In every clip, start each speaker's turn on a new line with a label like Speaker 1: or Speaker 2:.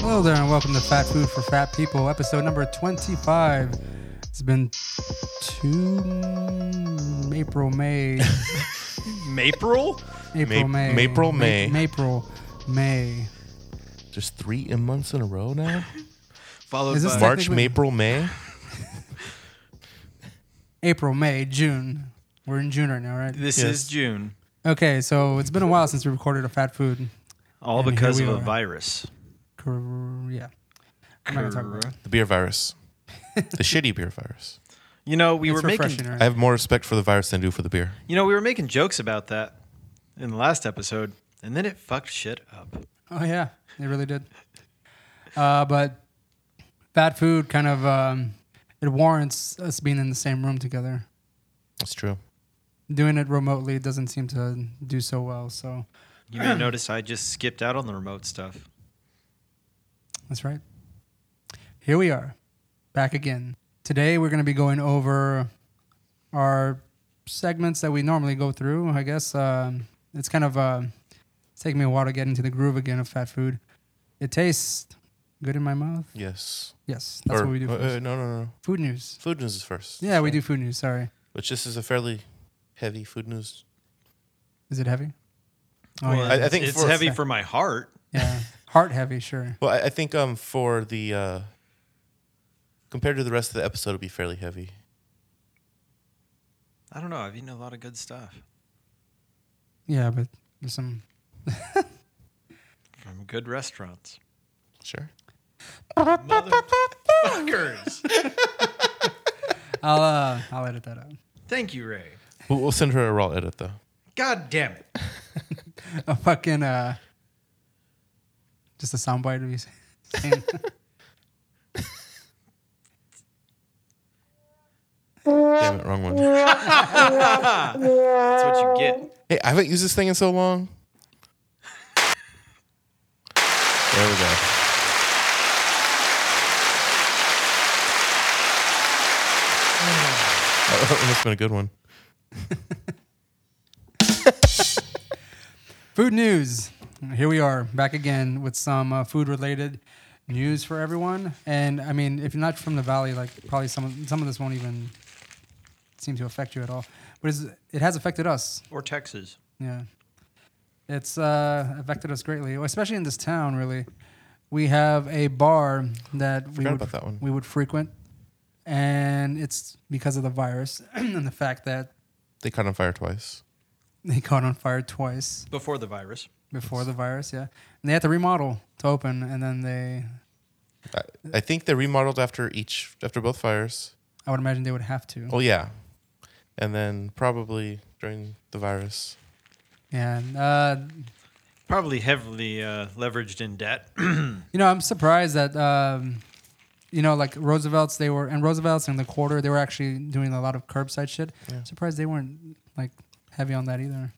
Speaker 1: Hello there, and welcome to Fat Food for Fat People, episode number 25. It's been two mm, April, May,
Speaker 2: Mapril?
Speaker 1: April,
Speaker 3: Map-
Speaker 1: May,
Speaker 3: Mapril,
Speaker 1: Ma-
Speaker 3: May.
Speaker 1: April, May.
Speaker 3: Just three in months in a row now.
Speaker 2: Followed
Speaker 1: Is this
Speaker 2: by
Speaker 1: like-
Speaker 3: March,
Speaker 1: Technically-
Speaker 3: April, May.
Speaker 1: April, May, June. We're in June right now, right?
Speaker 2: this
Speaker 3: Yes.
Speaker 2: is June,
Speaker 1: Okay, so it's been a while since we recorded a Fat Food.
Speaker 2: all
Speaker 1: And here
Speaker 2: because
Speaker 1: we
Speaker 2: of a
Speaker 1: are.
Speaker 2: virus.
Speaker 1: Cor- yeah. I'm not gonna talk about it.
Speaker 3: The beer virus. the shitty beer virus.
Speaker 2: You know, we
Speaker 1: It's
Speaker 2: were making
Speaker 1: refreshing, right?
Speaker 3: I have more respect for the virus than I do for the beer.
Speaker 2: you know we were making jokes about that in the last episode, and then it fucked shit up.
Speaker 1: Oh yeah, it really did. Uh, but fat food kind of um, it warrants us being in the same room together.
Speaker 3: That's true.
Speaker 1: Doing it remotely doesn't seem to do so well. So
Speaker 2: You may notice I just skipped out on the remote stuff.
Speaker 1: that's right. Here we are, back again. Today we're going to be going over our segments that we normally go through. I guess um, it's kind of uh, it's taking me a while to get into the groove again of fat food. It tastes good in my mouth.
Speaker 3: Yes.
Speaker 1: Yes, that's
Speaker 3: Or-
Speaker 1: what we do.
Speaker 3: uh,
Speaker 1: First.
Speaker 3: uh, no, no, no.
Speaker 1: food news.
Speaker 3: Food news is first.
Speaker 1: Yeah, we do food news. Sorry.
Speaker 3: Which this is a fairly heavy food news.
Speaker 1: Is it heavy? Oh,
Speaker 2: Well,
Speaker 1: yeah.
Speaker 3: I- I think
Speaker 2: it's
Speaker 3: for-
Speaker 2: heavy for my heart.
Speaker 1: yeah. Heart heavy, sure.
Speaker 3: Well, I, I think um for the uh, compared to the rest of the episode, it'll be fairly heavy.
Speaker 2: I don't know. I've eaten a lot of good stuff
Speaker 1: Yeah, but there's some.
Speaker 2: from good restaurants.
Speaker 3: Sure.
Speaker 2: Motherfuckers!
Speaker 1: I'll, uh, I'll edit that out.
Speaker 2: Thank you, Ray.
Speaker 3: We'll, we'll send her a raw edit though.
Speaker 2: God damn it!
Speaker 1: A fucking. Uh, just a soundbite of you saying.
Speaker 3: Damn it, wrong one.
Speaker 2: That's what you get.
Speaker 3: Hey, I haven't used this thing in so long. There we go. Oh, that must have been a good one.
Speaker 1: food news. Here we are back again with some uh, food related news for everyone. And I mean, if you're not from the valley, like probably some of, some of this won't even seem to affect you at all. But it's, it has affected us.
Speaker 2: Or Texas.
Speaker 1: Yeah. It's uh, affected us greatly, especially in this town, really. We have a bar that we
Speaker 3: Forgot
Speaker 1: would,
Speaker 3: about that one.
Speaker 1: we would frequent, and it's because of the virus and the fact that
Speaker 3: They caught on fire twice.
Speaker 1: they caught on fire twice
Speaker 2: Before the virus.
Speaker 1: before the virus, yeah. And they had to remodel to open, and then they,
Speaker 3: I, I think they remodeled after each, after both fires.
Speaker 1: I would imagine they would have to.
Speaker 3: Oh yeah, and then probably during the virus.
Speaker 1: Yeah. and, Uh,
Speaker 2: Probably heavily uh, leveraged in debt.
Speaker 1: you know, I'm surprised that, um, you know, like Roosevelt's, they were, and Roosevelt's in the quarter, they were actually doing a lot of curbside shit.
Speaker 3: Yeah.
Speaker 1: Surprised they weren't like heavy on that either.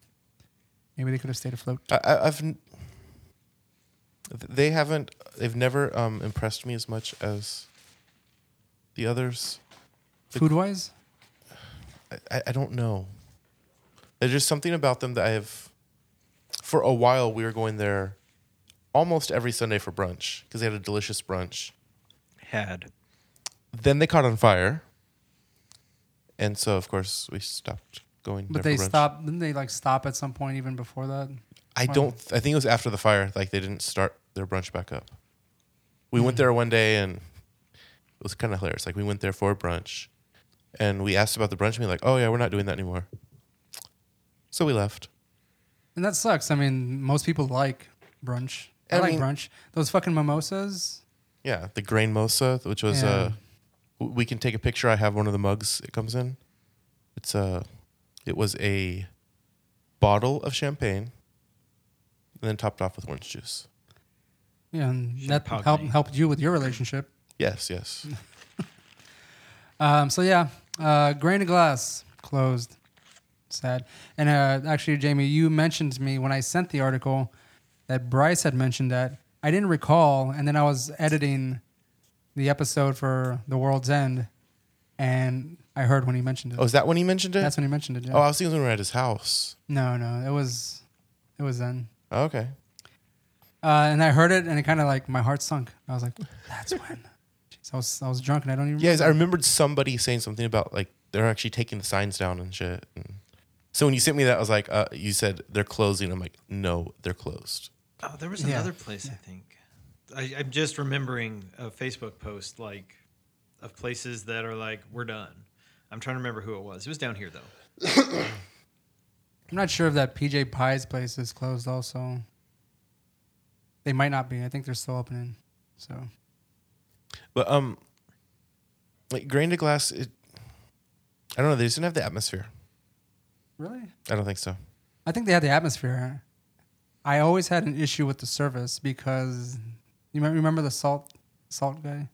Speaker 1: Maybe they could have stayed afloat.
Speaker 3: I, I, I've n- they haven't they've never um, impressed me as much as the others. The-
Speaker 1: Food wise,
Speaker 3: I, I don't know. There's just something about them that I have. For a while, we were going there almost every Sunday for brunch because they had a delicious brunch.
Speaker 2: Had.
Speaker 3: Then they caught on fire, and so of course we stopped going.
Speaker 1: but
Speaker 3: there
Speaker 1: they
Speaker 3: for brunch.
Speaker 1: stopped. Didn't they like stop at some point even before that?
Speaker 3: I
Speaker 1: Wow.
Speaker 3: don't. I think it was after the fire. Like they didn't start their brunch back up. We
Speaker 1: Mm-hmm.
Speaker 3: went there one day and it was kind of hilarious. Like we went there for brunch, and we asked about the brunch. And we were like, oh yeah, we're not doing that anymore. So we left.
Speaker 1: And that sucks. I mean, most people like brunch. I,
Speaker 3: I
Speaker 1: like
Speaker 3: mean-
Speaker 1: brunch. Those fucking mimosas.
Speaker 3: Yeah, the grain mosa, which was
Speaker 1: Yeah.
Speaker 3: uh, w- we can take a picture. I have one of the mugs. It comes in. It's uh, it was a bottle of champagne, and then topped off with orange juice.
Speaker 1: Yeah, and
Speaker 2: Shit,
Speaker 1: that
Speaker 2: pog
Speaker 1: helped
Speaker 2: me.
Speaker 1: helped you with your relationship.
Speaker 3: Yes, yes.
Speaker 1: Um, so yeah, uh, grain of glass closed. Sad. And uh, actually, Jamie, you mentioned to me when I sent the article that Bryce had mentioned that. I didn't recall, and then I was editing the episode for The World's End, and I heard when he mentioned it.
Speaker 3: Oh, is that when he mentioned it?
Speaker 1: That's when he mentioned it. Yeah.
Speaker 3: oh, I was thinking when we were at his house. Oh,
Speaker 1: No, no, it was, it was then.
Speaker 3: Okay.
Speaker 1: Uh, and I heard it, and it kind of like my heart sunk. I was like, "That's when." Jeez, I was I was drunk, and I don't even.
Speaker 3: Yes, I remembered somebody saying something about like they're actually taking the signs down and shit. And so when you sent me that, I was like, uh, you said they're closing. I'm like, no, they're closed.
Speaker 2: Oh, there was
Speaker 1: Yeah.
Speaker 2: another place I think. I, I'm just remembering a Facebook post like of places that are like we're done. I'm trying to remember who it was. It was down here though.
Speaker 1: I'm not sure if that PJ Pies place is closed. Also, they might not be. I think they're still opening. So
Speaker 3: But um, like grain to glass, it, I don't know. They just didn't have the atmosphere.
Speaker 1: really,
Speaker 3: I don't think so.
Speaker 1: I think they had the atmosphere. I always had an issue with the service because you remember, remember the salt salt guy.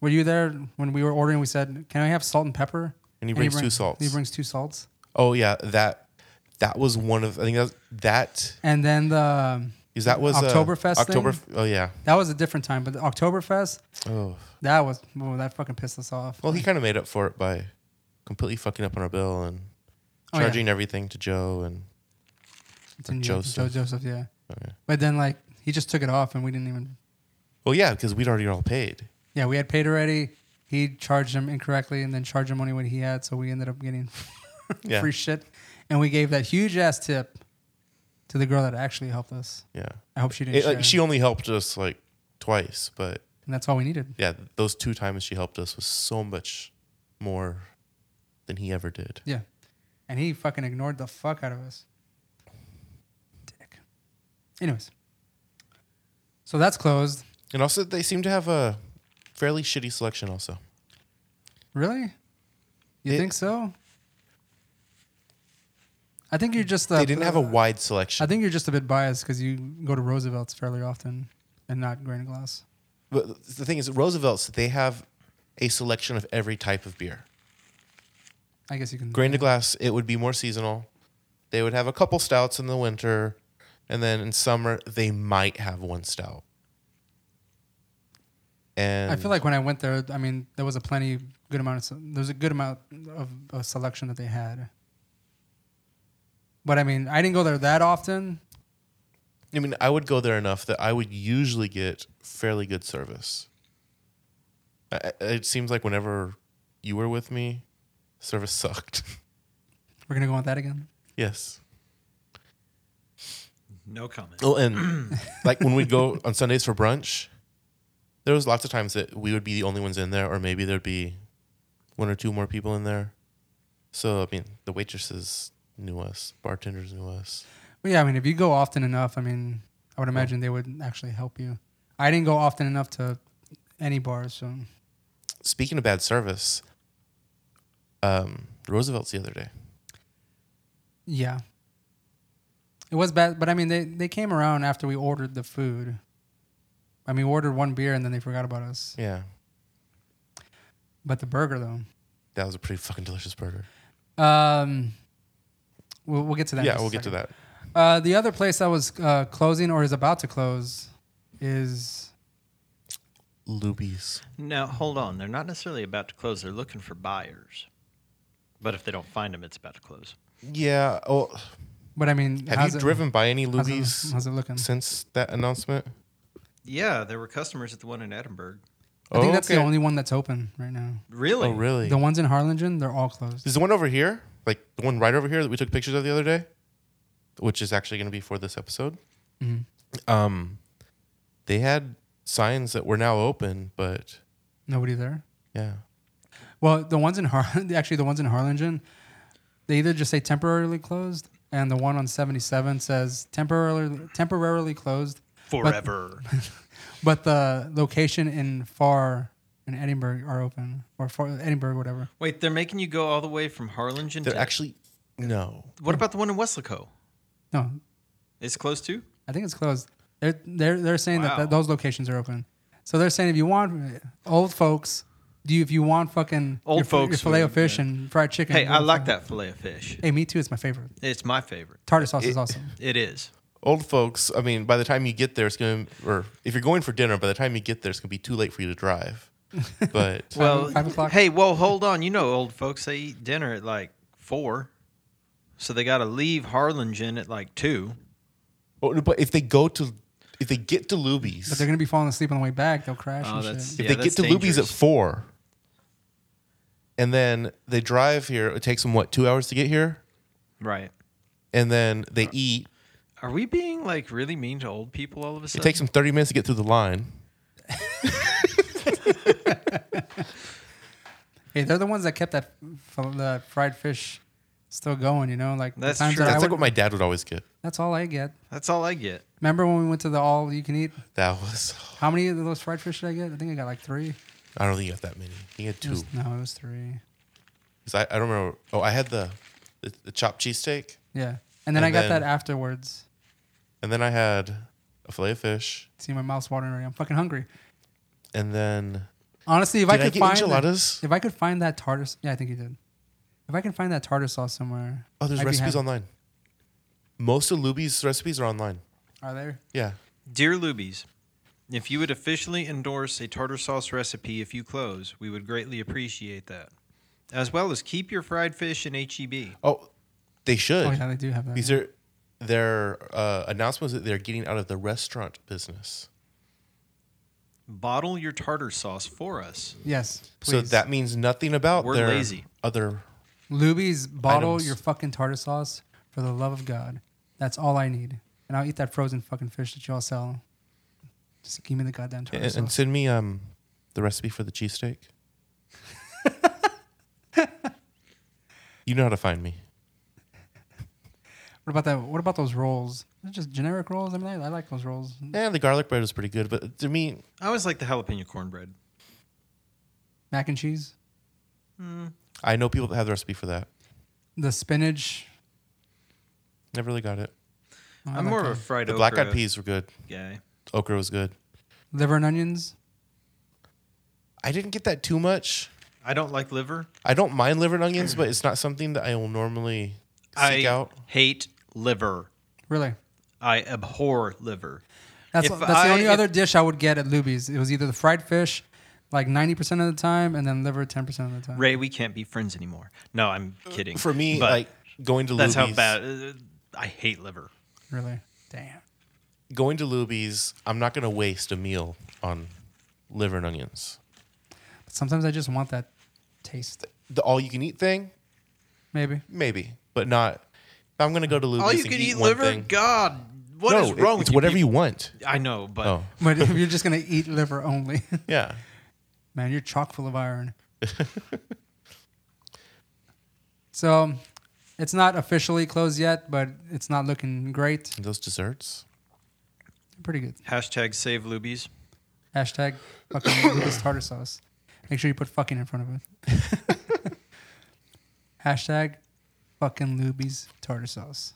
Speaker 1: Were you there when we were ordering? We said, "Can I have salt and pepper?"
Speaker 3: And he brings
Speaker 1: bring-
Speaker 3: two salts.
Speaker 1: He brings two salts.
Speaker 3: oh yeah, that that was one of I think that was, that
Speaker 1: And then the
Speaker 3: because that was uh,
Speaker 1: Oktoberfest thing?
Speaker 3: October. Oh yeah.
Speaker 1: that was a different time, but the Oktoberfest,
Speaker 3: Oh
Speaker 1: that was oh, that fucking pissed us off.
Speaker 3: well, he kind of made up for it by completely fucking up on our bill and
Speaker 1: Oh, yeah.
Speaker 3: charging everything to Joe and
Speaker 1: It's in Joe-
Speaker 3: Joseph.
Speaker 1: Joe Joseph, yeah.
Speaker 3: oh, yeah.
Speaker 1: But then like he just took it off and we didn't even
Speaker 3: Well, yeah, because we'd already all paid.
Speaker 1: Yeah, we had paid already. He charged him incorrectly and then charged him only what he had, so we ended up getting
Speaker 3: Yeah.
Speaker 1: free shit. And we gave that huge ass tip to the girl that actually helped us.
Speaker 3: Yeah.
Speaker 1: I hope she didn't
Speaker 3: It, like,
Speaker 1: share.
Speaker 3: she only helped us like twice, but
Speaker 1: and that's all we needed.
Speaker 3: yeah, those two times she helped us was so much more than he ever did.
Speaker 1: Yeah. And he fucking ignored the fuck out of us. Dick. Anyways. So that's closed.
Speaker 3: And also, they seem to have a fairly shitty selection. Also,
Speaker 1: Really? You
Speaker 3: It-
Speaker 1: think so? I think you're just.
Speaker 3: they didn't have a wide selection.
Speaker 1: Uh, I think you're just a bit biased because you go to Roosevelt's fairly often, and not Grain and Glass.
Speaker 3: But the thing is, Roosevelt's they have a selection of every type of beer.
Speaker 1: I guess you can.
Speaker 3: Grain to glass, it would be more seasonal. They would have a couple stouts in the winter, and then in summer they might have one stout. And
Speaker 1: I feel like when I went there, I mean, there was a plenty good amount of se- there was a good amount of, of selection that they had. But I mean, I didn't go there that often.
Speaker 3: I mean, I would go there enough that I would usually get fairly good service. I, I- it seems like whenever you were with me, service sucked.
Speaker 1: We're gonna go on that again.
Speaker 3: yes.
Speaker 2: No comment.
Speaker 3: Oh, and like when we'd go on Sundays for brunch, there was lots of times that we would be the only ones in there, or maybe there'd be one or two more people in there. So I mean, the waitresses knew us, bartenders knew us.
Speaker 1: But yeah, I mean, if you go often enough, I mean, I would imagine they would actually help you. I didn't go often enough to any bars, so
Speaker 3: Speaking of bad service, um, Roosevelt's the other day.
Speaker 1: yeah. It was bad, but I mean, they, they came around after we ordered the food. I mean, we ordered one beer and then they forgot about us.
Speaker 3: Yeah,
Speaker 1: But the burger, though.
Speaker 3: that was a pretty fucking delicious burger.
Speaker 1: Um, we'll, we'll get to that.
Speaker 3: yeah, we'll get to that.
Speaker 1: that. Uh, the other place that was uh, closing or is about to close is
Speaker 3: Lubies.
Speaker 2: Now hold on. They're not necessarily about to close. They're looking for buyers. But if they don't find them, it's about to close.
Speaker 3: Yeah. Oh,
Speaker 1: but I mean,
Speaker 3: have
Speaker 1: how's
Speaker 3: you
Speaker 1: it-
Speaker 3: driven by any
Speaker 1: how's it-
Speaker 3: Lubies
Speaker 1: How's it looking?
Speaker 3: since that announcement?
Speaker 2: Yeah, there were customers at the one in Edinburgh.
Speaker 1: I think that's the only one that's open right now.
Speaker 2: Really?
Speaker 3: Oh, really?
Speaker 1: The ones in Harlingen, they're all closed.
Speaker 3: There's the one over here, like the one right over here that we took pictures of the other day, which is actually going to be for this episode.
Speaker 1: Mhm.
Speaker 3: Um, they had signs that were now open, but
Speaker 1: Nobody there.
Speaker 3: yeah,
Speaker 1: Well, the ones in Har- actually the ones in Harlingen, they either just say temporarily closed, and the one on 77 says temporarily temporarily closed.
Speaker 2: Forever.
Speaker 1: But the location in Far in Edinburgh are open or Far Edinburgh whatever.
Speaker 2: Wait, they're making you go all the way from Harlingen
Speaker 3: they're
Speaker 2: to
Speaker 3: actually no.
Speaker 2: What about the one in Weslaco?
Speaker 1: No,
Speaker 2: It's closed too?
Speaker 1: I think it's closed. They're they're they're saying that
Speaker 2: Wow.
Speaker 1: th- those locations are open. So they're saying if you want uh, old folks, do you, if you want fucking
Speaker 2: Old
Speaker 1: your, f- your
Speaker 2: folks
Speaker 1: filet of
Speaker 2: food,
Speaker 1: fish and fried chicken.
Speaker 2: Hey, I
Speaker 1: go
Speaker 2: like
Speaker 1: fucking-
Speaker 2: that filet of fish.
Speaker 1: Hey, me too. It's my favorite.
Speaker 2: It's my favorite.
Speaker 1: Tartar sauce is
Speaker 3: It-
Speaker 1: awesome.
Speaker 2: It is.
Speaker 3: Old folks, I mean, by the time you get there, it's going to, or if you're going for dinner, by the time you get there, it's going to be too late for you to drive. But
Speaker 2: Well,
Speaker 1: five o'clock?
Speaker 2: hey, well, hold on. You know, old folks, they eat dinner at like four, so they got to leave Harlingen at like two.
Speaker 3: Oh, no, but if they go to if they get to Luby's,
Speaker 1: But they're gonna be falling asleep on the way back. They'll crash
Speaker 2: Oh,
Speaker 1: and
Speaker 2: that's-
Speaker 1: shit.
Speaker 3: if
Speaker 2: Yeah,
Speaker 3: they
Speaker 2: that's
Speaker 3: get to Luby's at
Speaker 2: dangerous.
Speaker 3: four, and then they drive here, it takes them what two hours to get here,
Speaker 2: Right.
Speaker 3: and then they eat.
Speaker 2: Are we being like really mean to old people all of a
Speaker 3: It
Speaker 2: sudden?
Speaker 3: takes them thirty minutes to get through the line.
Speaker 1: Hey, they're the ones that kept that f- the fried fish still going. You know, like the
Speaker 2: That's
Speaker 1: times
Speaker 2: true.
Speaker 1: that I
Speaker 3: That's like
Speaker 1: would-
Speaker 3: what my dad would always get.
Speaker 1: that's all I get.
Speaker 2: That's all I get.
Speaker 1: Remember when we went to the all you can eat?
Speaker 3: That was
Speaker 1: How many of those fried fish did I get? I think I got like three.
Speaker 3: I don't think he got that many. He had
Speaker 1: It
Speaker 3: two.
Speaker 1: was- no, it was three.
Speaker 3: 'Cause I, I don't remember. Oh, I had the the, the chopped cheesesteak,
Speaker 1: Yeah, and then
Speaker 3: And
Speaker 1: I got
Speaker 3: then-
Speaker 1: that afterwards.
Speaker 3: and then I had a fillet of fish,
Speaker 1: See my mouth's watering already. I'm fucking hungry.
Speaker 3: and then
Speaker 1: Honestly, if
Speaker 3: did
Speaker 1: I
Speaker 3: I,
Speaker 1: could
Speaker 3: get
Speaker 1: find
Speaker 3: enchiladas?
Speaker 1: if I could find that tartar, s- yeah, I think you did. If I can find that tartar sauce somewhere,
Speaker 3: oh, there's
Speaker 1: I'd be
Speaker 3: recipes
Speaker 1: happy.
Speaker 3: online. Most of Luby's recipes are online.
Speaker 1: Are there?
Speaker 3: Yeah,
Speaker 2: Dear Lubies, if you would officially endorse a tartar sauce recipe if you close, we would greatly appreciate that. As well as keep your fried fish in E HEB.
Speaker 3: Oh, they should.
Speaker 1: Oh yeah, they do have that.
Speaker 3: These are their uh, announcements that they're getting out of the restaurant business.
Speaker 2: Bottle your tartar sauce for us.
Speaker 1: yes. Please.
Speaker 3: So that means nothing about
Speaker 2: We're
Speaker 3: their
Speaker 2: lazy.
Speaker 3: other.
Speaker 1: Luby's bottle
Speaker 3: Items.
Speaker 1: your fucking tartar sauce for the love of God. That's all I need, and I'll eat that frozen fucking fish that y'all sell. Just give me the goddamn tartar
Speaker 3: And, and
Speaker 1: sauce.
Speaker 3: send me um the recipe for the cheesesteak. you know how to find me.
Speaker 1: what about that? What about those rolls? They're just generic rolls. I mean, I, I like those rolls.
Speaker 3: Yeah, Eh, the garlic bread is pretty good, but to me,
Speaker 2: I always like the jalapeno cornbread.
Speaker 1: Mac and cheese,
Speaker 3: I know people that have the recipe for that.
Speaker 1: the spinach.
Speaker 3: Never really got it.
Speaker 1: Oh, I like
Speaker 2: I'm more of a
Speaker 1: that.
Speaker 2: fried
Speaker 3: The black eyed
Speaker 2: okra
Speaker 3: peas were good.
Speaker 2: guy.
Speaker 3: Okra was good.
Speaker 1: liver and onions.
Speaker 3: I didn't get that too much.
Speaker 2: I don't like liver.
Speaker 3: I don't mind liver and onions, but it's not something that I will normally
Speaker 2: I
Speaker 3: seek out.
Speaker 2: hate liver.
Speaker 1: Really,
Speaker 2: I abhor liver.
Speaker 1: That's,
Speaker 2: If
Speaker 1: that's
Speaker 2: I-
Speaker 1: the only
Speaker 2: if-
Speaker 1: other dish I would get at Luby's. It was either the fried fish, like 90% of the time, and then liver 10% of the time.
Speaker 2: Ray, we can't be friends anymore. No, I'm kidding.
Speaker 3: Uh, For me,
Speaker 2: But
Speaker 3: like going to
Speaker 2: that's how
Speaker 3: Luby's-
Speaker 2: bad. uh, I hate liver.
Speaker 1: Really? Damn.
Speaker 3: going to Luby's, I'm not going to waste a meal on liver and onions.
Speaker 1: But sometimes I just want that taste,
Speaker 3: The all you can eat thing,
Speaker 1: maybe.
Speaker 3: maybe, but not. If I'm going to go to Luby's
Speaker 2: All you
Speaker 3: and
Speaker 2: can eat
Speaker 3: one
Speaker 2: liver?
Speaker 3: thing-
Speaker 2: God, what
Speaker 3: no,
Speaker 2: is
Speaker 3: it-
Speaker 2: wrong with
Speaker 3: it's whatever
Speaker 2: you?
Speaker 3: you want.
Speaker 2: people? I know, but
Speaker 3: Oh,
Speaker 1: But if you're just going to eat liver only,
Speaker 3: yeah.
Speaker 1: man, you're chock full of iron. so it's not officially closed yet, but it's not looking great.
Speaker 3: And those desserts.
Speaker 1: Pretty good.
Speaker 2: hashtag save lubies.
Speaker 1: Hashtag fucking Lucas tartar sauce. Make sure you put fucking in front of it. Hashtag fucking Luby's tartar sauce.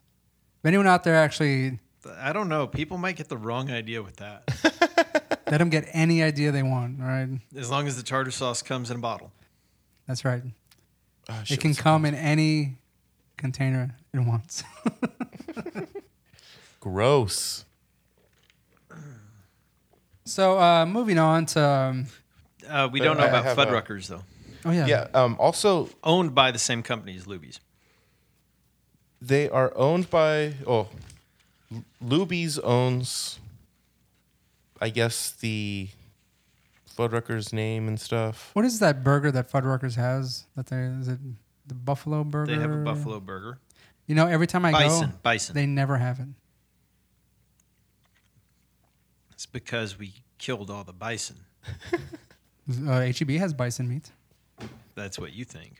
Speaker 1: If anyone out there actually
Speaker 2: I don't know. People might get the wrong idea with that.
Speaker 1: let them get any idea they want, all right?
Speaker 2: as long as the tartar sauce comes in a bottle.
Speaker 1: That's right.
Speaker 3: Ah, shit,
Speaker 1: It can
Speaker 3: what's-
Speaker 1: come in any container it wants.
Speaker 3: gross.
Speaker 1: So uh, moving on to um,
Speaker 2: Uh, we
Speaker 3: But
Speaker 2: don't know
Speaker 3: I- I
Speaker 2: about
Speaker 3: have a-
Speaker 2: Fuddruckers though.
Speaker 1: oh yeah,
Speaker 3: Yeah. Um, also,
Speaker 2: Owned by the same company as Lubies.
Speaker 3: they are owned by oh, L- Luby's owns. I guess the Fuddruckers name and stuff.
Speaker 1: What is that burger that Fuddruckers has? That they is it the buffalo burger?
Speaker 2: They have a buffalo burger.
Speaker 1: You know, every time I
Speaker 2: Bison,
Speaker 1: go,
Speaker 2: bison.
Speaker 1: they never have it.
Speaker 2: it's because we killed all the bison.
Speaker 1: Uh, HEB has bison meat.
Speaker 2: That's what you think.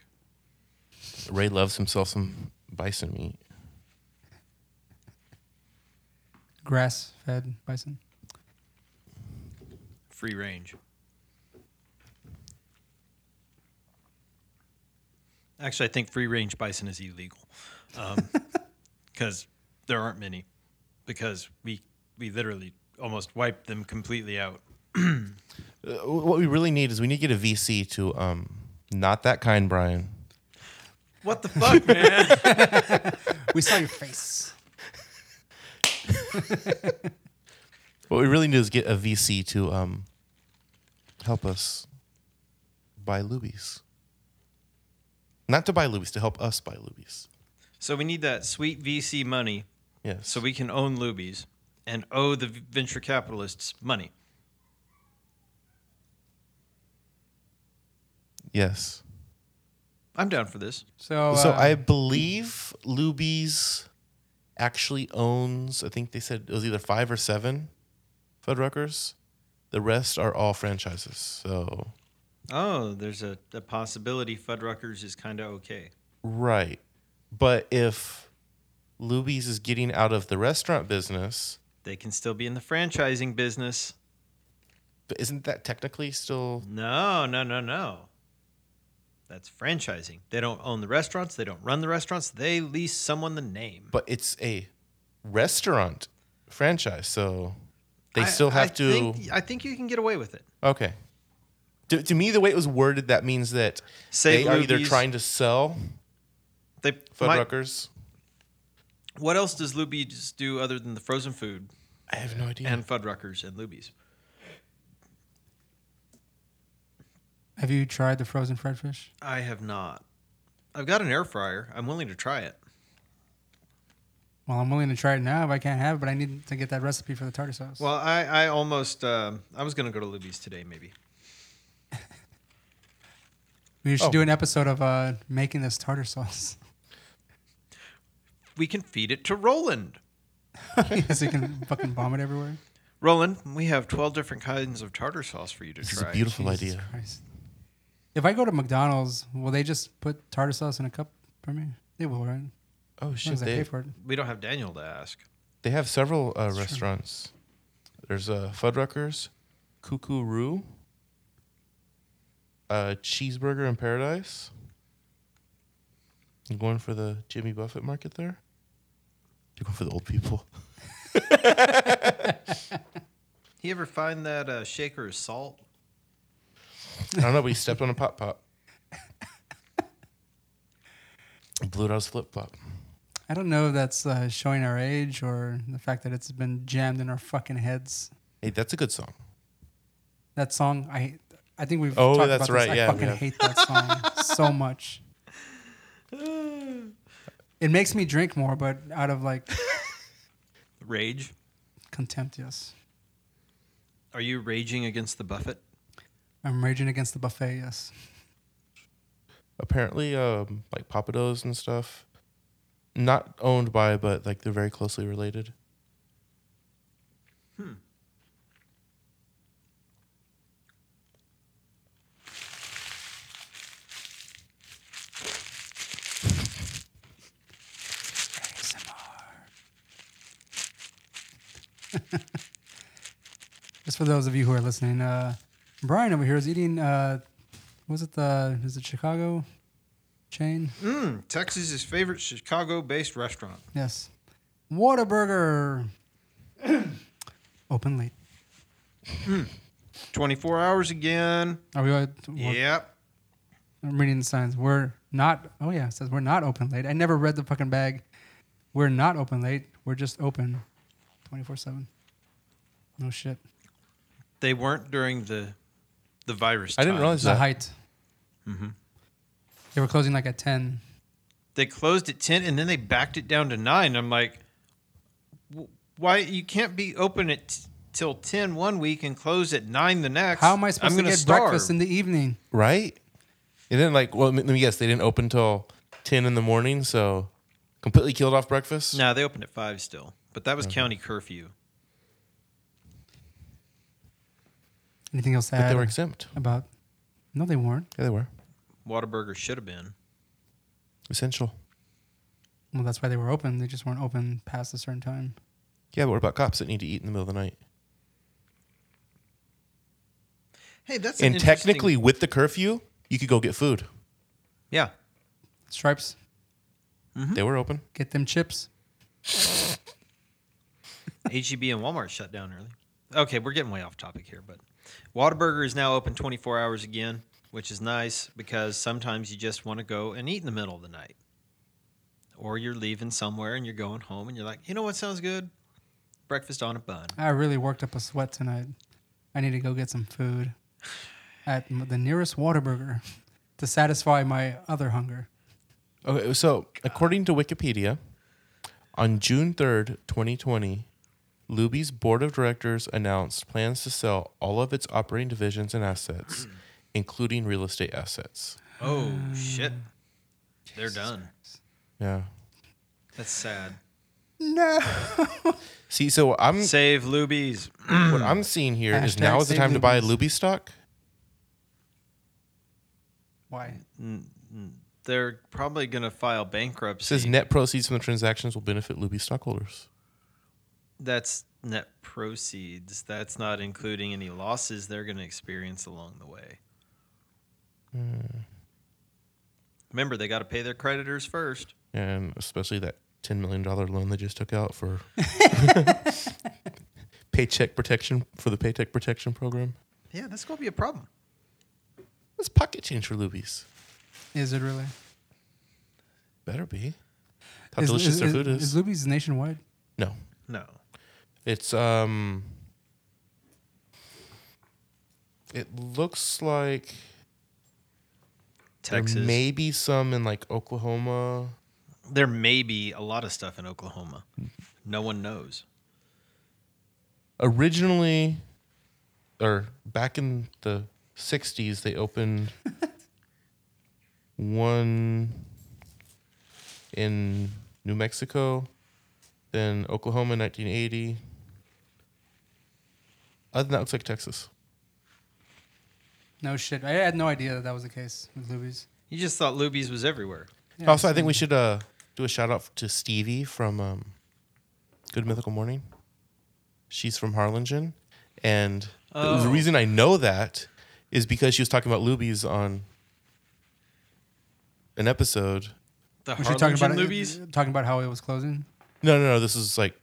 Speaker 3: Ray loves himself some bison meat.
Speaker 1: grass fed bison.
Speaker 2: Free range. Actually, I think free range bison is illegal because there aren't many. Because we we literally almost wiped them completely out.
Speaker 3: Uh, what we really need is we need to get a VC to um not that kind Brian.
Speaker 2: What the fuck, man?
Speaker 1: We saw your face.
Speaker 3: What we really need is get a VC to um help us buy lubies. Not to buy lubies, to help us buy lubies.
Speaker 2: so we need that sweet VC money
Speaker 3: Yes.
Speaker 2: so we can own Lubies and owe the v- venture capitalists money.
Speaker 3: Yes.
Speaker 2: I'm down for this.
Speaker 1: So,
Speaker 3: so
Speaker 1: uh,
Speaker 3: I believe Luby's actually owns. I think they said it was either five or seven Fuddruckers. The rest are all franchises. So
Speaker 2: Oh, there's a, a possibility Fuddruckers is kind of okay.
Speaker 3: Right. But if Luby's is getting out of the restaurant business,
Speaker 2: They can still be in the franchising business.
Speaker 3: but isn't that technically still
Speaker 2: No, no, no, no. That's franchising. They don't own the restaurants. They don't run the restaurants. They lease someone the name.
Speaker 3: but it's a restaurant franchise, so they
Speaker 2: I-
Speaker 3: still
Speaker 2: I
Speaker 3: have to
Speaker 2: think- I think you can get away with it.
Speaker 3: Okay. To, to me the way it was worded that means that
Speaker 2: Say
Speaker 3: they are either
Speaker 2: Luby's-
Speaker 3: trying to sell
Speaker 2: They might-
Speaker 3: Fuddruckers.
Speaker 2: What else does Luby's do other than the frozen food
Speaker 3: I have no idea.
Speaker 2: and Fuddruckers and Luby's?
Speaker 1: have you tried the frozen fried fish?
Speaker 2: I have not. I've got an air fryer. I'm willing to try it.
Speaker 1: Well, I'm willing to try it now if I can't have it, but I need to get that recipe for the tartar sauce.
Speaker 2: Well, I, I almost um I was gonna go to Luby's today maybe.
Speaker 1: we should
Speaker 3: oh.
Speaker 1: do an episode of uh, making this tartar sauce.
Speaker 2: We can feed it to Roland.
Speaker 1: so you can fucking vomit everywhere.
Speaker 2: Roland, we have twelve different kinds of tartar sauce for you to
Speaker 3: this is
Speaker 2: try.
Speaker 3: a beautiful
Speaker 1: Jesus
Speaker 3: idea.
Speaker 1: Christ. If I go to McDonald's, will they just put tartar sauce in a cup for me? They will, right?
Speaker 3: Oh
Speaker 1: As long
Speaker 3: shit.
Speaker 1: as I pay
Speaker 3: They,
Speaker 1: for it.
Speaker 2: We don't have Daniel to ask.
Speaker 3: they have several uh,
Speaker 1: true.
Speaker 3: restaurants. There's uh, Fuddruckers, Cuckoo Roo, uh, Cheeseburger in Paradise. You going for the Jimmy Buffett market there? You're going for the old people.
Speaker 2: He ever find that uh, shaker of salt?
Speaker 3: I don't know, but he stepped on a pop pop. Blew it out his flip flop.
Speaker 1: I don't know if that's uh, showing our age or the fact that it's been jammed in our fucking heads.
Speaker 3: Hey, that's a good song.
Speaker 1: That song, I, I think we've.
Speaker 3: Oh,
Speaker 1: talked
Speaker 3: that's
Speaker 1: about this.
Speaker 3: right,
Speaker 1: I
Speaker 3: yeah, we
Speaker 1: fucking
Speaker 3: have.
Speaker 1: hate that song so much. It makes me drink more, but out of like
Speaker 2: Rage.
Speaker 1: contempt, yes.
Speaker 2: Are you raging against the buffet?
Speaker 1: I'm raging against the buffet, yes.
Speaker 3: Apparently, um, like Papados and stuff, not owned by, but like they're very closely related.
Speaker 1: Just for those of you who are listening, uh, Brian over here is eating. Uh, was it the? Is it Chicago chain?
Speaker 2: Mmm, Texas's favorite Chicago-based restaurant.
Speaker 1: Yes, Whataburger. Open late.
Speaker 2: Twenty-four hours again.
Speaker 1: Are we? all-
Speaker 2: Yep.
Speaker 1: I'm reading the signs. We're not. Oh yeah, it says we're not open late. I never read the fucking bag. We're not open late. We're just open, twenty four seven. No shit.
Speaker 2: They weren't during the the virus.
Speaker 3: I didn't
Speaker 2: time.
Speaker 3: realize
Speaker 1: The
Speaker 3: that.
Speaker 1: height.
Speaker 3: Mm-hmm.
Speaker 1: They were closing like at ten.
Speaker 2: they closed at 10 and then they backed it down to 9 i'm like "W- why you can't be open at t- till 10 one week and close at 9 the next
Speaker 1: How am I supposed
Speaker 2: I'm
Speaker 1: to
Speaker 2: gonna
Speaker 1: get
Speaker 2: starve.
Speaker 1: breakfast in the evening?
Speaker 3: Right? It didn't like, well, let me guess, they didn't open till 10 in the morning, so completely killed off breakfast.
Speaker 2: no they opened at 5 still but that was county curfew
Speaker 1: Anything else to
Speaker 3: But
Speaker 1: add
Speaker 3: they were exempt.
Speaker 1: about? No, they weren't.
Speaker 3: Yeah, they were.
Speaker 2: Whataburger should have been
Speaker 3: Essential.
Speaker 1: Well, that's why they were open. They just weren't open past a certain time.
Speaker 3: Yeah, but what about cops that need to eat in the middle of the night?
Speaker 2: hey that's an
Speaker 3: and
Speaker 2: interesting-
Speaker 3: technically, with the curfew, you could go get food.
Speaker 2: yeah
Speaker 1: Stripes,
Speaker 2: Mm-hmm.
Speaker 3: They were open.
Speaker 1: get them chips.
Speaker 2: heb E and walmart shut down early okay we're getting way off topic here but Whataburger is now open 24 hours again which is nice because sometimes you just want to go and eat in the middle of the night or you're leaving somewhere and you're going home and you're like you know what sounds good breakfast on a bun
Speaker 1: I really worked up a sweat tonight. I need to go get some food at m- the nearest Whataburger to satisfy my other hunger.
Speaker 3: Okay, so according to Wikipedia, on June 3rd, 2020, Luby's board of directors announced plans to sell all of its operating divisions and
Speaker 2: Mm.
Speaker 3: assets, including real estate assets.
Speaker 2: Oh shit. They're done.
Speaker 3: Yeah.
Speaker 2: That's sad.
Speaker 1: No.
Speaker 3: See, so I'm
Speaker 2: Save Lubies.
Speaker 3: what I'm seeing here is
Speaker 1: Hashtag
Speaker 3: now is the
Speaker 1: save
Speaker 3: time to buy
Speaker 1: Luby's.
Speaker 3: Luby stock.
Speaker 1: Why?
Speaker 2: They're probably gonna file
Speaker 3: It
Speaker 2: bankruptcy.
Speaker 3: says net proceeds from the transactions will benefit Luby stockholders.
Speaker 2: That's net proceeds. That's not including any losses they're gonna experience along the way. Hmm. Remember, they got to pay their creditors first.
Speaker 3: and especially that ten million dollar loan they just took out for paycheck protection for the paycheck protection program.
Speaker 2: Yeah, that's gonna be a problem.
Speaker 3: That's pocket change for Lubies.
Speaker 1: Is it really?
Speaker 3: Better be. How
Speaker 1: is,
Speaker 3: delicious
Speaker 1: is,
Speaker 3: their food
Speaker 1: Is
Speaker 3: is.
Speaker 1: Luby's nationwide?
Speaker 3: no,
Speaker 2: No,
Speaker 3: it's um. It looks like
Speaker 2: Texas.
Speaker 3: there may be some in like Oklahoma.
Speaker 2: there may be a lot of stuff in Oklahoma. No one knows.
Speaker 3: Originally, or back in the '60s, they opened one in New Mexico, then Oklahoma in 1980. Other than that, it looks like Texas.
Speaker 1: No shit. I had no idea that that was the case with Luby's.
Speaker 2: You just thought Lubies was everywhere.
Speaker 1: Yeah,
Speaker 3: also, I think we should uh, do a shout out to Stevie from um, Good Mythical Morning. She's from Harlingen, and the,
Speaker 2: Oh.
Speaker 3: the reason I know that is because she was talking about Lubies on an episode.
Speaker 2: The
Speaker 1: Was she talking about
Speaker 2: Harlingen Lubies.
Speaker 1: It, talking about how it was closing.
Speaker 3: No, no, no. This is like,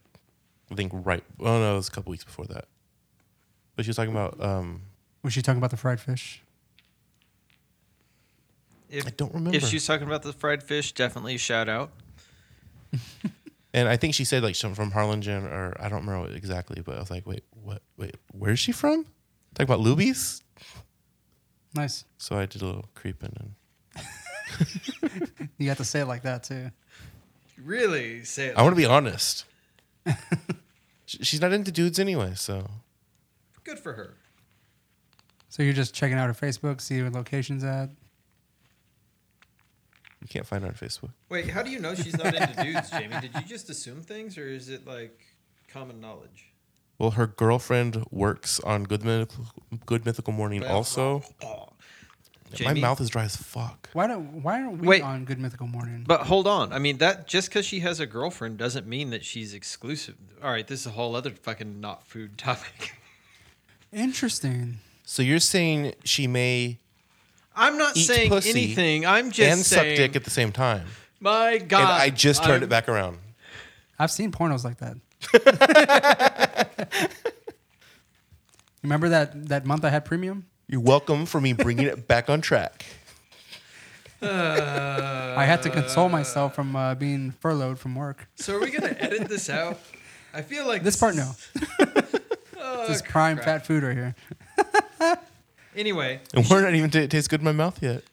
Speaker 3: I think right. Oh no, it was a couple weeks before that. But she was talking about. Um,
Speaker 1: Was she talking about the fried fish?
Speaker 2: If,
Speaker 3: I don't remember.
Speaker 2: if she's talking about the fried fish, definitely shout out.
Speaker 3: And I think she said like something from Harlingen, or I don't remember exactly, but I was like, wait, what? Wait, where's she from? Talking about Lubies?
Speaker 1: Nice.
Speaker 3: So I did a little creeping and
Speaker 1: You got to say it like that too.
Speaker 2: Really say it.
Speaker 3: I want to be honest. Sh- She's not into dudes anyway, so
Speaker 2: Good for her.
Speaker 1: So you're just checking out her Facebook, see what location's at.
Speaker 3: you can't find her on Facebook.
Speaker 2: Wait, how do you know she's not into dudes, Jamie? Did you just assume things, or is it like common knowledge?
Speaker 3: Well, her girlfriend works on Good Mythical, Good Mythical Morning also. My
Speaker 2: oh, Jamie?
Speaker 3: mouth is dry as fuck.
Speaker 1: Why don't Why aren't we
Speaker 2: Wait.
Speaker 1: on Good Mythical Morning?
Speaker 2: But hold on. I mean, that just because she has a girlfriend doesn't mean that she's exclusive. All right, this is a whole other fucking not food topic.
Speaker 1: Interesting.
Speaker 3: So you're saying she may
Speaker 2: I'm not
Speaker 3: Eat
Speaker 2: saying
Speaker 3: pussy
Speaker 2: anything. I'm just
Speaker 3: and
Speaker 2: saying.
Speaker 3: suck dick at the same time?
Speaker 2: my God,
Speaker 3: and I just turned
Speaker 2: I'm-
Speaker 3: it back around.
Speaker 1: I've seen pornos like that. Remember that that month I had premium?
Speaker 3: You're welcome for me bringing it back on track.
Speaker 1: I had to console myself from uh, being furloughed from work.
Speaker 2: So are we gonna edit this out? I feel like
Speaker 1: This part, no.
Speaker 2: Oh,
Speaker 1: This is prime
Speaker 2: crap.
Speaker 1: fat food right here.
Speaker 2: Anyway,
Speaker 3: And we're not even t- it tastes good in my mouth yet.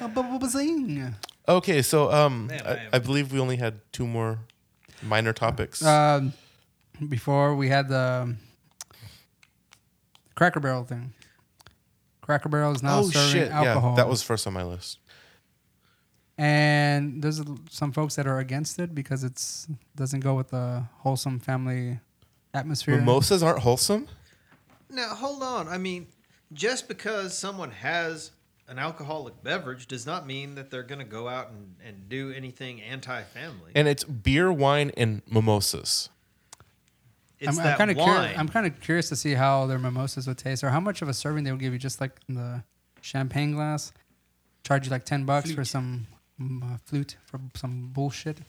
Speaker 1: Uh, bu- bu- bazing.
Speaker 3: Okay, so um,
Speaker 2: Man, I
Speaker 3: I,
Speaker 2: am-
Speaker 3: I believe we only had two more minor topics.
Speaker 1: Um, before we had the Cracker Barrel thing. Cracker Barrel is now serving alcohol.
Speaker 3: Oh, Yeah, that was first on my list.
Speaker 1: and there's some folks that are against it because it's doesn't go with the wholesome family atmosphere.
Speaker 3: Mimosas aren't wholesome.
Speaker 2: now hold on. I mean, just because someone has an alcoholic beverage does not mean that they're gonna go out and, and do anything anti-family.
Speaker 3: And it's beer, wine, and mimosas.
Speaker 2: It's
Speaker 1: I'm,
Speaker 2: that
Speaker 1: kind of
Speaker 2: wine.
Speaker 1: curious. I'm kind of curious to see how their mimosas would taste, or how much of a serving they would give you, just like in the champagne glass. Charge you like ten bucks for some mm, uh, flute for some bullshit.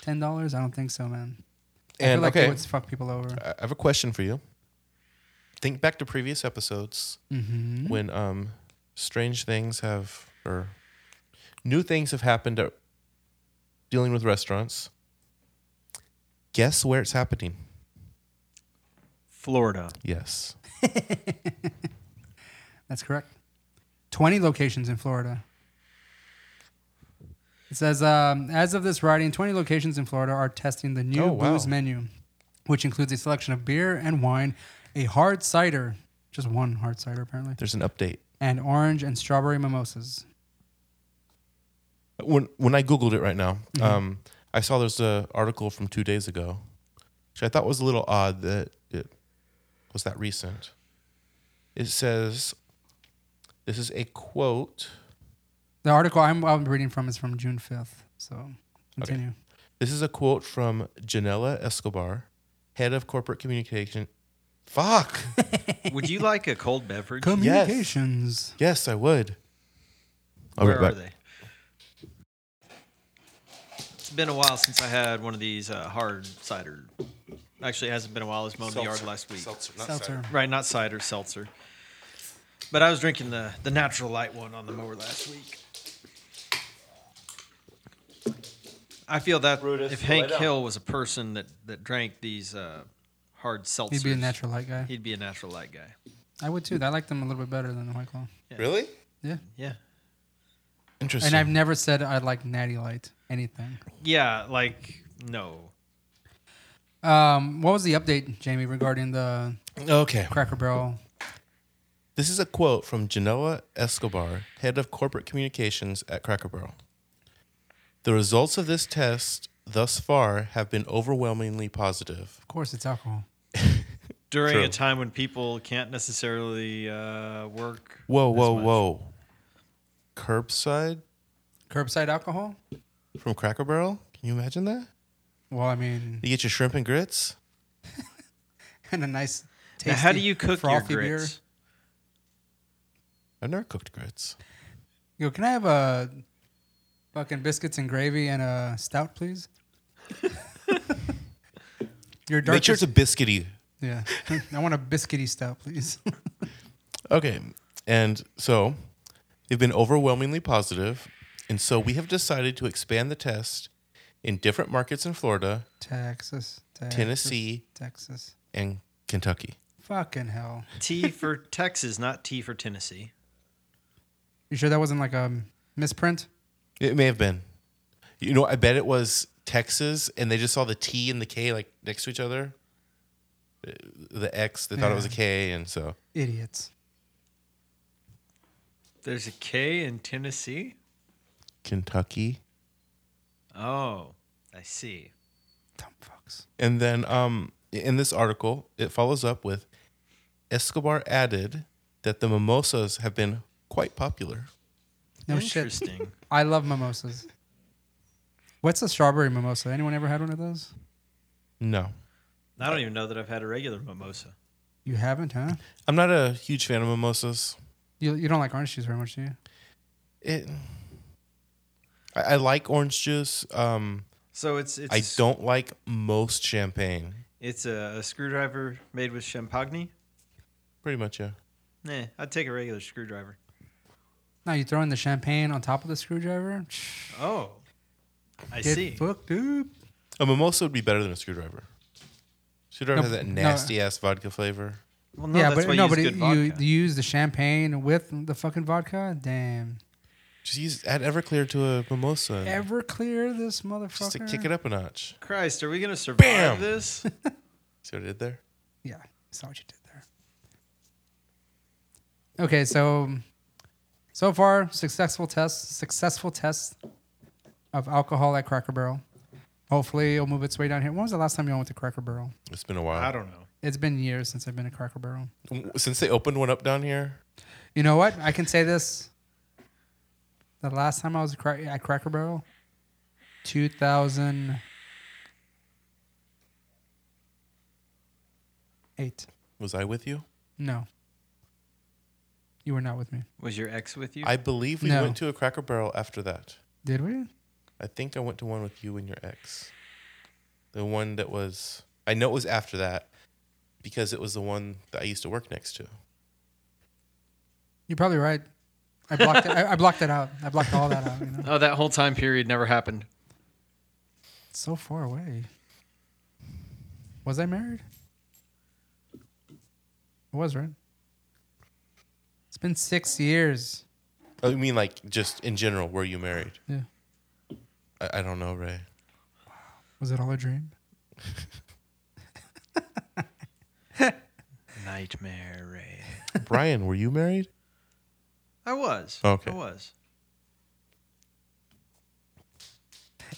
Speaker 1: Ten dollars? I don't think so, man. I
Speaker 3: And,
Speaker 1: feel like
Speaker 3: okay.
Speaker 1: it would fuck people over.
Speaker 3: I I have a question for you. Think back to previous episodes
Speaker 1: Mm-hmm.
Speaker 3: when um, strange things have, or new things have happened at dealing with restaurants. Guess where it's happening?
Speaker 2: Florida.
Speaker 3: Yes.
Speaker 1: That's correct. Twenty locations in Florida. It says, um, as of this writing, 20 locations in Florida are testing the new
Speaker 3: Oh, wow.
Speaker 1: booze menu, which includes a selection of beer and wine, a hard cider, just one hard cider apparently,
Speaker 3: There's an update.
Speaker 1: and orange and strawberry mimosas.
Speaker 3: When when I googled it right now, um, I saw there's an article from two days ago, which I thought was a little odd that it was that recent. It says, "This is a quote."
Speaker 1: The article I'm, I'm reading from is from June 5th. So continue.
Speaker 3: This is a quote from Janela Escobar, head of corporate communication. Fuck.
Speaker 2: Would you like a cold beverage?
Speaker 1: Communications.
Speaker 3: yes, I would. I'll be
Speaker 2: Where
Speaker 3: right
Speaker 2: are
Speaker 3: back.
Speaker 2: they? It's been a while since I had one of these uh, hard cider. Actually, it hasn't been a while. I was mowing the yard last week.
Speaker 1: Seltzer.
Speaker 2: Right, not cider, seltzer. But I was drinking the, the natural light one on the mower last week. I feel that
Speaker 4: Brutus,
Speaker 2: if
Speaker 4: lay
Speaker 2: Hank
Speaker 4: down.
Speaker 2: Hill was a person that, that drank these uh, hard seltzers,
Speaker 1: He'd be a natural light guy.
Speaker 2: He'd be a natural light guy.
Speaker 1: I would too. I like them a little bit better than the White Claw.
Speaker 3: Really?
Speaker 1: Yeah.
Speaker 2: Yeah.
Speaker 3: Interesting.
Speaker 1: And I've never said I like Natty Light anything.
Speaker 2: Yeah, like, no.
Speaker 1: Um, what was the update, Jamie, regarding the
Speaker 3: okay.
Speaker 1: Cracker Barrel?
Speaker 3: This is a quote from Genoa Escobar, head of corporate communications at Cracker Barrel. The results of this test thus far have been overwhelmingly positive.
Speaker 1: Of course, it's alcohol.
Speaker 2: During a
Speaker 3: True.
Speaker 2: time when people can't necessarily uh, work.
Speaker 3: Whoa,
Speaker 2: as
Speaker 3: whoa,
Speaker 2: much.
Speaker 3: whoa. Curbside
Speaker 1: Curbside alcohol?
Speaker 3: from Cracker Barrel? Can you imagine that?
Speaker 1: Well, I mean,
Speaker 3: You get your shrimp and grits?
Speaker 1: and a nice tasty
Speaker 2: Now, how do you cook your
Speaker 1: frothy beer.
Speaker 2: grits?
Speaker 3: I've never cooked grits.
Speaker 1: Yo, can I have a fucking biscuits and gravy and a stout, please? Your
Speaker 3: Make sure
Speaker 1: darkest,
Speaker 3: it's a biscuity.
Speaker 1: yeah. I want a biscuity stout, please.
Speaker 3: Okay. And so they've been overwhelmingly positive, And so we have decided to expand the test in different markets in Florida,
Speaker 1: Texas, Texas,
Speaker 3: Tennessee,
Speaker 1: Texas.
Speaker 3: and Kentucky.
Speaker 1: Fucking hell!
Speaker 2: T for Texas, not T for Tennessee.
Speaker 1: You sure that wasn't like a misprint?
Speaker 3: It may have been. You know, I bet it was Texas, and they just saw the T and the K like next to each other. Uh, The X, they thought it was a K, and so
Speaker 1: Idiots.
Speaker 2: There's a K in Tennessee.
Speaker 3: Kentucky.
Speaker 2: Oh, I see.
Speaker 1: Dumb fucks.
Speaker 3: And then um, in this article, it follows up with Escobar added that the mimosas have been quite popular.
Speaker 1: No shit.
Speaker 2: Interesting.
Speaker 1: I love mimosas. What's a strawberry mimosa? Anyone ever had one of those?
Speaker 3: No,
Speaker 2: I don't even know that I've had a regular mimosa.
Speaker 1: You haven't, huh?
Speaker 3: I'm not a huge fan of mimosas.
Speaker 1: You, you don't like orange juice very much, do you?
Speaker 3: It, I, I like orange juice. Um,
Speaker 2: So it's it's
Speaker 3: I don't like most champagne.
Speaker 2: It's a, a screwdriver made with champagne.
Speaker 3: Pretty much, yeah.
Speaker 2: Nah, I'd take a regular screwdriver.
Speaker 1: No, you throw in the champagne on top of the screwdriver.
Speaker 2: Oh, I
Speaker 1: Get
Speaker 2: see.
Speaker 1: fucked, dude.
Speaker 3: A mimosa would be better than a screwdriver. Screwdriver
Speaker 1: No,
Speaker 3: has that
Speaker 1: no.
Speaker 3: nasty ass vodka flavor.
Speaker 2: Well, no,
Speaker 1: yeah,
Speaker 2: that's
Speaker 1: but
Speaker 2: why
Speaker 1: no,
Speaker 2: you
Speaker 1: but
Speaker 2: use
Speaker 1: it-
Speaker 2: good
Speaker 1: you,
Speaker 2: vodka.
Speaker 1: you use the champagne with the fucking vodka. Damn.
Speaker 3: Just use add Everclear to a mimosa. and
Speaker 1: Everclear this motherfucker.
Speaker 3: just to kick it up a notch.
Speaker 2: Christ, are we gonna survive
Speaker 3: Bam!
Speaker 2: this?
Speaker 3: See what I did there?
Speaker 1: Yeah, saw what you did there. Okay, so so far successful tests, successful tests of alcohol at Cracker Barrel. Hopefully, it'll move its way down here. When was the last time you all went to Cracker Barrel?
Speaker 3: It's been a while.
Speaker 2: I don't know.
Speaker 1: It's been years since I've been to Cracker Barrel.
Speaker 3: Since they opened one up down here,
Speaker 1: You know what? I can say this. The last time I was cra- at Cracker Barrel, 2008.
Speaker 3: was I with you?
Speaker 1: No. You were not with me.
Speaker 2: Was your ex with you?
Speaker 3: I believe we
Speaker 1: No.
Speaker 3: went to a Cracker Barrel after that.
Speaker 1: Did we?
Speaker 3: I think I went to one with you and your ex. The one that was, I know it was after that because it was the one that I used to work next to.
Speaker 1: You're probably right. I blocked it. I, I blocked it out. I blocked all that out. You know?
Speaker 2: oh, that whole time period never happened.
Speaker 1: It's so far away. Was I married? I was, right? It's been six years.
Speaker 3: I mean, like just in general, were you married?
Speaker 1: Yeah.
Speaker 3: I, I don't know, Ray.
Speaker 1: Was it all a dream?
Speaker 2: Nightmare Ray.
Speaker 3: Brian, were you married?
Speaker 2: I was.
Speaker 3: Okay.
Speaker 2: I was.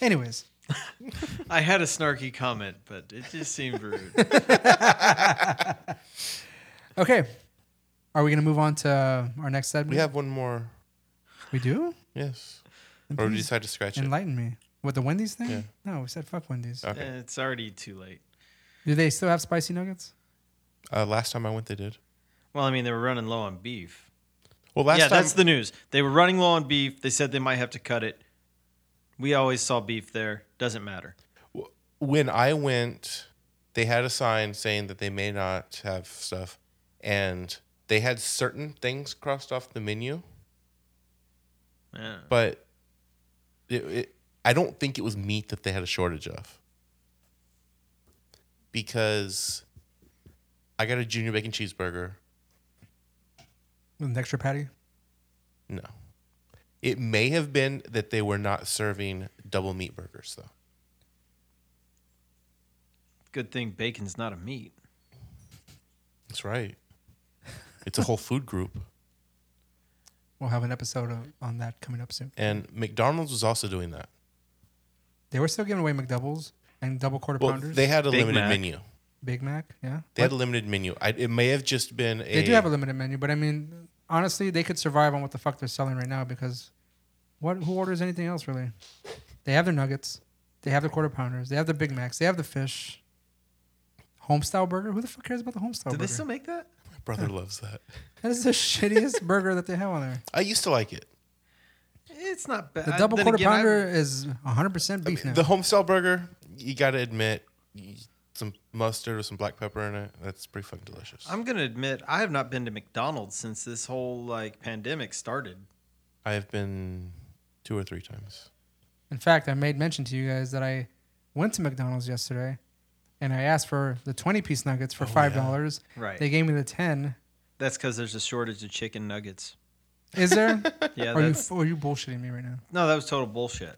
Speaker 1: Anyways,
Speaker 2: I had a snarky comment, but it just seemed rude. Eh,
Speaker 1: okay. Are we going to move on to our next segment?
Speaker 3: We have one more.
Speaker 1: We do?
Speaker 3: Yes. Or did you decide to scratch it?
Speaker 1: Enlighten me. What, the Wendy's thing?
Speaker 3: Yeah.
Speaker 1: No, we said fuck Wendy's.
Speaker 2: Eh,
Speaker 3: Okay.
Speaker 2: It's already too late.
Speaker 1: Do they still have spicy nuggets?
Speaker 3: Uh, last time I went, they did.
Speaker 2: Well, I mean, they were running low on beef.
Speaker 3: Well, last
Speaker 2: yeah,
Speaker 3: time
Speaker 2: that's the news. They were running low on beef. They said they might have to cut it. We always saw beef there. Doesn't matter.
Speaker 3: w- when I went, they had a sign saying that they may not have stuff, and they had certain things crossed off the menu,
Speaker 2: Yeah.
Speaker 3: but it, it, I don't think it was meat that they had a shortage of. Because I got a junior bacon cheeseburger.
Speaker 1: With an extra patty?
Speaker 3: No. It may have been that they were not serving double meat burgers, though.
Speaker 2: Good thing bacon's not a meat.
Speaker 3: That's right. It's a whole food group.
Speaker 1: We'll have an episode of, on that coming up soon.
Speaker 3: And McDonald's was also doing that.
Speaker 1: They were still giving away McDoubles and double quarter
Speaker 3: Well,
Speaker 1: pounders.
Speaker 3: they had a
Speaker 2: Big
Speaker 3: limited
Speaker 2: Mac.
Speaker 3: menu.
Speaker 1: Big Mac, yeah.
Speaker 3: They had a limited menu. I, it may have just been a.
Speaker 1: They do have a limited menu, but I mean, honestly, they could survive on what the fuck they're selling right now because what who orders anything else really? They have their nuggets, they have their quarter pounders, they have the Big Macs, they have the fish. Homestyle burger? Who the fuck cares about the homestyle
Speaker 2: Did
Speaker 1: burger?
Speaker 2: they still make that?
Speaker 3: My brother loves that.
Speaker 1: that is the shittiest burger that they have on there.
Speaker 3: I used to like it.
Speaker 2: It's not bad.
Speaker 1: The double
Speaker 2: Uh, Then
Speaker 1: quarter
Speaker 2: again, I-
Speaker 1: pounder is 100% beef now.
Speaker 3: The homestyle burger, you got to admit, y- some mustard with some black pepper in it. That's pretty fucking delicious.
Speaker 2: I'm gonna admit I have not been to McDonald's since this whole like pandemic started.
Speaker 3: I have been two or three times.
Speaker 1: In fact, I made mention to you guys that I went to McDonald's yesterday and I asked for the 20 piece nuggets for $5.
Speaker 2: Oh, Right.
Speaker 1: They gave me the 10.
Speaker 2: That's because there's a shortage of chicken nuggets.
Speaker 1: Is there?
Speaker 2: Yeah,
Speaker 1: are, you,
Speaker 2: that's
Speaker 1: are you bullshitting me right now?
Speaker 2: no, that was total bullshit.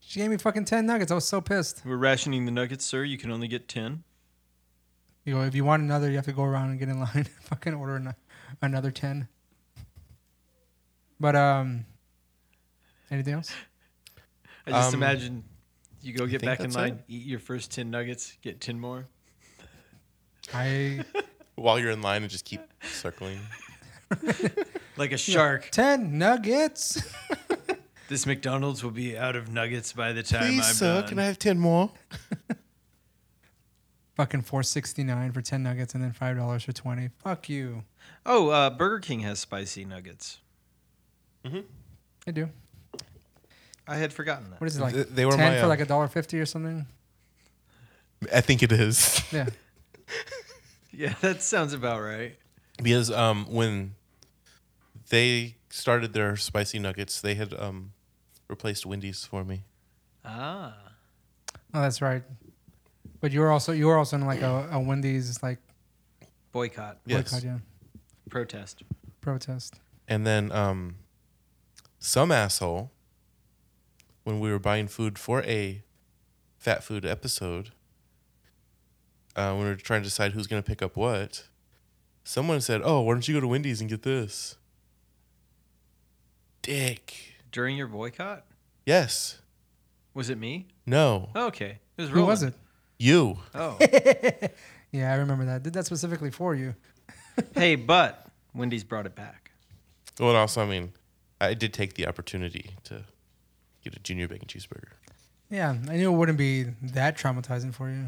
Speaker 1: She gave me fucking 10 nuggets. I was so pissed.
Speaker 2: We're rationing the nuggets, sir. You can only get ten.
Speaker 1: You go, if you want another, you have to go around and get in line and fucking order an- another 10. But, um, anything else?
Speaker 2: I just
Speaker 3: Um,
Speaker 2: imagine you go get
Speaker 3: think
Speaker 2: back in
Speaker 3: that's
Speaker 2: line, eat your first ten nuggets, get ten more.
Speaker 1: I,
Speaker 3: While you're in line and just keep circling.
Speaker 2: Like a shark.
Speaker 1: 10 nuggets.
Speaker 2: This McDonald's will be out of nuggets by the time
Speaker 3: Please,
Speaker 2: I'm
Speaker 3: sir,
Speaker 2: done.
Speaker 3: can I have 10 more?
Speaker 1: fucking 469 for 10 nuggets and then $5 for 20. Fuck you.
Speaker 2: oh, uh, Burger King has spicy nuggets.
Speaker 1: I do.
Speaker 2: I had forgotten that.
Speaker 1: What is it like?
Speaker 3: Th- they were
Speaker 1: 10
Speaker 3: my,
Speaker 1: for
Speaker 3: uh,
Speaker 1: like a dollar fifty or something.
Speaker 3: I think it is.
Speaker 1: Yeah.
Speaker 2: Yeah, that sounds about right.
Speaker 3: because um, when they started their spicy nuggets, they had um, replaced Wendy's for me.
Speaker 2: Ah,
Speaker 1: Oh, that's right. But you were also you were also in like a, a Wendy's like
Speaker 2: boycott,
Speaker 3: Yes.
Speaker 1: boycott, yeah,
Speaker 2: protest.
Speaker 1: protest.
Speaker 3: And then um, some asshole, when we were buying food for a fat food episode, uh, when we were trying to decide who's going to pick up what, someone said, Oh, why don't you go to Wendy's and get this? Dick.
Speaker 2: During your boycott,
Speaker 3: Yes.
Speaker 2: was it me?
Speaker 3: No.
Speaker 2: okay, it was
Speaker 1: Who was it?
Speaker 2: Roland.
Speaker 3: You.
Speaker 2: Oh,
Speaker 1: Yeah, I remember that. Did that specifically for you.
Speaker 2: hey, but Wendy's brought it back.
Speaker 3: Well, and also, I mean, I did take the opportunity to get a junior bacon cheeseburger.
Speaker 1: Yeah, I knew it wouldn't be that traumatizing for you.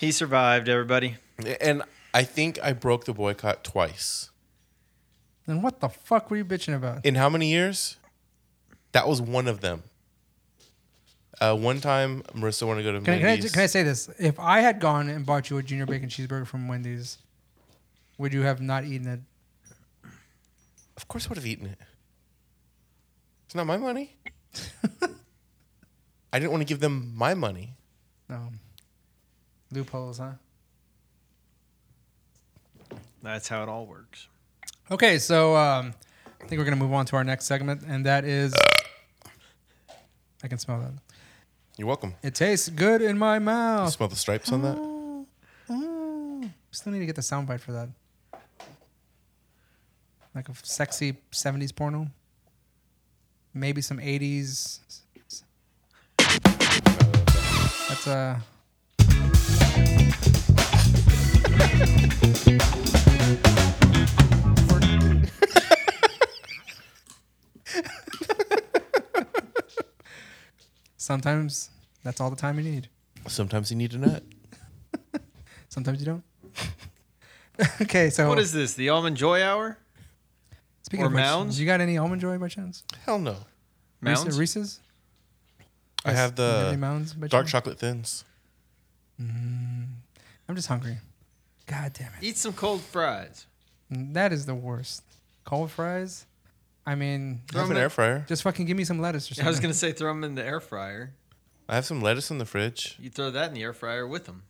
Speaker 2: He survived, everybody.
Speaker 3: And I think I broke the boycott twice.
Speaker 1: Then what the fuck were you bitching about?
Speaker 3: in how many years? That was one of them. Uh, one time, Marissa wanted to go to
Speaker 1: Can I, can, I,
Speaker 3: Wendy's.
Speaker 1: can I say this? If I had gone and bought you a junior bacon cheeseburger from Wendy's, would you have not eaten it?
Speaker 3: of course, I would have eaten it. It's not my money. I didn't want to give them my money.
Speaker 1: No. Loopholes, huh?
Speaker 2: That's how it all works.
Speaker 1: Okay, so um, I think we're going to move on to our next segment, and that is. I can smell that.
Speaker 3: You're welcome.
Speaker 1: It tastes good in my
Speaker 3: You
Speaker 1: mouth.
Speaker 3: smell the stripes on that?
Speaker 1: Oh. Mm. Still need to get the soundbite for that. Like a sexy 70s porno. Maybe some 80s. That's uh. a. Sometimes that's all the time you need.
Speaker 3: Sometimes you need a nut.
Speaker 1: Sometimes you don't. okay, so
Speaker 2: What is this? The almond joy hour?
Speaker 1: speaking
Speaker 2: or
Speaker 1: of which,
Speaker 2: mounds?
Speaker 1: you got any almond joy by chance?
Speaker 3: Hell no.
Speaker 1: Reese-
Speaker 2: Mounds?
Speaker 1: Reese's?
Speaker 3: I
Speaker 1: Yes.
Speaker 3: have
Speaker 1: You got any
Speaker 3: the
Speaker 1: mounds by
Speaker 3: dark
Speaker 1: chance? Mm,
Speaker 3: chocolate thins.
Speaker 1: I'm just hungry. God damn it!
Speaker 2: Eat some cold fries.
Speaker 1: That is the worst. Cold fries. I mean,
Speaker 3: I have an
Speaker 2: Throw 'em
Speaker 3: air fryer.
Speaker 1: just fucking give me some lettuce or something.
Speaker 2: I was gonna say throw them in the air fryer.
Speaker 3: I have some lettuce in the fridge.
Speaker 2: You throw that in the air fryer with them.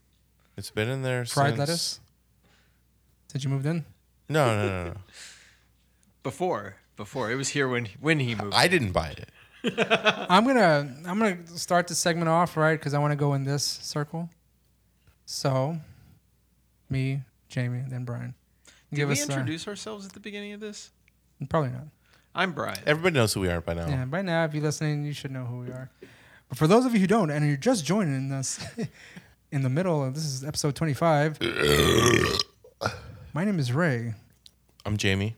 Speaker 3: It's been in there
Speaker 1: fried
Speaker 3: since-
Speaker 1: lettuce. Since you moved in,
Speaker 3: No, no, no, no.
Speaker 2: Before, before it was here when when he moved.
Speaker 3: I didn't buy it.
Speaker 1: I'm gonna I'm gonna start the segment off right because I want to go in this circle. So, me, Jamie, then Brian.
Speaker 2: Did
Speaker 1: give
Speaker 2: we
Speaker 1: us uh,
Speaker 2: introduce ourselves at the beginning of this?
Speaker 1: probably not.
Speaker 2: I'm Brian.
Speaker 3: Everybody knows who we are by now.
Speaker 1: Yeah, by now, if you're listening, you should know who we are. But for those of you who don't, and you're just joining us in the middle of this is episode 25. my name is Ray.
Speaker 3: I'm Jamie.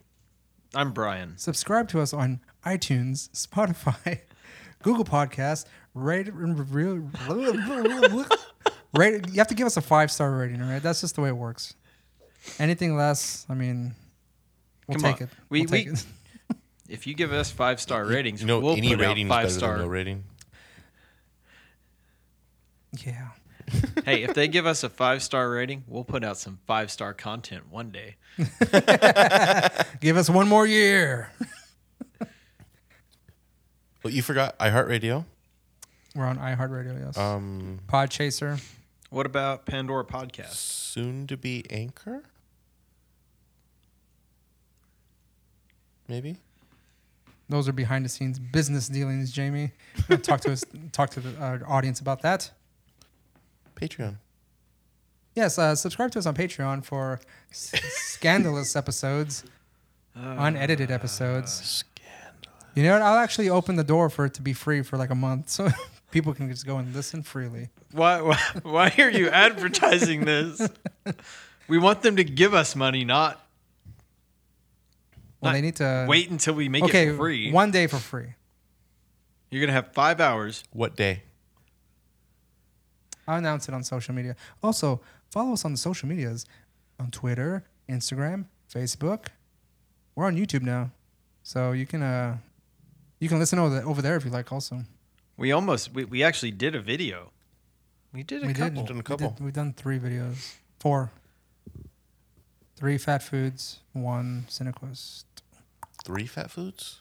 Speaker 2: I'm Brian.
Speaker 1: Subscribe to us on iTunes, Spotify, Google Podcasts. Rate and review. rate. You have to give us a five star rating, all right? That's just the way it works. Anything less, I mean, we'll
Speaker 2: Come
Speaker 1: take
Speaker 2: on.
Speaker 1: it.
Speaker 2: We-
Speaker 1: will take
Speaker 2: we-
Speaker 1: it.
Speaker 2: If you give us five star ratings,
Speaker 3: You know,
Speaker 2: we'll
Speaker 3: any
Speaker 2: put
Speaker 3: rating
Speaker 2: out
Speaker 3: is
Speaker 2: five
Speaker 3: better than no
Speaker 2: star.
Speaker 3: rating.
Speaker 1: yeah.
Speaker 2: hey, if they give us a five star rating, we'll put out some five star content one day.
Speaker 1: Give us one more year.
Speaker 3: Well, you forgot iHeartRadio.
Speaker 1: We're on iHeartRadio, yes.
Speaker 3: Um,
Speaker 1: Podchaser.
Speaker 2: What about Pandora Podcast?
Speaker 3: soon to be Anchor. Maybe.
Speaker 1: Those are behind the scenes business dealings, Jamie. We'll talk to us, talk to the, our audience about that.
Speaker 3: Patreon.
Speaker 1: Yes, uh, subscribe to us on Patreon for s- scandalous episodes,
Speaker 2: Uh,
Speaker 1: unedited episodes. You know what? I'll actually open the door for it to be free for like a month, so people can just go and listen freely.
Speaker 2: Why, why why are you advertising this? We want them to give us money, not
Speaker 1: Well,
Speaker 2: Not-
Speaker 1: they need to
Speaker 2: wait until we make
Speaker 1: Okay,
Speaker 2: it free.
Speaker 1: one day for free.
Speaker 2: You're gonna have five hours.
Speaker 3: What day?
Speaker 1: I'll announce it on social media. Also, follow us on the social medias on Twitter, Instagram, Facebook. We're on YouTube now. So you can uh you can listen over, over there if you like also.
Speaker 2: We almost we, we actually did a video. We did a
Speaker 1: We
Speaker 2: couple.
Speaker 1: did.
Speaker 3: Done a
Speaker 1: We
Speaker 3: couple.
Speaker 1: did, we've done three videos. Four. Three fat foods, one Cinequest.
Speaker 3: Three fat foods.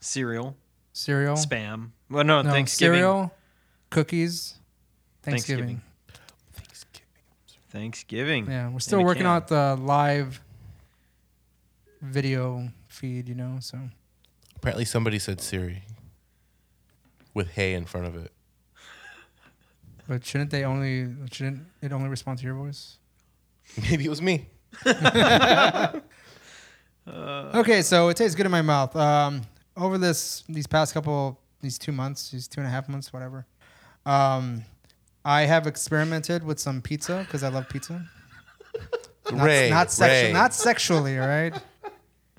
Speaker 2: Cereal,
Speaker 1: Cereal.
Speaker 2: spam. Well, no,
Speaker 1: no,
Speaker 2: Thanksgiving.
Speaker 1: Cereal, cookies, Thanksgiving.
Speaker 2: Thanksgiving. Thanksgiving.
Speaker 1: Yeah, we're still
Speaker 2: a
Speaker 1: working
Speaker 2: can.
Speaker 1: out the live video feed, you know, so
Speaker 3: Apparently, somebody said Siri with hay in front of it.
Speaker 1: But shouldn't they only shouldn't it only respond to your voice?
Speaker 3: Maybe it was me.
Speaker 2: Uh,
Speaker 3: Uh,
Speaker 1: okay, so it tastes good in my mouth. Um, over this these past couple these two months, these two and a half months, whatever. Um, I have experimented with some pizza because I love pizza. Not,
Speaker 3: Ray,
Speaker 1: not, sexu-
Speaker 3: Ray.
Speaker 1: not sexually, all right.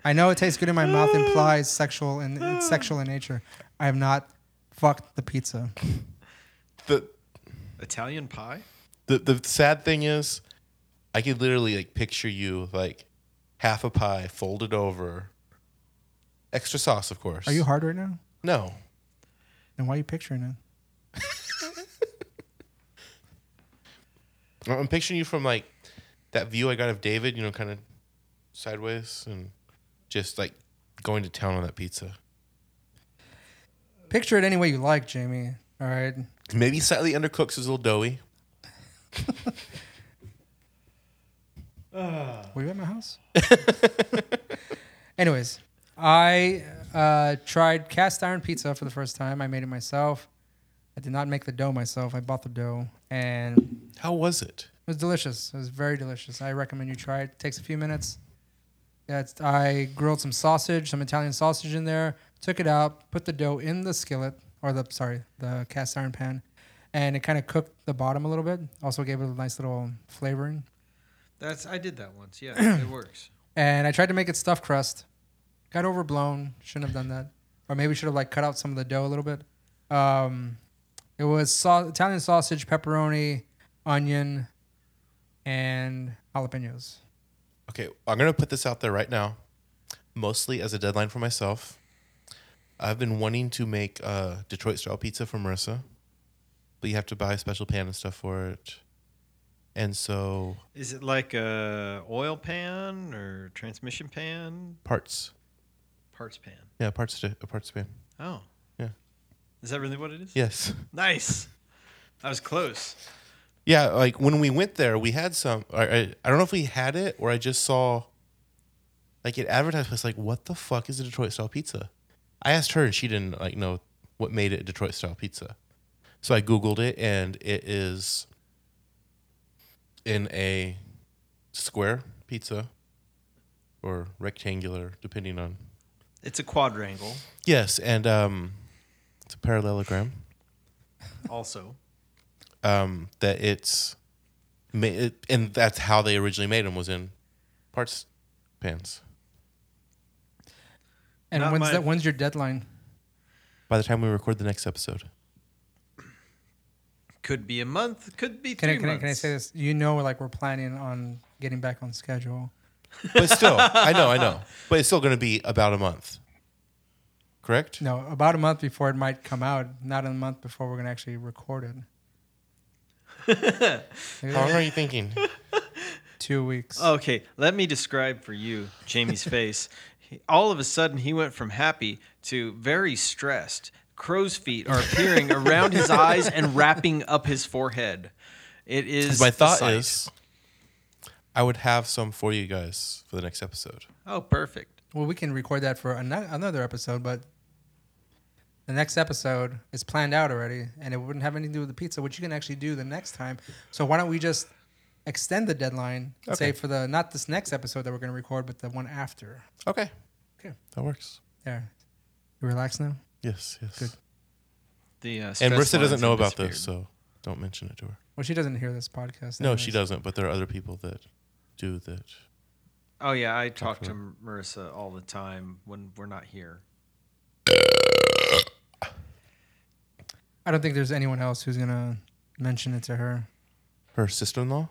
Speaker 1: I know it tastes good in my mouth implies sexual and it's sexual in nature. I have not fucked the pizza.
Speaker 3: the,
Speaker 2: Italian pie.
Speaker 3: the the sad thing is, I could literally like picture you like half a pie folded over, extra sauce, of course.
Speaker 1: Are you hard right now?
Speaker 3: No,
Speaker 1: Then why are you picturing it?
Speaker 3: I'm picturing you from like that view I got of David, you know, kind of sideways and just like going to town on that pizza.
Speaker 1: Picture it any way you like, Jamie. All right.
Speaker 3: Maybe slightly undercooked, so it's a little doughy.
Speaker 1: Were you at my house? Anyways, I uh, tried cast iron pizza for the first time. I made it myself. I did not make the dough myself. I bought the dough and it
Speaker 3: How was it?
Speaker 1: was delicious. It was very delicious. I recommend you try it. It takes a few minutes. Yeah, it's, I grilled some sausage, some Italian sausage in there, took it out, put the dough in the skillet or the sorry, the cast iron pan, and it kind of cooked the bottom a little bit. Also gave it a nice little flavoring.
Speaker 2: That's I did that once. Yeah, it works.
Speaker 1: and I tried to make it stuffed crust. Got overblown. Shouldn't have done that. Or maybe should have like cut out some of the dough a little bit. Um, it was sau- Italian sausage, pepperoni, onion, and jalapenos.
Speaker 3: Okay, I'm gonna put this out there right now, mostly as a deadline for myself. I've been wanting to make uh, Detroit style pizza for Marissa, but you have to buy a special pan and stuff for it. And so
Speaker 2: Is it like a oil pan or transmission pan,
Speaker 3: parts,
Speaker 2: parts pan?
Speaker 3: yeah, parts to a parts pan.
Speaker 2: Oh,
Speaker 3: Yeah.
Speaker 2: Is that really what it is?
Speaker 3: Yes,
Speaker 2: Nice. I was close.
Speaker 3: yeah. Like when we went there, we had some. I, I, I don't know if we had it or I just saw, like it advertised. I was like, "What the fuck is a Detroit style pizza?" I asked her, and she didn't like know what made it Detroit style pizza. So I googled it, and it is in a square pizza or rectangular, depending on.
Speaker 2: It's a quadrangle.
Speaker 3: Yes, and um, it's a parallelogram.
Speaker 2: Also,
Speaker 3: Um, that it's ma- it, and that's how they originally made them was in parts pans.
Speaker 1: And
Speaker 2: Not
Speaker 1: when's
Speaker 2: my-
Speaker 1: that? When's your deadline?
Speaker 3: By the time we record the next episode,
Speaker 2: could be a month. Could be
Speaker 1: Can I,
Speaker 2: three
Speaker 1: can, I,
Speaker 2: months.
Speaker 1: can I say this? You know, like we're planning on getting back on schedule.
Speaker 3: but still, I know, I know, but it's still going to be about a month. Correct.
Speaker 1: No, about a month before it might come out. Not a month before we're gonna actually record it.
Speaker 3: How long
Speaker 1: Maybe
Speaker 3: are you thinking?
Speaker 1: Two weeks.
Speaker 2: Okay, let me describe for you Jamie's face. He, all of a sudden, he went from happy to very stressed. Crow's feet are appearing around his eyes and wrapping up his forehead. It is.
Speaker 3: My
Speaker 2: a
Speaker 3: thought
Speaker 2: sight.
Speaker 3: is, I would have some for you guys for the next episode.
Speaker 2: Oh, perfect.
Speaker 1: Well, we can record that for an- another episode, but the next episode is planned out already, and it wouldn't have anything to do with the pizza, which you can actually do the next time. So why don't we just extend the deadline, say for the not this next episode that we're going to record, but the one after.
Speaker 3: Okay.
Speaker 1: Okay.
Speaker 3: That works.
Speaker 1: There, you relax now.
Speaker 3: Yes. Yes.
Speaker 1: Good.
Speaker 2: The uh,
Speaker 3: And
Speaker 2: stress
Speaker 3: Marissa
Speaker 2: lines
Speaker 3: doesn't know
Speaker 2: have
Speaker 3: about
Speaker 2: disappeared.
Speaker 3: this, so don't mention it to her.
Speaker 1: Well, she doesn't hear this podcast.
Speaker 3: No, she
Speaker 1: anyways.
Speaker 3: doesn't. But there are other people that do that.
Speaker 2: Oh yeah, I talk to Marissa all the time when we're not here.
Speaker 1: I don't think there's anyone else who's going to mention it to her.
Speaker 3: Her sister-in-law.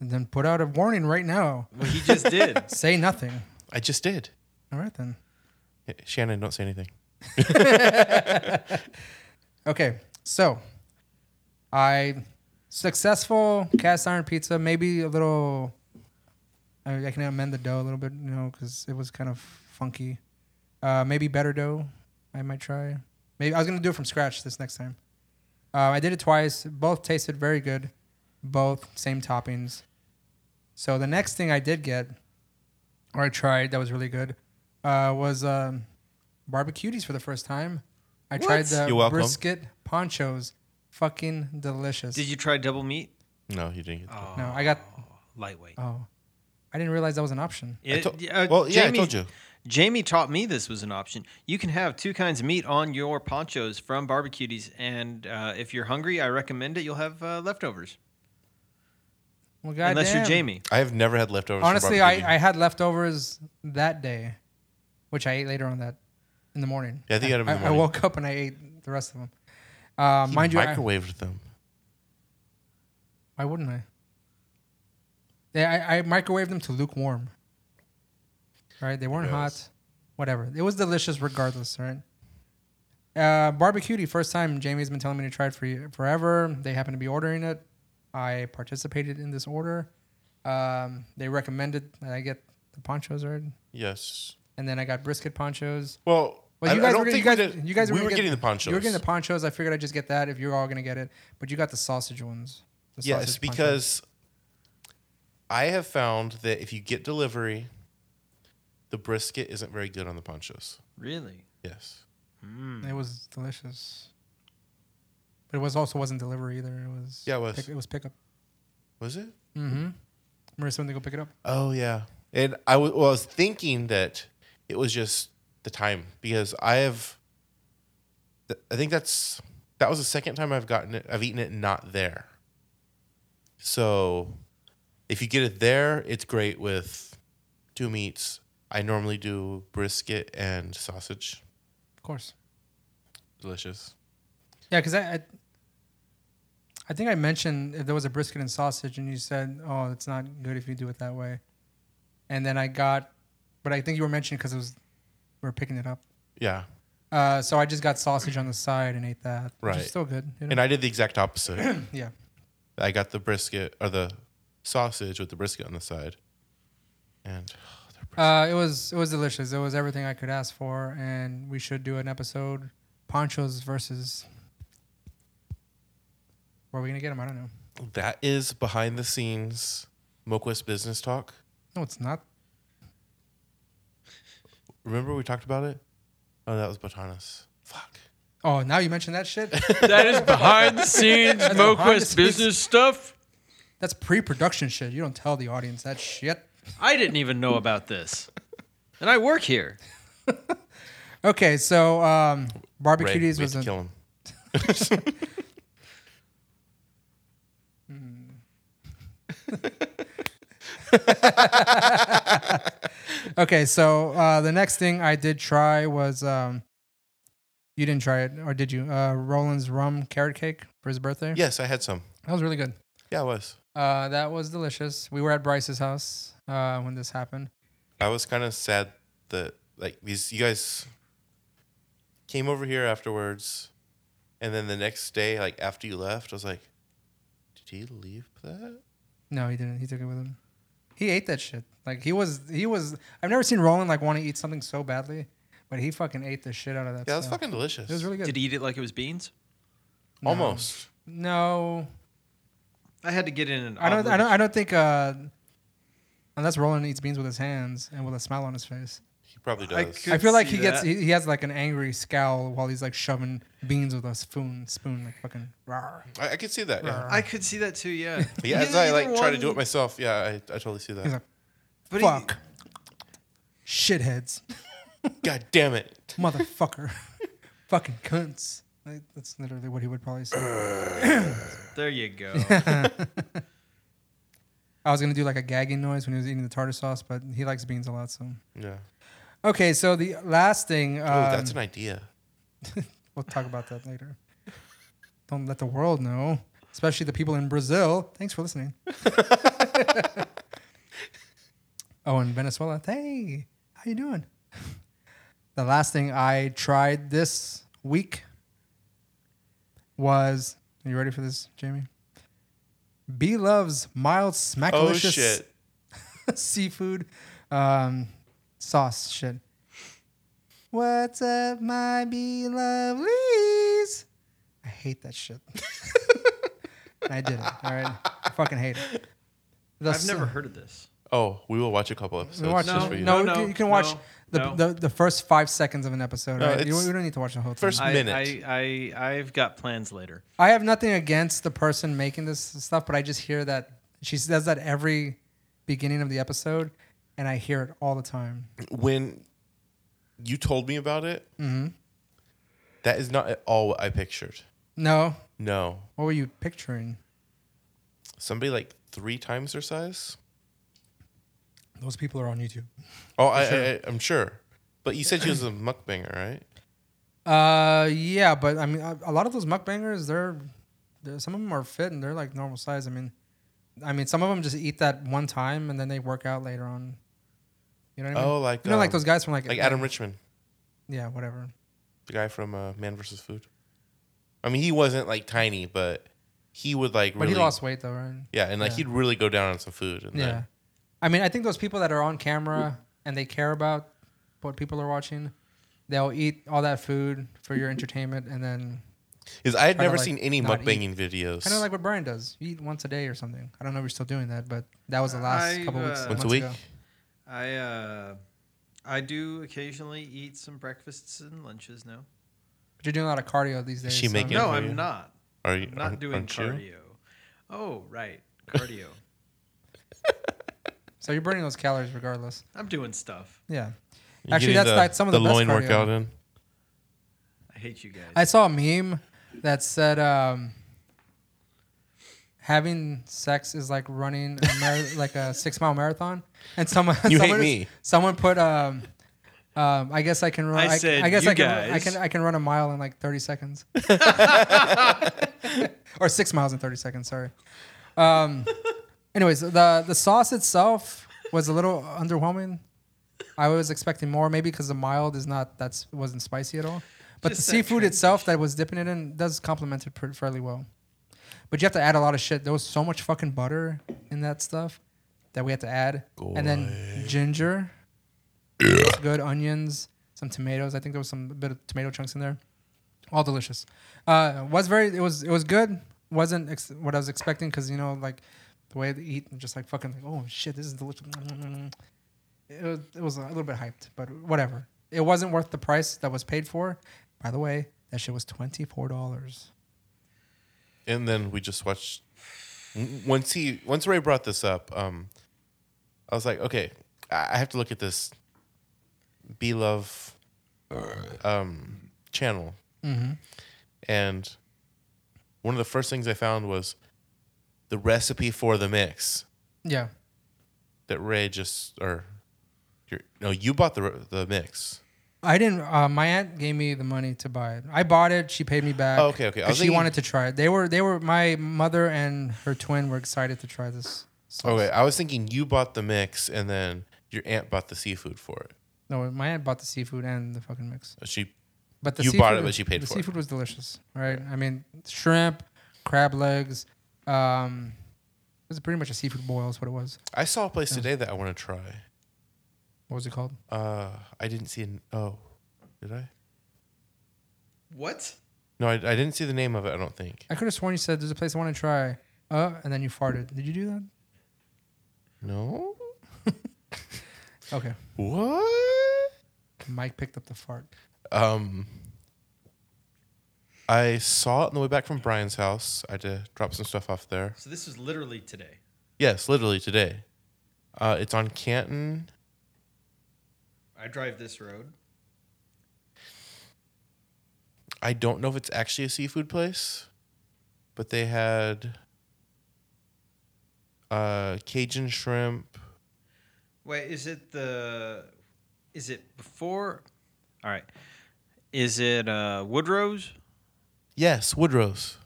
Speaker 1: And then put out a warning right now.
Speaker 2: Well, he just did.
Speaker 1: Say nothing.
Speaker 3: I just did.
Speaker 1: All right then.
Speaker 3: Yeah, Shannon, don't say anything.
Speaker 1: Okay, so I successful cast iron pizza. Maybe a little. I, I can amend the dough a little bit, you know, because it was kind of funky. Uh, maybe better dough. I might try. Maybe I was gonna do it from scratch this next time. Uh, I did it twice. Both tasted very good. Both same toppings. So the next thing I did get, or I tried that was really good, uh, was um, barbecuties for the first time. I tried
Speaker 2: What?
Speaker 1: the
Speaker 3: You're welcome.
Speaker 1: brisket ponchos. Fucking delicious.
Speaker 2: Did you try double meat?
Speaker 3: No, you didn't. Get that.
Speaker 2: Oh,
Speaker 1: No, I got.
Speaker 2: lightweight.
Speaker 1: Oh, I didn't realize that was an option.
Speaker 2: It-
Speaker 3: told-
Speaker 2: uh,
Speaker 3: well, yeah, I told you.
Speaker 2: Jamie taught me this was an option. You can have two kinds of meat on your ponchos from barbecues, and uh, if you're hungry, I recommend it. You'll have uh, leftovers,
Speaker 1: Well, goddamn.
Speaker 2: unless you're Jamie.
Speaker 3: I have never had leftovers. from
Speaker 1: Honestly, I,
Speaker 3: barbecue.
Speaker 1: I had leftovers that day, which I ate later on that in the morning.
Speaker 3: Yeah, I think I had 'em in the
Speaker 1: I,
Speaker 3: morning.
Speaker 1: woke up and I ate the rest of them. Uh,
Speaker 3: He
Speaker 1: mind you, I,
Speaker 3: microwaved them.
Speaker 1: why wouldn't I? Yeah, I, I microwaved them to lukewarm. Right, they weren't hot.
Speaker 3: Yes.
Speaker 1: Whatever, it was delicious regardless. Right. Uh, barbecue, first time Jamie's been telling me to try it for ye- forever. They happen to be ordering it. I participated in this order. Um, they recommended that I get the ponchos right.
Speaker 3: Yes.
Speaker 1: and then I got brisket ponchos.
Speaker 3: Well,
Speaker 1: Well,
Speaker 3: I,
Speaker 1: you guys
Speaker 3: I don't
Speaker 1: were gonna-
Speaker 3: think
Speaker 1: you guys,
Speaker 3: we, did,
Speaker 1: you guys
Speaker 3: we
Speaker 1: gonna
Speaker 3: were
Speaker 1: get-
Speaker 3: getting the ponchos.
Speaker 1: You were getting the ponchos. I figured I'd just get that if you're all gonna get it, but you got the sausage ones. The
Speaker 3: yes,
Speaker 1: sausage ponchos.
Speaker 3: because I have found that if you get delivery, the brisket isn't very good on the ponchos.
Speaker 2: Really? Hmm.
Speaker 3: Yes. Hmm.
Speaker 1: It was delicious. But it was also wasn't delivery either. It was
Speaker 3: Yeah, it was.
Speaker 1: pick, it was pickup.
Speaker 3: Was it?
Speaker 1: Mm-hmm. Marissa went to go pick it up.
Speaker 3: Oh yeah. And I wa- well, I was thinking that it was just the time because I have. th- I think that's that was the second time I've gotten it. I've eaten it not there. So, if you get it there, it's great with two meats. I normally do brisket and sausage.
Speaker 1: Of course.
Speaker 3: Delicious.
Speaker 1: Yeah, because I, I, I think I mentioned if there was a brisket and sausage, and you said, "Oh, it's not good if you do it that way," and then I got, but I think you were mentioning because it was we were picking it up.
Speaker 3: Yeah,
Speaker 1: Uh, so I just got sausage on the side and ate that. which
Speaker 3: Right.
Speaker 1: is still good. you know?
Speaker 3: and I did the exact opposite.
Speaker 1: yeah,
Speaker 3: I got the brisket or the sausage with the brisket on the side, and
Speaker 1: uh, it was it was delicious. It was everything I could ask for, and we should do an episode ponchos versus. Where are we gonna get them? I don't know.
Speaker 3: That is behind the scenes Moquist business talk.
Speaker 1: No, it's not.
Speaker 3: Remember we talked about it? Oh, that was Botanas. Fuck.
Speaker 1: Oh, now you mention that shit.
Speaker 2: that is behind the scenes
Speaker 1: That's behind the scenes.
Speaker 2: MoQuest business stuff.
Speaker 1: That's pre-production shit. You don't tell the audience that shit.
Speaker 2: I didn't even know about this. And I work here.
Speaker 1: Okay, so um,
Speaker 3: Ray,
Speaker 1: barbecue days
Speaker 3: we
Speaker 1: was
Speaker 3: had to
Speaker 1: a,
Speaker 3: kill him.
Speaker 1: okay. So uh, the next thing I did try was um, you didn't try it or did you? Uh, Roland's rum carrot cake for his birthday.
Speaker 3: Yes, I had some.
Speaker 1: that was really good.
Speaker 3: Yeah, I was.
Speaker 1: Uh, that was delicious. We were at Bryce's house uh, when this happened.
Speaker 3: I was kind of sad that like these you guys came over here afterwards, and then the next day, like after you left, I was like, did he leave that?
Speaker 1: No, he didn't. He took it with him. He ate that shit. Like he was, he was. I've never seen Roland like want to eat something so badly, but he fucking ate the shit out of that.
Speaker 3: Yeah, that was
Speaker 1: stuff.
Speaker 3: fucking delicious.
Speaker 1: It was really good.
Speaker 2: Did he eat it like it was beans?
Speaker 1: No.
Speaker 3: almost.
Speaker 1: No,
Speaker 2: I had to get in an
Speaker 1: I don't.
Speaker 2: omelet.
Speaker 1: I don't. I don't think. Uh, unless Roland eats beans with his hands and with a smile on his face,
Speaker 3: He probably
Speaker 2: I
Speaker 3: does.
Speaker 2: could-
Speaker 1: I feel like
Speaker 2: see
Speaker 1: he gets.
Speaker 2: that.
Speaker 1: He, he has like an angry scowl while he's like shoving beans with a spoon. Spoon like fucking. Rawr.
Speaker 3: I, I could see that. Yeah.
Speaker 1: Rawr.
Speaker 2: I could see that too, yeah.
Speaker 3: Yeah, as
Speaker 2: Either-
Speaker 3: I
Speaker 2: either
Speaker 3: like try to
Speaker 2: one-
Speaker 3: do it myself. Yeah, I, I totally see that.
Speaker 1: He's like,
Speaker 2: but he-
Speaker 1: fuck. Shitheads,
Speaker 3: God damn it.
Speaker 1: motherfucker, fucking cunts. Like, that's literally what he would probably say.
Speaker 2: there you go.
Speaker 1: I was gonna do like a gagging noise when he was eating the tartar sauce, but he likes beans a lot, so.
Speaker 3: Yeah.
Speaker 1: Okay, so the last thing. Um,
Speaker 3: Oh, that's an idea.
Speaker 1: We'll talk about that later. Don't let the world know, especially the people in Brazil. Thanks for listening. oh, in Venezuela. Hey, how you doing? The last thing I tried this week was are you ready for this, Jamie? B loves mild smack
Speaker 3: Oh shit.
Speaker 1: seafood um, sauce shit. What's up, my bee lovelies? I hate that shit. I did it. All right, I fucking hate it. The
Speaker 2: I've never
Speaker 1: s-
Speaker 2: heard of this.
Speaker 3: Oh, we will watch a couple episodes
Speaker 1: We watch
Speaker 3: just
Speaker 1: no,
Speaker 3: for you.
Speaker 1: no,
Speaker 2: No,
Speaker 1: you-
Speaker 2: no,
Speaker 1: you can watch
Speaker 2: no,
Speaker 1: the,
Speaker 2: no.
Speaker 1: the the first five seconds of an episode.
Speaker 3: No,
Speaker 1: right? you,
Speaker 3: it's-
Speaker 1: you don't need to watch the whole thing.
Speaker 3: First
Speaker 2: I,
Speaker 3: minute.
Speaker 2: I, I, I've got plans later.
Speaker 1: I have nothing against the person making this stuff, but I just hear that she says that every beginning of the episode, and I hear it all the time.
Speaker 3: when you told me about it,
Speaker 1: Mm-hmm.
Speaker 3: that is not at all what I pictured.
Speaker 1: No,
Speaker 3: No.
Speaker 1: what were you picturing?
Speaker 3: Somebody like three times their size?
Speaker 1: Those people are on YouTube.
Speaker 3: Oh, I, I, I'm sure. But you said she was a mukbanger, right?
Speaker 1: Uh, yeah, but I mean, a, a lot of those mukbangers, they're, they're some of them are fit and they're like normal size. I mean, I mean, some of them just eat that one time and then they work out later on. You know what I mean?
Speaker 3: Oh, like
Speaker 1: you know, like
Speaker 3: um,
Speaker 1: those guys from like uh,
Speaker 3: like Adam Richman,
Speaker 1: Yeah, whatever.
Speaker 3: the guy from uh, Man vs. Food. I mean, he wasn't like tiny, but he would like
Speaker 1: But
Speaker 3: really.
Speaker 1: he lost weight though, right?
Speaker 3: Yeah, and like
Speaker 1: Yeah.
Speaker 3: he'd really go down on some food. And
Speaker 1: Yeah.
Speaker 3: then-
Speaker 1: I mean, I think those people that are on camera and they care about what people are watching, they'll eat all that food for your entertainment and then
Speaker 3: Is I had
Speaker 1: Kinda
Speaker 3: never
Speaker 1: like
Speaker 3: seen any
Speaker 1: not
Speaker 3: mukbanging videos.
Speaker 1: kind of like what Brian does. You eat once a day or something.
Speaker 3: uh,
Speaker 1: I don't know if you're still doing that, but that was the last
Speaker 2: I,
Speaker 1: couple weeks.
Speaker 2: uh,
Speaker 3: once a
Speaker 1: months
Speaker 3: week.
Speaker 1: ago.
Speaker 2: I uh, I do occasionally eat some breakfasts and lunches now.
Speaker 1: But you're doing a lot of cardio these days.
Speaker 3: Is she making- Yeah,
Speaker 2: no,
Speaker 3: are
Speaker 2: I'm
Speaker 3: you?
Speaker 2: not.
Speaker 3: Are you
Speaker 2: I'm not
Speaker 3: aren't-
Speaker 2: doing
Speaker 3: aren't you?
Speaker 2: cardio. Oh, right. Cardio.
Speaker 1: So you're burning those calories regardless.
Speaker 2: I'm doing stuff.
Speaker 1: Yeah.
Speaker 3: You
Speaker 1: Actually,
Speaker 3: getting
Speaker 1: that's like some of the best
Speaker 3: loin
Speaker 1: cardio.
Speaker 3: workout in.
Speaker 2: I hate you guys.
Speaker 1: I saw a meme that said um, having sex is like running a mar- like a six mile marathon, and someone
Speaker 3: You hate
Speaker 1: someone,
Speaker 3: me.
Speaker 1: someone put um, um, I guess I can run.
Speaker 2: I
Speaker 1: I,
Speaker 2: said,
Speaker 1: I guess
Speaker 2: "You
Speaker 1: I can, I
Speaker 2: guys."
Speaker 1: can I can run a mile in like thirty seconds, or six miles in thirty seconds. Sorry. Um, anyways, the the sauce itself was a little underwhelming. I was expecting more, maybe because the mild is not that's wasn't spicy at all. But
Speaker 2: Just
Speaker 1: the
Speaker 2: that
Speaker 1: seafood itself that I was dipping it in does complement it pretty fairly well. But you have to add a lot of shit. There was so much fucking butter in that stuff that we had to add, and then ginger, was good onions, some tomatoes. I think there was some bit of tomato chunks in there. All delicious. Uh, was very. It was. It was good. Wasn't ex- what I was expecting because you know like the way they eat, just like fucking. Like, oh shit, this is delicious. It was, it was a little bit hyped, but whatever. It wasn't worth the price that was paid for. By the way, that shit was twenty four dollars.
Speaker 3: And then we just watched. w- Once he, once Ray brought this up, um, I was like, okay, I I have to look at this. Be Love, um, channel,
Speaker 1: Mm-hmm.
Speaker 3: and one of the first things I found was the recipe for the mix
Speaker 1: Yeah,
Speaker 3: that Ray just or your, no, you bought the re- the mix.
Speaker 1: I didn't. Uh, my aunt gave me the money to buy it. I bought it. She paid me back.
Speaker 3: Oh, okay, okay. I
Speaker 1: 'cause
Speaker 3: was
Speaker 1: she
Speaker 3: thinking-
Speaker 1: wanted to try it. They were. They were. My mother and her twin were excited to try this. sauce.
Speaker 3: Okay, I was thinking you bought the mix, and then your aunt bought the seafood for it.
Speaker 1: No, my aunt bought the seafood and the fucking mix.
Speaker 3: She
Speaker 1: But the
Speaker 3: You
Speaker 1: seafood,
Speaker 3: bought it, but you paid
Speaker 1: the
Speaker 3: for it.
Speaker 1: seafood was delicious. All right. I mean, shrimp, crab legs. Um, it was pretty much a seafood boil. Is what it was.
Speaker 3: I saw a place today that I want to try.
Speaker 1: What was it called?
Speaker 3: Uh, I didn't see an. Oh, did I?
Speaker 2: what?
Speaker 3: No, I, I didn't see the name of it. I don't think.
Speaker 1: I could have sworn you said there's a place I want to try. Uh, and then you farted. Did you do that?
Speaker 3: No.
Speaker 1: Okay.
Speaker 3: What?
Speaker 1: Mike picked up the fart.
Speaker 3: Um. I saw it on the way back from Brian's house. I had to drop some stuff off there.
Speaker 2: So this was literally today.
Speaker 3: Yes, literally today. Uh, it's on Canton.
Speaker 2: I drive this road.
Speaker 3: I don't know if it's actually a seafood place, but they had uh, Cajun shrimp.
Speaker 2: Wait, is it the? Is it before? All right. Is it uh, Woodrow's?
Speaker 3: Yes, Woodrow's.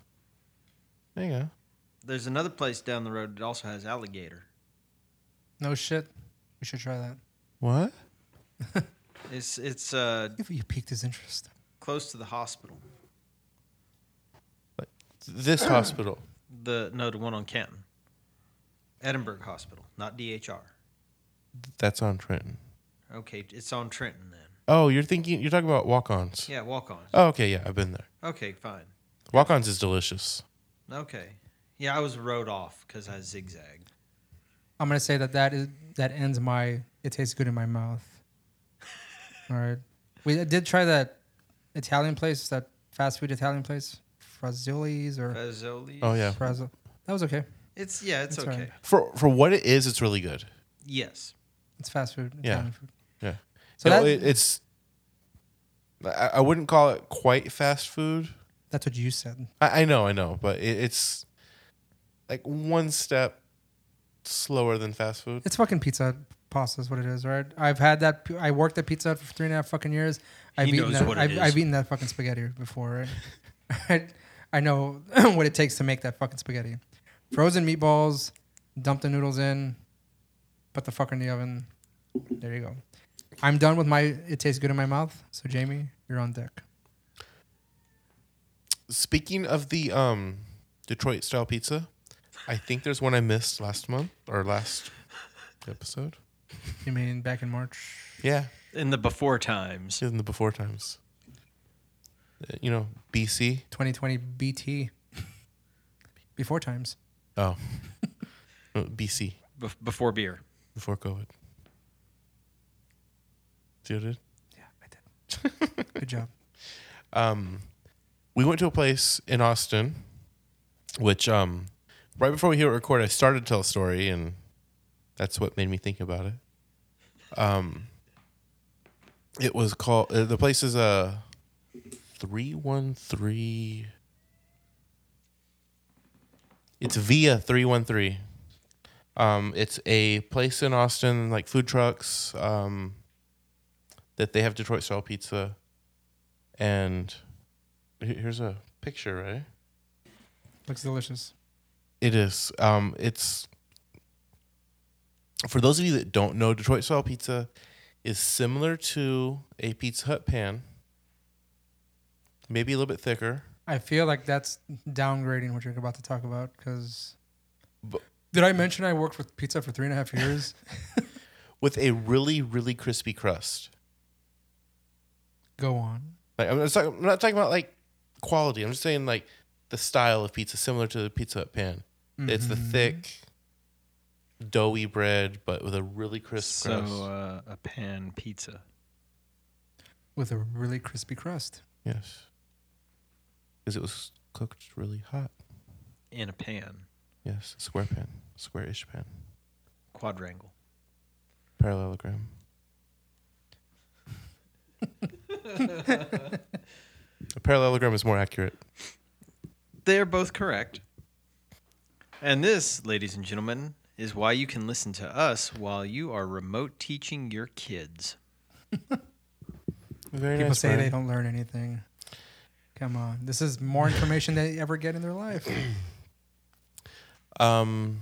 Speaker 3: There you go.
Speaker 2: There's another place down the road that also has alligator.
Speaker 1: No shit. We should try that.
Speaker 3: What?
Speaker 2: It's it's uh,
Speaker 1: If you piqued his interest.
Speaker 2: close to the hospital.
Speaker 3: This hospital.
Speaker 2: The no, the one on Canton. Edinburgh Hospital, not DHR.
Speaker 3: That's on Trenton.
Speaker 2: Okay, it's on Trenton then.
Speaker 3: Oh, you're thinking you're talking about walk-ons.
Speaker 2: Yeah, walk on.
Speaker 3: Oh, okay, yeah, I've been there.
Speaker 2: Okay, fine.
Speaker 3: Walk-ons is delicious.
Speaker 2: Okay. Yeah, I was rode off because I zigzagged.
Speaker 1: I'm gonna say that that is that ends my. It tastes good in my mouth. All right, we did try that Italian place, that fast food Italian place, Frazoli's or
Speaker 2: Fazoli's.
Speaker 3: Oh yeah.
Speaker 1: Frazzo. That was okay.
Speaker 2: It's yeah, it's,
Speaker 1: It's all
Speaker 2: okay.
Speaker 1: right.
Speaker 3: For for what it is, it's really good.
Speaker 2: Yes.
Speaker 1: It's fast food.
Speaker 3: Yeah.
Speaker 1: Italian food.
Speaker 3: Yeah.
Speaker 1: So
Speaker 3: So
Speaker 1: that-
Speaker 3: it's I, I wouldn't call it quite fast food.
Speaker 1: That's what you said.
Speaker 3: I, I know, I know, but it, it's like one step slower than fast food.
Speaker 1: It's fucking pizza Hut pasta is what it is, right? I've had that. p- I worked at Pizza Hut for three and a half fucking years. I've eaten
Speaker 2: knows
Speaker 1: that,
Speaker 2: what it
Speaker 1: I've,
Speaker 2: is.
Speaker 1: I've eaten that fucking spaghetti before, right? I, I know what it takes to make that fucking spaghetti. Frozen meatballs, dump the noodles in, put the fucker in the oven. There you go. I'm done with my. It tastes good in my mouth. So Jamie, you're on deck.
Speaker 3: Speaking of the um Detroit style pizza, I think there's one I missed last month or last episode.
Speaker 1: You mean back in March?
Speaker 3: Yeah.
Speaker 2: In the before times.
Speaker 3: in the before times. Uh, You know, BC.
Speaker 1: 2020 BT. Before times.
Speaker 3: Oh, No, BC
Speaker 2: Bef- before beer.
Speaker 3: before COVID. See what I did?
Speaker 1: Yeah, I did. Good job.
Speaker 3: um, we went to a place in Austin, which um, right before we hit record, I started to tell a story, and that's what made me think about it. Um, it was called uh, the place is a three one three. It's Via three one three. Um, it's a place in Austin, like food trucks, um, that they have Detroit style pizza and he- here's a picture right
Speaker 1: Looks delicious.
Speaker 3: it is um it's for those of you that don't know detroit style pizza is similar to a pizza hut pan maybe a little bit thicker
Speaker 1: I feel like that's downgrading what you're about to talk about because.
Speaker 3: Bu-
Speaker 1: Did I mention I worked with pizza for three and a half years?
Speaker 3: with a really really crispy crust
Speaker 1: Go on.
Speaker 3: like i'm not talking, I'm not talking about like quality i'm just saying like the style of pizza similar to the pizza hut pan it's the
Speaker 1: Mhm.
Speaker 3: thick doughy bread but with a really crisp
Speaker 2: So
Speaker 3: crust
Speaker 2: uh, a pan pizza.
Speaker 1: with a really crispy crust.
Speaker 3: Yes. Because it was cooked really hot.
Speaker 2: in a pan
Speaker 3: Yes. Square pan. Square ish pan.
Speaker 2: quadrangle.
Speaker 3: Parallelogram. A parallelogram is more accurate.
Speaker 2: They are both correct. And this, ladies and gentlemen, is why you can listen to us while you are remote teaching your kids.
Speaker 3: Very
Speaker 1: People
Speaker 3: nice.
Speaker 1: say they
Speaker 3: Brian.
Speaker 1: don't learn anything. Come on, this is more information they ever get in their life.
Speaker 3: Um,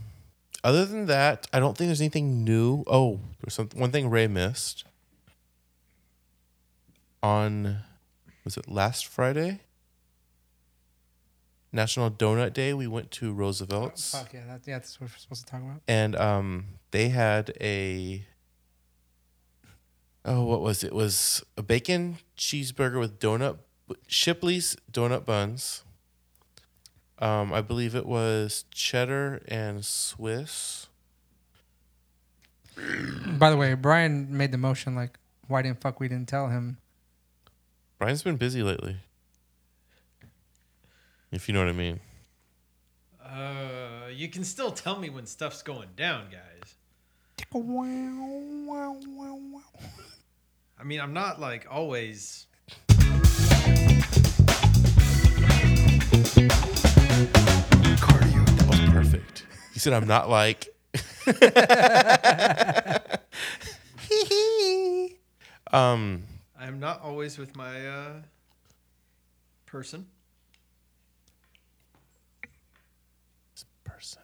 Speaker 3: other than that, I don't think there's anything new. Oh, there's some, one thing Ray missed. On, was it last Friday? National Donut Day. We went to Roosevelt's.
Speaker 1: Fuck yeah, that, yeah, that's what we're supposed to talk about.
Speaker 3: and um, they had a oh, what was it? It was a bacon cheeseburger with donut Shipley's donut buns. Um, I believe it was cheddar and Swiss.
Speaker 1: By the way, Brian made the motion like, why didn't fuck we didn't tell him?
Speaker 3: Brian's been busy lately. If you know what I mean.
Speaker 2: Uh, you can still tell me when stuff's going down, guys. I mean, I'm not like always.
Speaker 3: Cardio. That was perfect. He said, "I'm not like." um.
Speaker 2: I'm not always with my uh, person.
Speaker 3: Person.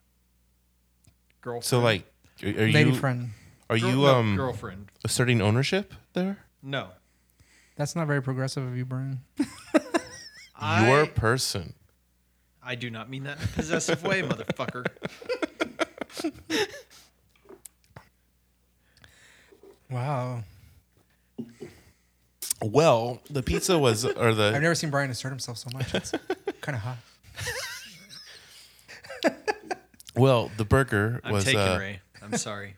Speaker 2: Girlfriend.
Speaker 3: So like, are, are
Speaker 1: Lady
Speaker 3: you
Speaker 1: friend,
Speaker 3: are
Speaker 2: Girl-
Speaker 3: you
Speaker 2: no,
Speaker 3: um
Speaker 2: girlfriend?
Speaker 3: asserting ownership there?
Speaker 2: No.
Speaker 1: that's not very progressive of you, Brian.
Speaker 3: Your
Speaker 2: I,
Speaker 3: person.
Speaker 2: I do not mean that in a possessive way, motherfucker.
Speaker 1: Wow,
Speaker 3: Well, the pizza was or
Speaker 1: I've
Speaker 3: the
Speaker 1: never seen Brian assert himself so much. It's kind of hot.
Speaker 3: well the burger
Speaker 2: I'm
Speaker 3: was
Speaker 2: taking
Speaker 3: uh,
Speaker 2: Ray. I'm sorry.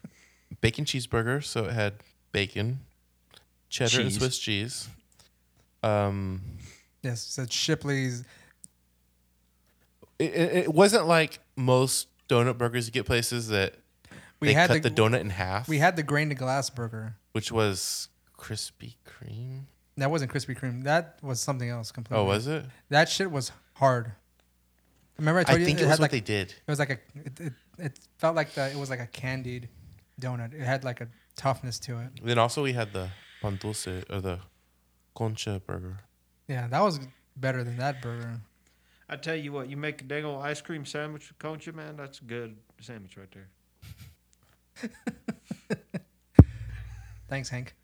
Speaker 3: bacon cheeseburger, so it had bacon, cheddar, and
Speaker 2: Cheese.
Speaker 3: Swiss cheese. Um,
Speaker 1: Yes, said Shipley's.
Speaker 3: it, it it wasn't like most donut burgers you get places that
Speaker 1: We
Speaker 3: they
Speaker 1: had
Speaker 3: cut
Speaker 1: the-
Speaker 3: the, donut in half,
Speaker 1: We had the grain to glass burger.
Speaker 3: which was Krispy Kreme.
Speaker 1: That wasn't Krispy Kreme. That was something else completely.
Speaker 3: Oh, was it?
Speaker 1: That shit was hard. Remember I
Speaker 3: I
Speaker 1: told you
Speaker 3: think it,
Speaker 1: had
Speaker 3: was what
Speaker 1: like
Speaker 3: they did.
Speaker 1: It was like a it, it, it felt like the it was like a candied donut. It had like a toughness to it.
Speaker 3: Then also we had the pan dulce or the concha burger.
Speaker 1: Yeah, that was better than that burger.
Speaker 4: I tell you what, you make a dang old ice cream sandwich with concha, man. That's a good sandwich right there.
Speaker 1: Thanks, Hank.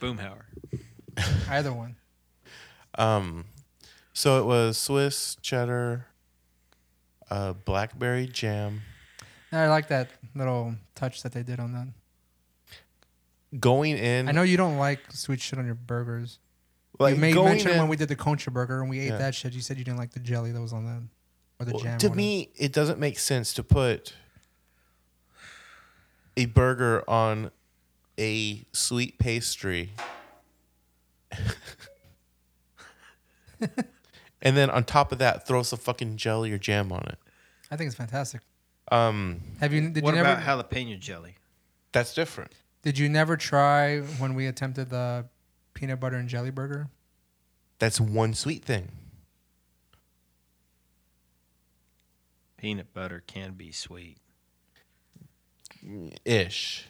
Speaker 2: Boomhauer.
Speaker 1: Either one.
Speaker 3: Um, so it was Swiss cheddar, uh, blackberry jam.
Speaker 1: And I like that little touch that they did on that.
Speaker 3: Going in,
Speaker 1: I know you don't like sweet shit on your burgers.
Speaker 3: like
Speaker 1: you made
Speaker 3: going
Speaker 1: mention
Speaker 3: in,
Speaker 1: when we did the concha burger and we ate
Speaker 3: Yeah.
Speaker 1: that shit. You said you didn't like the jelly that was on that or the
Speaker 3: well,
Speaker 1: jam. or
Speaker 3: to
Speaker 1: whatever.
Speaker 3: me, it doesn't make sense to put a burger on a sweet pastry. and then on top of that, throw some fucking jelly or jam on it.
Speaker 1: I think it's fantastic.
Speaker 3: Um,
Speaker 1: Have you? Did
Speaker 2: what
Speaker 1: you
Speaker 2: about
Speaker 1: never?
Speaker 2: jalapeno jelly?
Speaker 3: that's different.
Speaker 1: did you never try when we attempted the peanut butter and jelly burger?
Speaker 3: That's one sweet thing.
Speaker 2: Peanut butter can be sweet.
Speaker 3: Ish.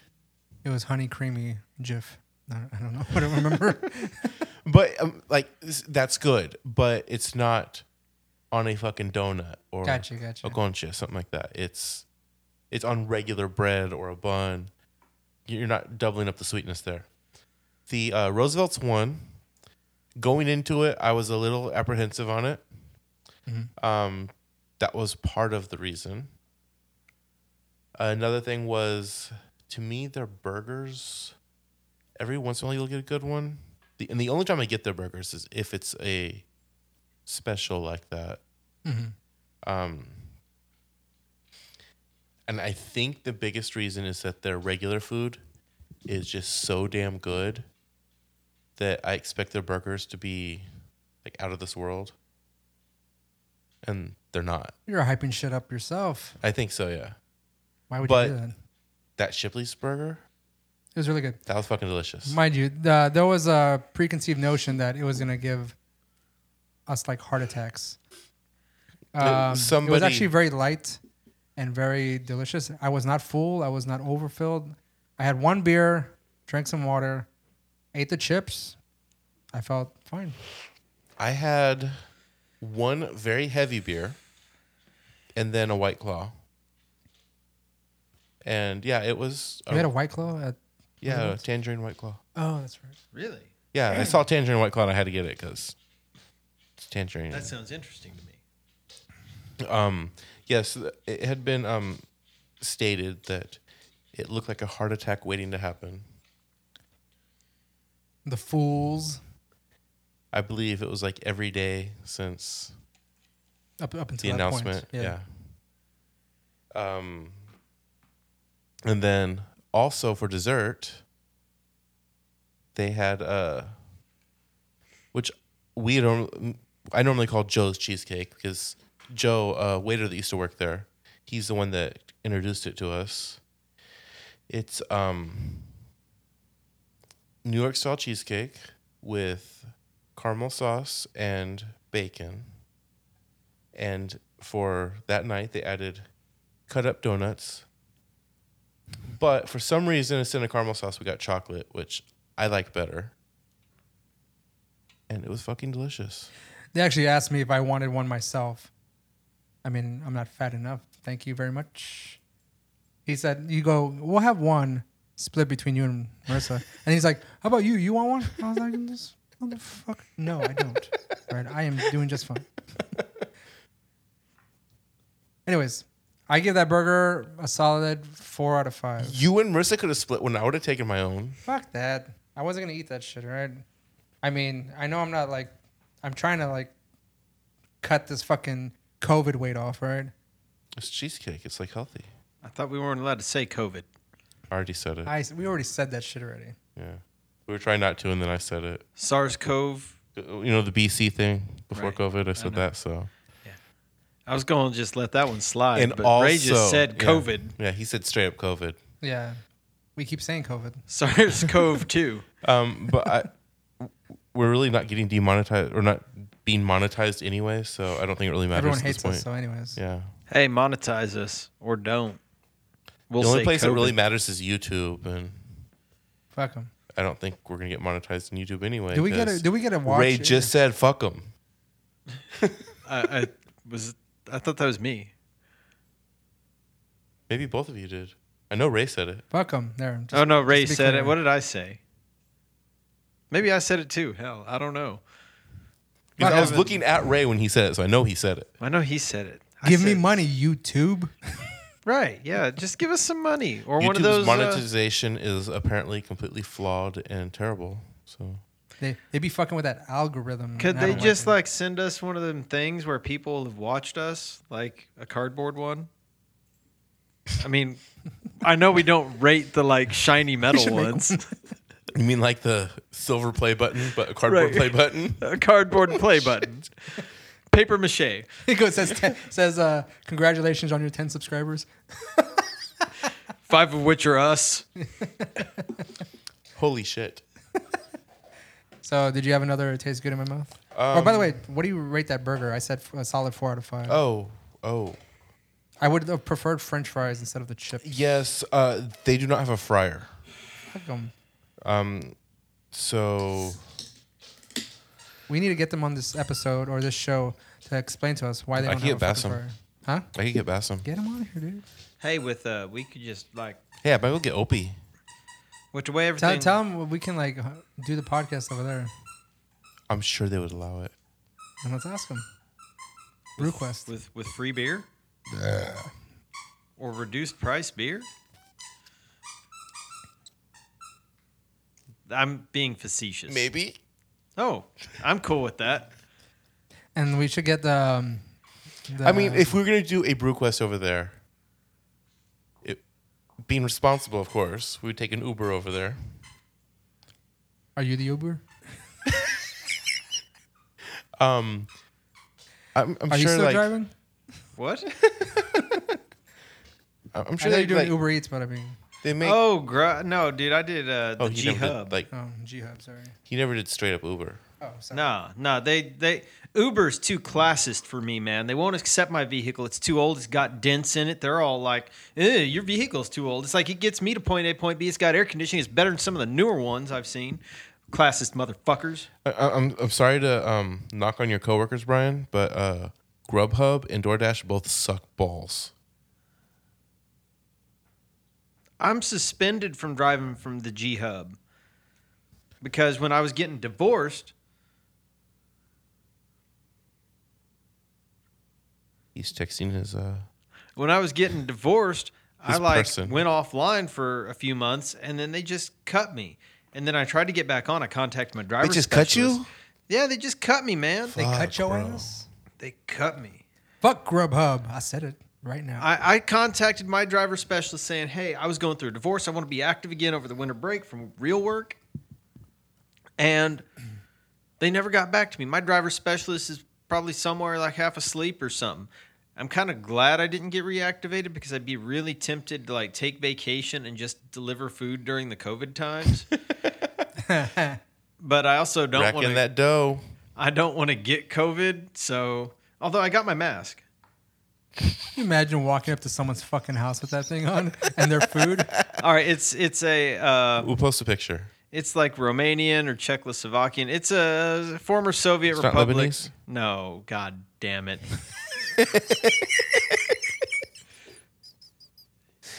Speaker 1: It was honey creamy jiff. I I don't know. I don't remember.
Speaker 3: But um, like s- that's good, but it's not on a fucking donut or
Speaker 1: gotcha, gotcha.
Speaker 3: a concha, something like that. It's it's on regular bread or a bun. You're not doubling up the sweetness there. The uh, Roosevelt's one. Going into it, I was a little apprehensive on it. Um, that was part of the reason. Another thing was, to me, their burgers. Every once in a while, you'll get a good one. The, and the only time I get their burgers is if it's a special like that. Um, and I think the biggest reason is that their regular food is just so damn good that I expect their burgers to be like out of this world. And they're not.
Speaker 1: You're hyping shit up yourself.
Speaker 3: I think so, yeah.
Speaker 1: Why would
Speaker 3: But-
Speaker 1: you do that?
Speaker 3: That Shipley's burger,
Speaker 1: It was really good.
Speaker 3: that was fucking delicious.
Speaker 1: Mind you, the, there was a preconceived notion that it was going to give us like heart attacks. Um, It was
Speaker 3: Uh, somebody-
Speaker 1: actually very light and very delicious. I was not full. I was not overfilled. I had one beer, drank some water, ate the chips. I felt fine.
Speaker 3: I had one very heavy beer and then a white claw. And yeah, it was
Speaker 1: You had a white claw at.
Speaker 3: yeah, a tangerine white claw.
Speaker 1: Oh, that's right.
Speaker 2: Really?
Speaker 3: Yeah, I saw Tangerine White Claw and I had to get it because it's Tangerine.
Speaker 2: That sounds interesting to me.
Speaker 3: um, yes, it had been um, stated that it looked like a heart attack waiting to happen.
Speaker 1: The fools
Speaker 3: I believe it was like every day since
Speaker 1: up up
Speaker 3: the
Speaker 1: until that
Speaker 3: announcement.
Speaker 1: Point. Yeah.
Speaker 3: yeah. Um, and then also for dessert, they had uh, which we don't. I normally call Joe's cheesecake because Joe, a waiter that used to work there, he's the one that introduced it to us. It's um, New York style cheesecake with caramel sauce and bacon. And for that night, they added cut up donuts. But for some reason, instead of caramel sauce, we got chocolate, which I like better. And it was fucking delicious.
Speaker 1: They actually asked me if I wanted one myself. I mean, I'm not fat enough. Thank you very much. He said, You go, we'll have one split between you and Marissa. And he's like, How about you? You want one? I was like, This motherfucker. No, I don't. Right? I am doing just fine. Anyways, I give that burger a solid four out of five.
Speaker 3: You and Marissa could have split one. I would have taken my own.
Speaker 1: Fuck that. I wasn't gonna eat that shit, all right? I mean, I know I'm not like I'm trying to like cut this fucking COVID weight off, all right?
Speaker 3: It's cheesecake. It's like healthy.
Speaker 2: I thought we weren't allowed to say COVID.
Speaker 3: I already said it.
Speaker 1: I we already said that shit already.
Speaker 3: yeah. We were trying not to, and then I said it.
Speaker 2: SARS CoV.
Speaker 3: You know, the BC thing before
Speaker 2: Right.
Speaker 3: COVID, I said
Speaker 2: know.
Speaker 3: that. So,
Speaker 2: I was going to just let that one slide,
Speaker 3: and
Speaker 2: but
Speaker 3: also,
Speaker 2: Ray just said
Speaker 3: yeah.
Speaker 2: COVID.
Speaker 3: Yeah, he said straight up COVID.
Speaker 1: Yeah. We keep saying COVID.
Speaker 2: SARS CoV 2.
Speaker 3: Um, but I, we're really not getting demonetized or not being monetized anyway, so I don't think it really matters
Speaker 1: Everyone
Speaker 3: at this
Speaker 1: hates
Speaker 3: point.
Speaker 1: us, so anyways.
Speaker 3: yeah.
Speaker 2: Hey, monetize us or don't. We'll
Speaker 3: the only
Speaker 2: say
Speaker 3: place that
Speaker 2: COVID.
Speaker 3: really matters is YouTube, and
Speaker 1: Fuck 'em.
Speaker 3: I don't think we're gonna get monetized on YouTube anyway.
Speaker 1: Do we get a
Speaker 3: 'cause
Speaker 1: do we get a watch?
Speaker 3: Ray just said fuck them.
Speaker 2: I, I was. I thought that was me.
Speaker 3: Maybe both of you did. I know Ray said it.
Speaker 1: fuck 'em. There. just-
Speaker 2: oh no,
Speaker 1: just
Speaker 2: Ray
Speaker 1: to be
Speaker 2: said it.
Speaker 1: clear.
Speaker 2: What did I say? Maybe I said it too. Hell, I don't know.
Speaker 3: Because I was
Speaker 2: Fuck 'em.
Speaker 3: looking at Ray when he said it, so I know he said it.
Speaker 2: I know he said it. I
Speaker 1: Give me
Speaker 2: said-
Speaker 1: money, YouTube.
Speaker 2: Right? Yeah. Just give us some money or one of
Speaker 3: YouTube's
Speaker 2: those. uh,
Speaker 3: monetization is apparently completely flawed and terrible. So
Speaker 1: They they be fucking with that algorithm.
Speaker 2: could
Speaker 1: and I
Speaker 2: they
Speaker 1: don't
Speaker 2: just
Speaker 1: it.
Speaker 2: like send us one of them things where people have watched us, like a cardboard one? I mean, I know we don't rate the like shiny metal ones,
Speaker 3: You mean like the silver play button, but a cardboard
Speaker 2: Right.
Speaker 3: play button?
Speaker 2: A cardboard play button, paper mache.
Speaker 1: It goes says ten, says uh, congratulations on your ten subscribers.
Speaker 2: Five of which are us.
Speaker 3: Holy shit!
Speaker 1: So did you have another? It tastes good in my mouth. oh,
Speaker 3: Um,
Speaker 1: by the way, what do you rate that burger? I said f- a solid four out of five.
Speaker 3: Oh, oh,
Speaker 1: I would have preferred French fries instead of the chip.
Speaker 3: yes. Uh, they do not have a fryer, Um,
Speaker 1: Fuck 'em.
Speaker 3: so
Speaker 1: We need to get them on this episode or this show to explain to us why they
Speaker 3: I
Speaker 1: don't
Speaker 3: can
Speaker 1: have
Speaker 3: get
Speaker 1: a fucking
Speaker 3: Bassam.
Speaker 1: fryer. Huh?
Speaker 3: I could get Bassam.
Speaker 1: Get them out of here, dude.
Speaker 2: Hey, with uh, we could just like
Speaker 3: Yeah, but I will get Opie.
Speaker 2: with the way everything.
Speaker 1: Tell, tell them we can like do the podcast over there.
Speaker 3: I'm sure they would allow it.
Speaker 1: And let's ask them. Request.
Speaker 2: with with free beer or reduced price beer i'm being facetious
Speaker 3: Maybe.
Speaker 2: oh i'm cool with that
Speaker 1: And we should get the. Um, the
Speaker 3: I mean, if we were gonna do a brew quest over there, it, being responsible, of course, we would take an Uber over there.
Speaker 1: are you the Uber?
Speaker 3: Um, I'm, I'm
Speaker 1: Are
Speaker 3: sure
Speaker 1: you still
Speaker 3: like
Speaker 1: driving?
Speaker 2: what
Speaker 3: I'm I'm
Speaker 1: I
Speaker 3: sure
Speaker 1: know
Speaker 3: they
Speaker 1: you're doing
Speaker 3: like,
Speaker 1: Uber Eats, but I mean,
Speaker 3: They make
Speaker 2: oh gr- no dude i did uh the
Speaker 3: oh he
Speaker 2: g
Speaker 3: never did,
Speaker 2: hub
Speaker 3: like
Speaker 1: oh G Hub, sorry.
Speaker 3: he never did straight up Uber.
Speaker 1: Oh, sorry.
Speaker 2: no no they they uber's too classist for me man they won't accept my vehicle it's too old it's got dents in it they're all like "Eh, your vehicle's too old it's like it gets me to point a point b it's got air conditioning it's better than some of the newer ones i've seen classist motherfuckers
Speaker 3: I, I- I'm I'm sorry to um, knock on your coworkers, Brian, but uh, Grubhub and DoorDash both suck balls.
Speaker 2: I'm suspended from driving from the G Hub because when I was getting divorced,
Speaker 3: He's texting his uh,
Speaker 2: when I was getting divorced, I
Speaker 3: This
Speaker 2: like
Speaker 3: person.
Speaker 2: went offline for a few months and then they just cut me. And then I tried to get back on. I contacted my driver.
Speaker 3: just cut you?
Speaker 2: specialist. Yeah, they just cut me, man.
Speaker 1: They
Speaker 2: They,
Speaker 1: cut your
Speaker 3: bro.
Speaker 1: ass?
Speaker 2: they cut me.
Speaker 1: Fuck Grubhub. I said it right now.
Speaker 2: I, I contacted my driver specialist saying, Hey, I was going through a divorce. I want to be active again over the winter break from real work. And they never got back to me. My driver specialist is probably somewhere like half asleep or something. I'm kind of glad I didn't get reactivated because I'd be really tempted to like take vacation and just deliver food during the COVID times. but I also don't
Speaker 3: racking
Speaker 2: want to
Speaker 3: that dough.
Speaker 2: I don't want to get COVID, so although I got my mask.
Speaker 1: Can you imagine walking up to someone's fucking house with that thing on and their food?
Speaker 2: All right, it's it's a uh,
Speaker 3: We'll post a picture.
Speaker 2: It's like Romanian or Czechoslovakian. It's a former Soviet
Speaker 3: It's not
Speaker 2: republic.
Speaker 3: Lebanese?
Speaker 2: No, god damn it.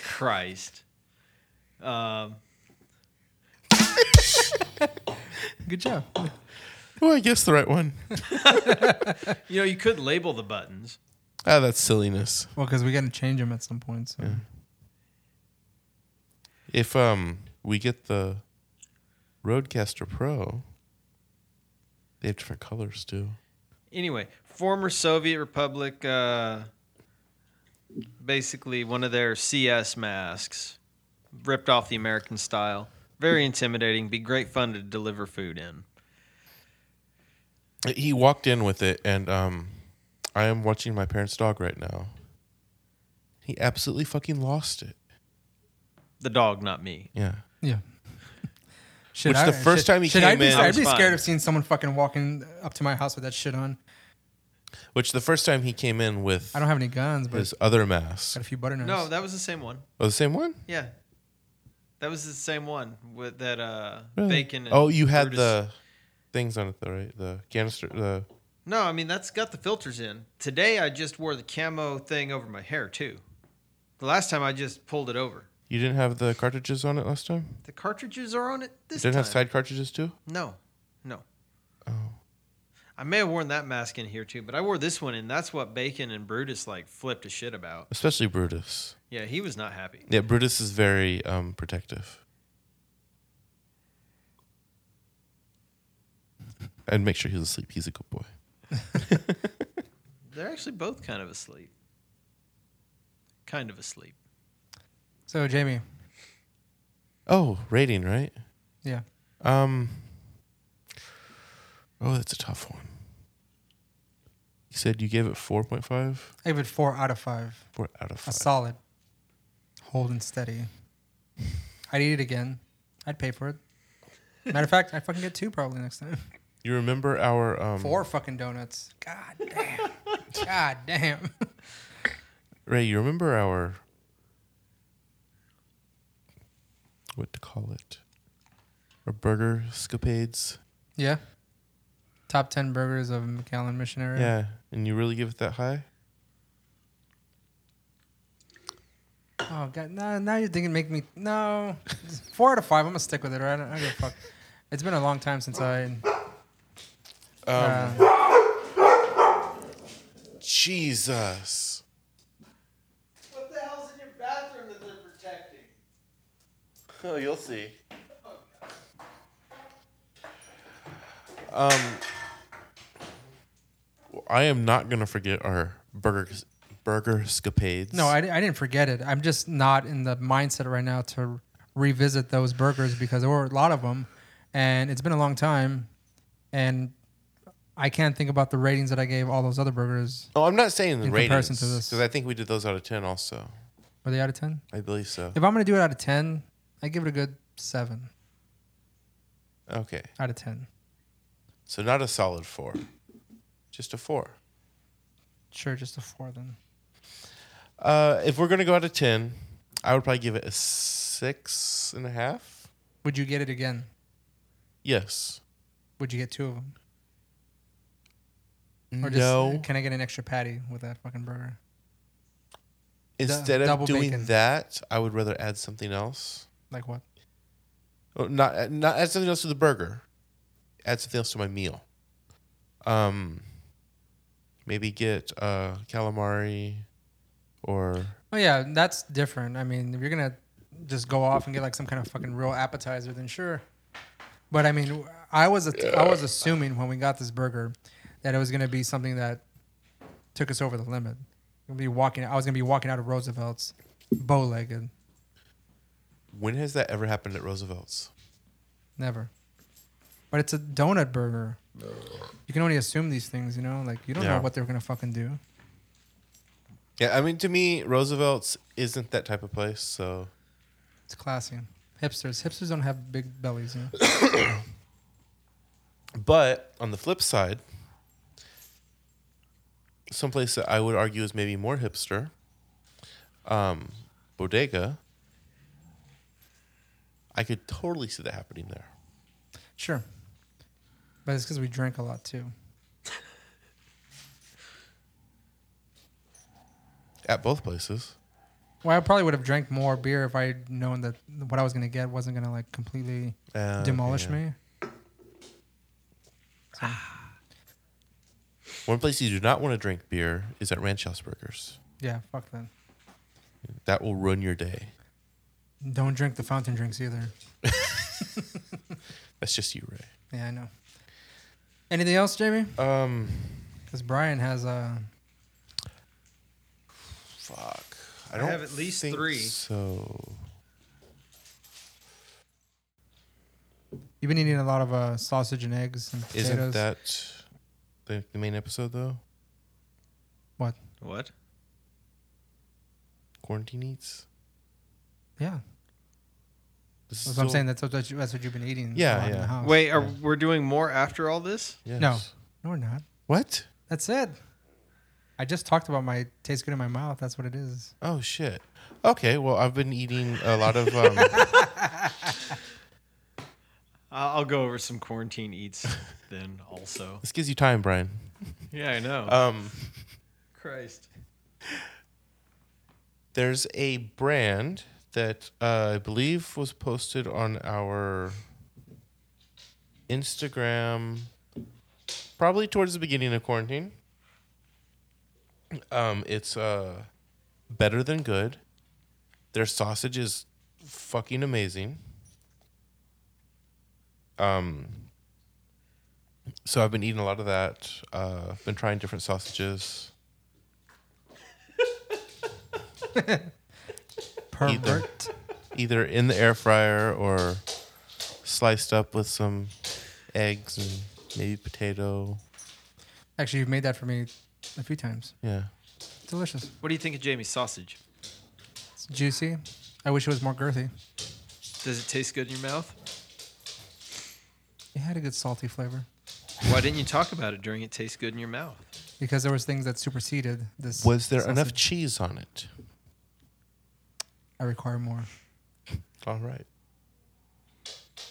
Speaker 2: Christ. Um,
Speaker 1: Good job.
Speaker 3: Oh, I guess the right one.
Speaker 2: you know, you could label the buttons.
Speaker 3: Ah, that's silliness.
Speaker 1: Well, because we got to change them at some point. So.
Speaker 3: If um we get the Roadcaster Pro, they have different colors too.
Speaker 2: Anyway, former Soviet republic uh, basically one of their CS masks ripped off the American style. Very intimidating, be great fun to deliver food in.
Speaker 3: He walked in with it, and um, I am watching my parents' dog right now. He absolutely fucking lost it.
Speaker 2: The dog, not me.
Speaker 3: Yeah.
Speaker 1: Yeah. Should
Speaker 3: Which the first
Speaker 1: should-
Speaker 3: time he
Speaker 1: should I
Speaker 3: came
Speaker 1: be,
Speaker 3: in-
Speaker 2: I
Speaker 1: I'd
Speaker 2: was
Speaker 1: be
Speaker 2: fine.
Speaker 1: scared of seeing someone fucking walking up to my house with that shit on.
Speaker 3: Which the first time he came in with
Speaker 1: I don't have any guns, but
Speaker 3: his other mask.
Speaker 1: got a few butter knives.
Speaker 2: No, that was the same one.
Speaker 3: Oh, the same one?
Speaker 2: Yeah. That was the same one with that uh
Speaker 3: Really?
Speaker 2: bacon. And
Speaker 3: Oh, you had
Speaker 2: Brutus-
Speaker 3: the things on it though, right? The canister. The
Speaker 2: No, I mean that's got the filters in. Today I just wore the camo thing over my hair too. The last time I just pulled it over.
Speaker 3: you didn't have the cartridges on it last time.
Speaker 2: The cartridges are on it this
Speaker 3: didn't
Speaker 2: time.
Speaker 3: have side cartridges too.
Speaker 2: no, no.
Speaker 3: Oh.
Speaker 2: I may have worn that mask in here too, but I wore this one, and that's what Bacon and Brutus like flipped a shit about.
Speaker 3: Especially Brutus.
Speaker 2: Yeah, he was not happy.
Speaker 3: Yeah, Brutus is very um, protective. I'd make sure he was asleep. He's a good boy.
Speaker 2: They're actually both kind of asleep. Kind of asleep.
Speaker 1: So Jamie,
Speaker 3: Oh, rating, right?
Speaker 1: yeah,
Speaker 3: Um. Oh, that's a tough one. You said you gave it 4.5?
Speaker 1: I give it four out of five.
Speaker 3: 4 out of
Speaker 1: A
Speaker 3: 5.
Speaker 1: solid, holding steady. I'd eat it again. I'd pay for it. Matter of fact, I fucking get two probably next time.
Speaker 3: You remember our. Um,
Speaker 1: Four fucking donuts. God damn. God damn.
Speaker 3: Ray, you remember our. What to call it? Our burger escapades?
Speaker 1: Yeah. Top ten burgers of McAllen Missionary.
Speaker 3: Yeah. And you really give it that high?
Speaker 1: Oh god, no, now you're thinking make me no. It's Four out of five. I'm gonna stick with it. Right? I don't, I don't give a fuck. It's been a long time since
Speaker 3: Um,
Speaker 1: I. uh,
Speaker 3: Jesus.
Speaker 2: What the hell's in your bathroom that they're protecting?
Speaker 3: Oh, you'll see. Um, I am not gonna forget our burger burger escapades.
Speaker 1: no, I, di- I didn't forget it. I'm just not in the mindset right now to revisit those burgers because there were a lot of them, and it's been a long time, and I can't think about the ratings that I gave all those other burgers.
Speaker 3: Oh, I'm not saying the
Speaker 1: In
Speaker 3: ratings
Speaker 1: comparison to this.
Speaker 3: because I think we did those out of ten. Also,
Speaker 1: Were they out of ten?
Speaker 3: I believe so.
Speaker 1: If I'm gonna do it out of ten, I give it a good seven
Speaker 3: Okay,
Speaker 1: out of ten.
Speaker 3: so not a solid four, just a four.
Speaker 1: Sure, just a four then.
Speaker 3: Uh, if we're gonna go out of ten, I would probably give it a six and a half.
Speaker 1: Would you get it again?
Speaker 3: Yes.
Speaker 1: Would you get two of them? Or just, uh,
Speaker 3: no.
Speaker 1: Can I get an extra patty with that fucking burger?
Speaker 3: Instead
Speaker 1: double
Speaker 3: of doing
Speaker 1: bacon.
Speaker 3: that, I would rather add something else.
Speaker 1: Like what?
Speaker 3: Oh, not not add something else to the burger. Add something else to my meal. Um, maybe get uh calamari, or
Speaker 1: Oh yeah, that's different. I mean, if you're gonna just go off and get like some kind of fucking real appetizer, then sure. But I mean, I was a, I was assuming when we got this burger that it was gonna be something that took us over the limit. Gonna be walking. I was gonna be walking out of Roosevelt's bow legged.
Speaker 3: when has that ever happened at Roosevelt's?
Speaker 1: Never. But it's a donut burger. You can only assume these things, you know. Like you don't
Speaker 3: Yeah.
Speaker 1: know what they're gonna fucking do.
Speaker 3: Yeah, I mean to me, Roosevelt's isn't that type of place. So
Speaker 1: It's classy. Hipsters. Hipsters don't have big bellies. You know?
Speaker 3: But on the flip side, someplace that I would argue is maybe more hipster, um, Bodega, I could totally see that happening there.
Speaker 1: Sure. But it's because we drink a lot too.
Speaker 3: At both places.
Speaker 1: Well, I probably would have drank more beer if I would known that what I was gonna get wasn't gonna like completely
Speaker 3: Uh,
Speaker 1: demolish
Speaker 3: yeah.
Speaker 1: me.
Speaker 3: One place you do not want to drink beer is at Ranch House Burgers.
Speaker 1: Yeah, fuck that.
Speaker 3: That will ruin your day.
Speaker 1: Don't drink the fountain drinks either.
Speaker 3: That's just you, Ray.
Speaker 1: Yeah, I know. Anything else, Jamie?
Speaker 3: Um,
Speaker 1: Because Brian has uh,
Speaker 3: fuck.
Speaker 2: I have at least
Speaker 3: think
Speaker 2: three.
Speaker 3: So
Speaker 1: you've been eating a lot of uh, sausage and eggs and potatoes.
Speaker 3: isn't that the, the main episode though?
Speaker 1: what?
Speaker 2: What?
Speaker 3: Quarantine eats.
Speaker 1: Yeah,
Speaker 3: This is
Speaker 1: that's what I'm
Speaker 3: still-
Speaker 1: saying. That's what that's what you've been eating. a lot
Speaker 3: Yeah,
Speaker 1: in
Speaker 3: Oh, yeah.
Speaker 1: the house.
Speaker 2: Wait, are, we're doing more after all this?
Speaker 3: Yes.
Speaker 1: No. no, we're not.
Speaker 3: What?
Speaker 1: That's it. I just talked about my taste good in my mouth. That's what it is.
Speaker 3: Oh shit. Okay. Well, I've been eating a lot of. Um,
Speaker 2: I'll, I'll go over some quarantine eats then also.
Speaker 3: this gives you time, Brian.
Speaker 2: Yeah, I know.
Speaker 3: Um,
Speaker 2: Christ.
Speaker 3: there's a brand that uh, I believe was posted on our Instagram, probably towards the beginning of quarantine. Um, it's uh, better than good. Their sausage is fucking amazing. Um, so I've been eating a lot of that. Uh, I've been trying different sausages. Either.
Speaker 1: Pervert.
Speaker 3: either in the air fryer or sliced up with some eggs and maybe potato.
Speaker 1: Actually, you've made that for me a few times.
Speaker 3: Yeah.
Speaker 1: It's delicious.
Speaker 2: What do you think of Jamie's sausage?
Speaker 1: It's juicy. I wish it was more girthy.
Speaker 2: Does it taste good in your mouth?
Speaker 1: It had a good salty flavor
Speaker 2: Why didn't you talk about it during it tastes good in your mouth?
Speaker 1: because there was things that superseded this.
Speaker 3: Was there enough
Speaker 1: sausage.
Speaker 3: cheese on it?
Speaker 1: I require more.
Speaker 3: All right.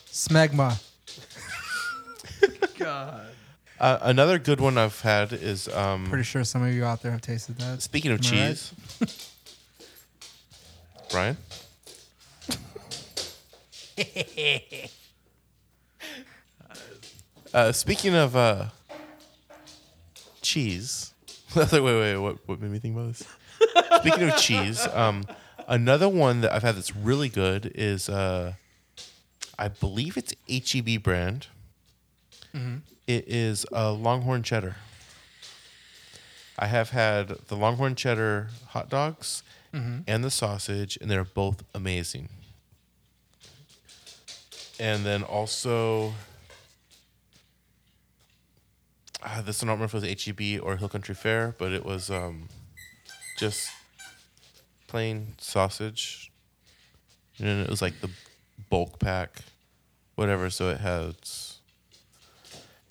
Speaker 1: Smegma.
Speaker 2: God.
Speaker 3: Uh, another good one I've had is um,
Speaker 1: Pretty sure some of you out there have tasted that.
Speaker 3: speaking of
Speaker 1: Am I right?
Speaker 3: cheese. Brian, uh, speaking of uh, cheese, wait, wait, wait. What, what made me think about this? Speaking of cheese, um, another one that I've had that's really good is uh, I believe it's HEB brand. Mm-hmm. It is a Longhorn cheddar. I have had the Longhorn cheddar hot dogs and the sausage, and they're both amazing. And then also, ah, this I don't remember if it was HEB or Hill Country Fair, but it was um, just plain sausage. And it was like the bulk pack, whatever. So it has.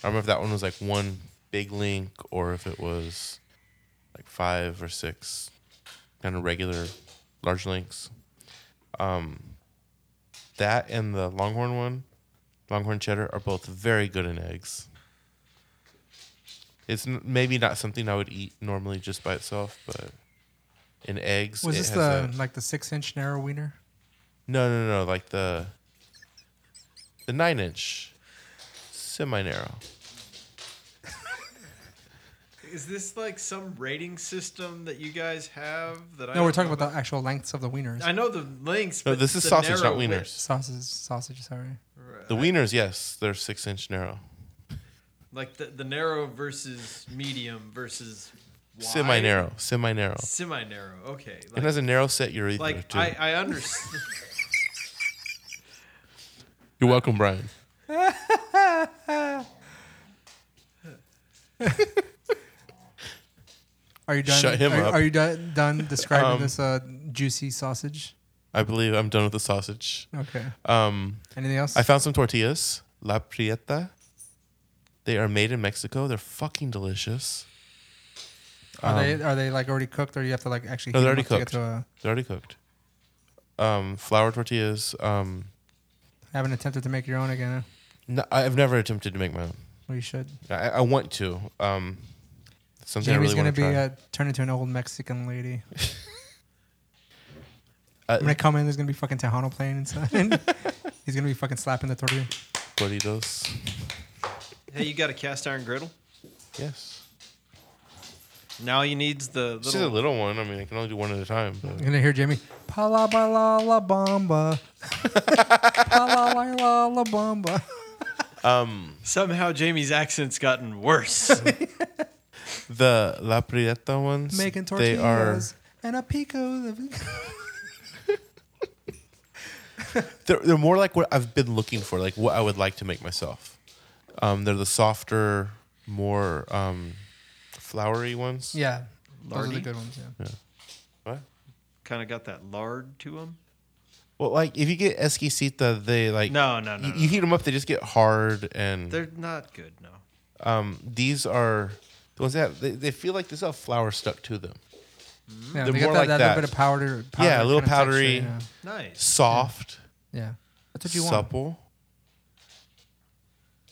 Speaker 3: I don't remember if that one was like one big link or if it was like five or six kind of regular large links. Um, that and the Longhorn one, Longhorn cheddar, are both very good in eggs. It's n- maybe not something I would eat normally just by itself, but in eggs,
Speaker 1: Was
Speaker 3: it
Speaker 1: this
Speaker 3: has
Speaker 1: the
Speaker 3: a-
Speaker 1: like the six inch narrow wiener?
Speaker 3: no, no, no, like the the nine inch semi narrow.
Speaker 2: Is this like some rating system that you guys have
Speaker 3: Oh,
Speaker 2: that I
Speaker 1: No, we're talking about the actual lengths of the wieners.
Speaker 2: I know the links.
Speaker 3: No,
Speaker 2: but
Speaker 3: this is
Speaker 2: the
Speaker 3: sausage,
Speaker 2: narrow
Speaker 3: not wieners.
Speaker 1: Sausages, sausage. Sorry.
Speaker 2: width-
Speaker 3: The wieners, yes, they're six inch narrow,
Speaker 2: like the, the narrow versus medium versus wide?
Speaker 3: semi narrow, semi narrow.
Speaker 2: Semi narrow. Okay.
Speaker 3: It
Speaker 2: Like,
Speaker 3: has a narrow set urethra
Speaker 2: like
Speaker 3: too.
Speaker 2: I, I understand.
Speaker 3: You're welcome, Brian.
Speaker 1: Are you done?
Speaker 3: Shut him
Speaker 1: are,
Speaker 3: up.
Speaker 1: Are you done, done describing
Speaker 3: Um,
Speaker 1: this uh, juicy sausage?
Speaker 3: I believe I'm done with the sausage.
Speaker 1: Okay.
Speaker 3: Um,
Speaker 1: Anything else?
Speaker 3: I found some tortillas, La Prieta. They are made in Mexico. They're fucking delicious.
Speaker 1: are they are they like already cooked, or you have to like actually?
Speaker 3: um, No, they're
Speaker 1: heat 'em
Speaker 3: already
Speaker 1: up To get to a,
Speaker 3: They're already cooked. Um, flour tortillas. Um,
Speaker 1: I haven't attempted to make your own again. huh?
Speaker 3: no, I've never attempted to make my own.
Speaker 1: Well, you should.
Speaker 3: I, I want to. Um, something
Speaker 1: Jamie's
Speaker 3: I really
Speaker 1: gonna
Speaker 3: want to
Speaker 1: be
Speaker 3: try.
Speaker 1: uh, turned into an old Mexican lady.
Speaker 3: Uh,
Speaker 1: I'm gonna come in. There's gonna be fucking Tejano playing inside. He's gonna be fucking slapping the tortilla.
Speaker 3: burritos.
Speaker 2: hey, you got a cast iron griddle?
Speaker 3: Yes.
Speaker 2: Now you needs the
Speaker 3: This is a
Speaker 2: little.
Speaker 3: little one. I mean, I can only do one at a time.
Speaker 1: I'm
Speaker 3: But
Speaker 1: gonna hear Jamie. Pa la ba la la bamba. Pa la la la la bamba.
Speaker 2: Somehow Jamie's accent's gotten worse.
Speaker 3: the La Prieta ones,
Speaker 1: Making
Speaker 3: they are
Speaker 1: tortillas and a pico.
Speaker 3: they're, they're more like what I've been looking for, like what I would like to make myself. Um, they're the softer, more um, floury ones.
Speaker 1: Yeah, those are the
Speaker 2: Lardy?
Speaker 1: good ones. Yeah.
Speaker 3: What?
Speaker 2: kind of got that lard to him.
Speaker 3: Well, like if you get esquisita, they like
Speaker 2: No, no, no.
Speaker 3: you,
Speaker 2: no.
Speaker 3: you heat them up, they just get hard, and
Speaker 2: They're not good. No.
Speaker 3: um, these are the ones that they, they feel like there's a flour stuck to them,
Speaker 1: Yeah,
Speaker 3: They're
Speaker 1: they
Speaker 3: more
Speaker 1: got that,
Speaker 3: like
Speaker 1: that
Speaker 3: that.
Speaker 1: little bit of powder. powder
Speaker 3: Yeah, a little
Speaker 1: kind of texture,
Speaker 3: powdery.
Speaker 1: yeah.
Speaker 2: Nice.
Speaker 3: soft,
Speaker 1: Yeah, that's what you want.
Speaker 3: supple.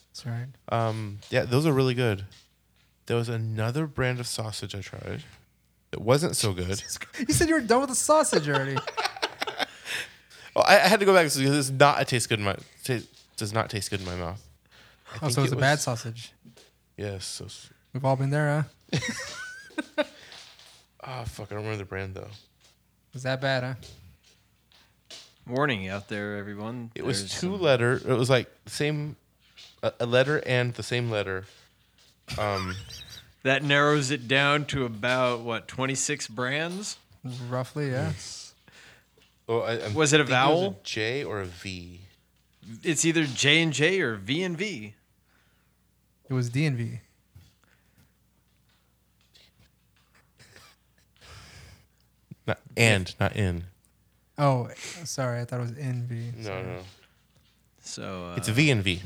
Speaker 1: That's right.
Speaker 3: Um, yeah, those are really good. There was another brand of sausage I tried. It wasn't so good.
Speaker 1: You said you were done with the sausage already.
Speaker 3: Oh, I, I had to go back because this does not taste good in my ta does not taste good in my mouth. I
Speaker 1: oh,
Speaker 3: think
Speaker 1: so it's
Speaker 3: it
Speaker 1: a bad
Speaker 3: was-
Speaker 1: sausage.
Speaker 3: Yes. So, s-
Speaker 1: We've all been there, huh?
Speaker 3: ah, fuck. I don't remember the brand though.
Speaker 1: Was that bad, huh?
Speaker 2: Warning out there, everyone.
Speaker 3: It was
Speaker 2: There's
Speaker 3: two
Speaker 2: some-
Speaker 3: letter. It was like the same, a, a letter and the same letter. Um,
Speaker 2: That narrows it down to about what twenty six brands.
Speaker 1: Roughly, yeah.
Speaker 3: it Oh, I, I'm
Speaker 2: Was it a
Speaker 3: thinking was
Speaker 2: vowel?
Speaker 3: J or a V?
Speaker 2: It's either J and J or V and V.
Speaker 1: It was D and V.
Speaker 3: Not and, not in.
Speaker 1: Oh, sorry, I thought it was N V.
Speaker 3: No, no.
Speaker 2: So uh,
Speaker 3: It's V and V.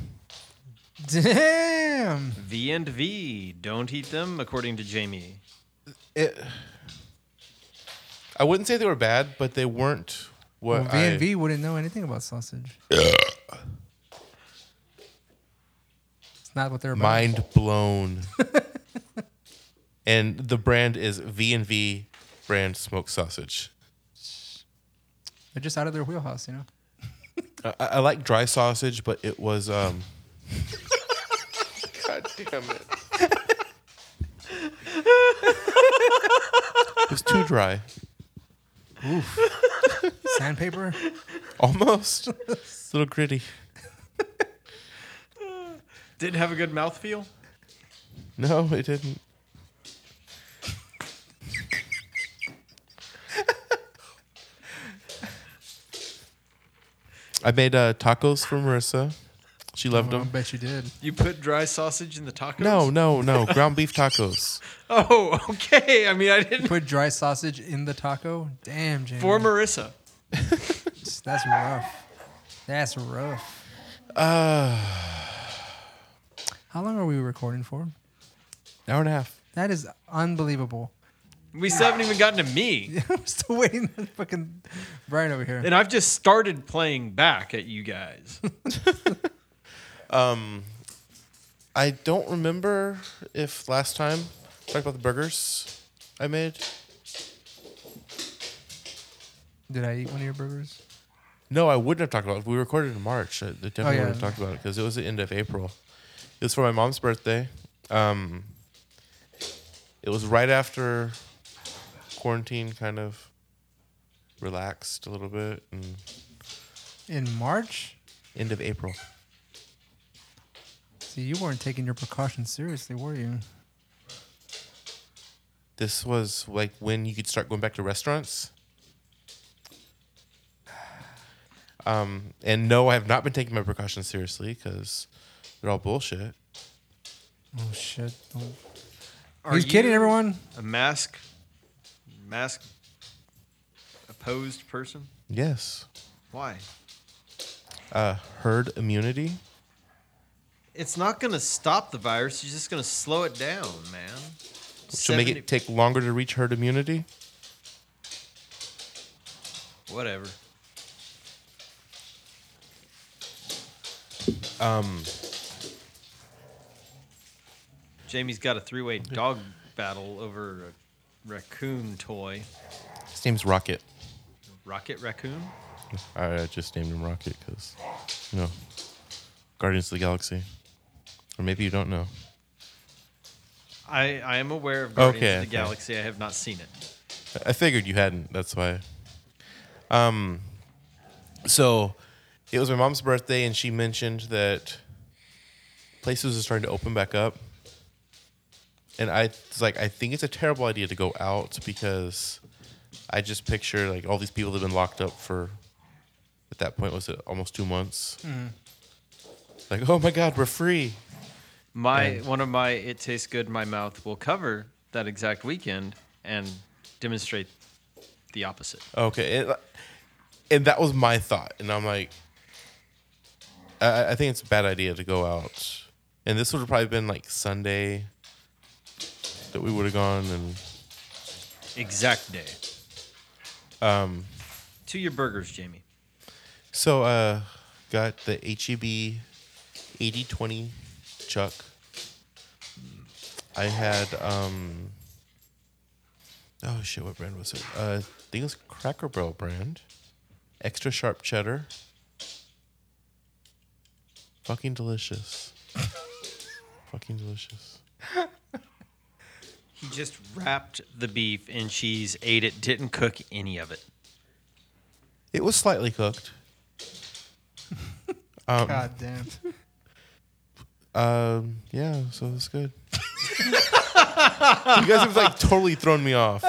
Speaker 1: Damn.
Speaker 2: V and V. Don't eat them, according to Jamie.
Speaker 3: It. I wouldn't say they were bad, but they weren't what
Speaker 1: Well, V and
Speaker 3: I-
Speaker 1: V wouldn't know anything about sausage. it's not what they're about.
Speaker 3: Mind blown. and the brand is V and V brand smoked sausage.
Speaker 1: They're just out of their wheelhouse, you know.
Speaker 3: I, I I like dry sausage, but it was um. God damn it! it was too dry.
Speaker 1: Sandpaper.
Speaker 3: Almost. It's a little gritty.
Speaker 2: Didn't have a good mouthfeel.
Speaker 3: No, it didn't. I made uh, tacos for Marissa. She loved
Speaker 1: Oh, I
Speaker 3: them.
Speaker 1: bet you did.
Speaker 2: You put dry sausage in the tacos?
Speaker 3: No, no, no. Ground beef tacos.
Speaker 2: Oh, okay. I mean, I didn't.
Speaker 1: Put dry sausage in the taco. Damn, Jamie.
Speaker 2: For Marissa.
Speaker 1: That's rough. That's rough. Uh, How long are we recording for?
Speaker 3: Hour and a half.
Speaker 1: That is unbelievable.
Speaker 2: We still haven't even gotten to me.
Speaker 1: I'm still waiting. for Fucking Brian over here.
Speaker 2: And I've just started playing back at you guys.
Speaker 3: Um, I don't remember if last time I talked about the burgers I made.
Speaker 1: Did I eat one of your burgers?
Speaker 3: No, I wouldn't have talked about it. We recorded in March. I definitely
Speaker 1: yeah.
Speaker 3: would have talked about it because it was the end of April. It was for my mom's birthday. Um, it was right after quarantine kind of relaxed a little bit and
Speaker 1: In March?
Speaker 3: end of April.
Speaker 1: See, you weren't taking your precautions seriously, were you?
Speaker 3: This was like when you could start going back to restaurants. Um, and no, I have not been taking my precautions seriously because they're all bullshit.
Speaker 1: Oh shit!
Speaker 2: Are
Speaker 1: He's kidding,
Speaker 2: you
Speaker 1: everyone.
Speaker 2: A mask, mask opposed person?
Speaker 3: Yes.
Speaker 2: Why?
Speaker 3: Uh, herd immunity.
Speaker 2: It's not going to stop the virus. You're just going to slow it down, man.
Speaker 3: So make
Speaker 2: 70
Speaker 3: it take longer to reach herd immunity.
Speaker 2: Whatever.
Speaker 3: Um,
Speaker 2: Jamie's got a three-way dog battle over a raccoon toy.
Speaker 3: his name's Rocket.
Speaker 2: Rocket raccoon?
Speaker 3: I uh, just named him Rocket because, you know, Guardians of the Galaxy. Or maybe you don't know.
Speaker 2: I, I am aware of Guardians
Speaker 3: Okay,
Speaker 2: of the
Speaker 3: okay.
Speaker 2: Galaxy. I have not seen it.
Speaker 3: I- I figured you hadn't. That's why. Um, so it was my mom's birthday, and she mentioned that places are starting to open back up. And I was like, I think it's a terrible idea to go out because I just picture like all these people that have been locked up for, at that point, was it almost two months? Like, oh my God, we're free.
Speaker 2: My one of my it tastes good. My mouth will cover that exact weekend and demonstrate the opposite.
Speaker 3: Okay, and, and that was my thought, and I'm like, I- I, I think it's a bad idea to go out, and this would have probably been like Sunday that we would have gone, and
Speaker 2: Exact day.
Speaker 3: um,
Speaker 2: To your burgers, Jamie.
Speaker 3: so uh, got the HEB eighty twenty chuck. I had um, oh shit, what brand was it? Uh, I think it was Cracker Barrel brand, extra sharp cheddar. Fucking delicious. Fucking delicious.
Speaker 2: He just wrapped the beef in cheese, ate it, didn't cook any of it.
Speaker 3: It was slightly cooked. Um,
Speaker 1: God damn.
Speaker 3: Um, yeah, so it's good. you guys have like totally thrown me off.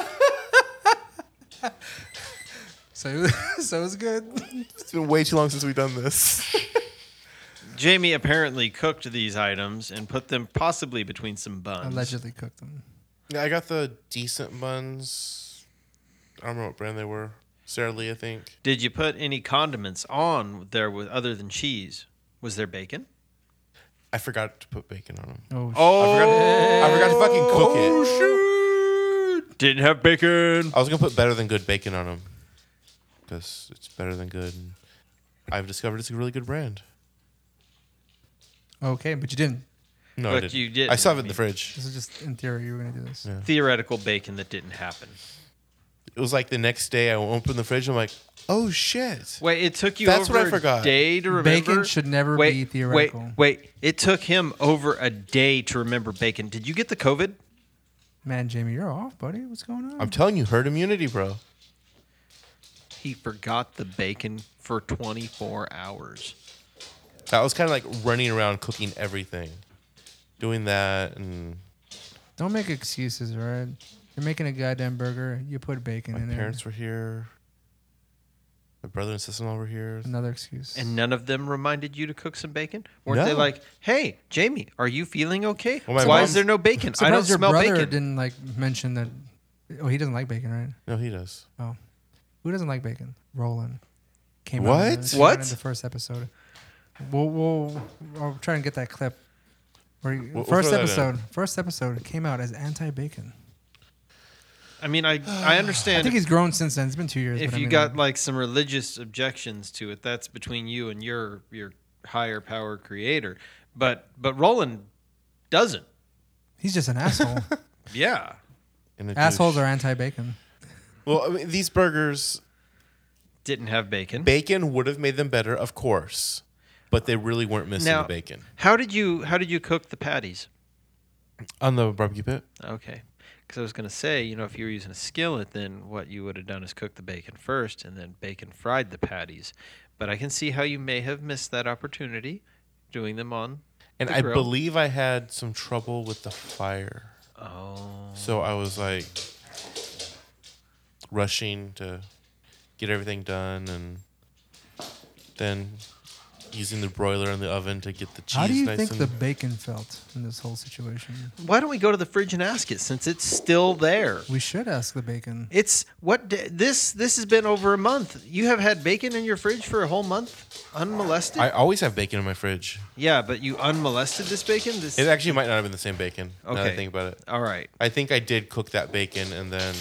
Speaker 1: So it was, so it was good.
Speaker 3: It's been way too long since we've done this.
Speaker 2: Jamie apparently cooked these items and put them possibly between some buns.
Speaker 1: Allegedly cooked them.
Speaker 3: yeah, I got the decent buns. I don't remember what brand they were. Sara Lee, I think.
Speaker 2: Did you put any condiments on there with other than cheese? Was there bacon?
Speaker 3: I forgot to put bacon on them.
Speaker 1: Oh, sh-
Speaker 2: Oh,
Speaker 3: I, forgot, I forgot to fucking cook it.
Speaker 2: didn't have bacon.
Speaker 3: I was gonna put better than good bacon on them because it's better than good. And I've discovered it's a really good brand.
Speaker 1: okay, but you didn't.
Speaker 3: No, I
Speaker 2: But
Speaker 3: didn't.
Speaker 2: you didn't,
Speaker 3: I still have
Speaker 2: I
Speaker 3: it in the
Speaker 2: mean.
Speaker 3: fridge.
Speaker 1: This is just in theory. You were gonna do this.
Speaker 3: Yeah.
Speaker 2: Theoretical bacon that didn't happen.
Speaker 3: It was like the next day. I opened the fridge. I'm like, oh shit.
Speaker 2: Wait, it took you
Speaker 3: That's
Speaker 2: over
Speaker 3: what I forgot.
Speaker 2: a day to remember.
Speaker 1: Bacon should never
Speaker 2: wait,
Speaker 1: be theoretical.
Speaker 2: Wait, wait, it took him over a day to remember bacon. Did you get the COVID?
Speaker 1: Man, Jamie, you're off, buddy. What's going on?
Speaker 3: I'm telling you, herd immunity, bro.
Speaker 2: He forgot the bacon for 24 hours.
Speaker 3: I was kind of like running around cooking everything, doing that, and
Speaker 1: Don't make excuses, all right? You're making a goddamn burger. You put bacon
Speaker 3: my
Speaker 1: in there.
Speaker 3: parents were here. My brother and sister in law were here.
Speaker 1: Another excuse.
Speaker 2: And none of them reminded you to cook some bacon? Weren't they
Speaker 3: No.
Speaker 2: like, hey, Jamie, are you feeling okay?
Speaker 3: Well, my
Speaker 2: Why is
Speaker 3: mom's-
Speaker 2: there no bacon? I
Speaker 1: Surprised
Speaker 2: don't
Speaker 1: your
Speaker 2: smell
Speaker 1: brother
Speaker 2: bacon.
Speaker 1: didn't like mention that. Oh, he doesn't like bacon, right?
Speaker 3: No, he does.
Speaker 1: Oh, who doesn't like bacon? Roland came out
Speaker 3: What?
Speaker 1: in the- came out
Speaker 2: What?
Speaker 1: in the first episode. We'll, we'll I'll try and get that clip. Where you-
Speaker 3: We'll- we'll
Speaker 1: first
Speaker 3: throw that in.
Speaker 1: episode, first episode came out as anti-bacon.
Speaker 2: I mean, I, I
Speaker 1: I
Speaker 2: understand
Speaker 1: think
Speaker 2: if,
Speaker 1: he's grown since then. It's been two years.
Speaker 2: if
Speaker 1: but I
Speaker 2: you
Speaker 1: mean,
Speaker 2: got like some religious objections to it, that's between you and your your higher power creator. But but Roland doesn't.
Speaker 1: he's just an asshole.
Speaker 2: Yeah.
Speaker 3: And the
Speaker 1: Assholes
Speaker 3: Jewish-
Speaker 1: are anti-bacon.
Speaker 3: well. I mean, these burgers,
Speaker 2: Didn't have bacon.
Speaker 3: bacon would have made them better, of course, but they really weren't missing
Speaker 2: Now-
Speaker 3: the bacon
Speaker 2: How did you how did you cook the patties?
Speaker 3: on the barbecue pit.
Speaker 2: Okay. Because I was going to say, you know, if you were using a skillet, then what you would have done is cook the bacon first and then bacon fried the patties. But I can see how you may have missed that opportunity doing them on.
Speaker 3: And
Speaker 2: The
Speaker 3: I
Speaker 2: grill.
Speaker 3: believe I had some trouble with the fire.
Speaker 2: Oh.
Speaker 3: So I was like rushing to get everything done and then using the broiler in the oven to get the cheese
Speaker 1: How do you
Speaker 3: nice
Speaker 1: think
Speaker 3: and
Speaker 1: the bacon felt in this whole situation?
Speaker 2: Why don't we go to the fridge and ask it since it's still there?
Speaker 1: We should ask the bacon.
Speaker 2: It's what da- this this has been over a month. You have had bacon in your fridge for a whole month unmolested?
Speaker 3: I always have bacon in my fridge.
Speaker 2: yeah, but you unmolested this bacon? This
Speaker 3: It actually might not have been the same bacon. Okay. Now that I
Speaker 2: Okay.
Speaker 3: think about it.
Speaker 2: All right.
Speaker 3: I think I did cook that bacon and then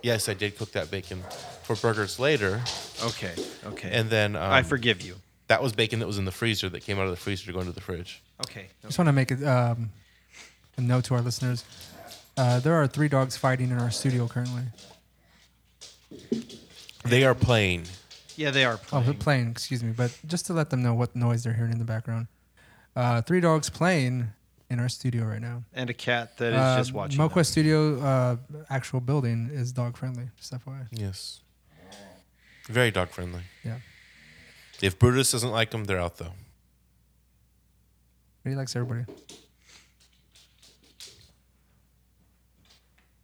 Speaker 3: Yes, I did cook that bacon for burgers later.
Speaker 2: Okay. Okay.
Speaker 3: And then um,
Speaker 2: I forgive you.
Speaker 3: that was bacon that was in the freezer that came out of the freezer to go into the fridge.
Speaker 2: Okay.
Speaker 1: I just want to make it, um, a note to our listeners. Uh, there are three dogs fighting in our studio currently.
Speaker 3: They are playing.
Speaker 2: Yeah, they are
Speaker 1: Oh,
Speaker 2: playing.
Speaker 1: they're playing, excuse me. But just to let them know what noise they're hearing in the background. Uh, three dogs playing in our studio right now.
Speaker 2: and a cat that is
Speaker 1: Uh,
Speaker 2: just watching.
Speaker 1: MoQuest
Speaker 2: them.
Speaker 1: Studio uh, actual building is dog friendly. Just FYI.
Speaker 3: Yes. Very dog friendly.
Speaker 1: Yeah.
Speaker 3: If Brutus doesn't like them, they're out though.
Speaker 1: But he likes everybody.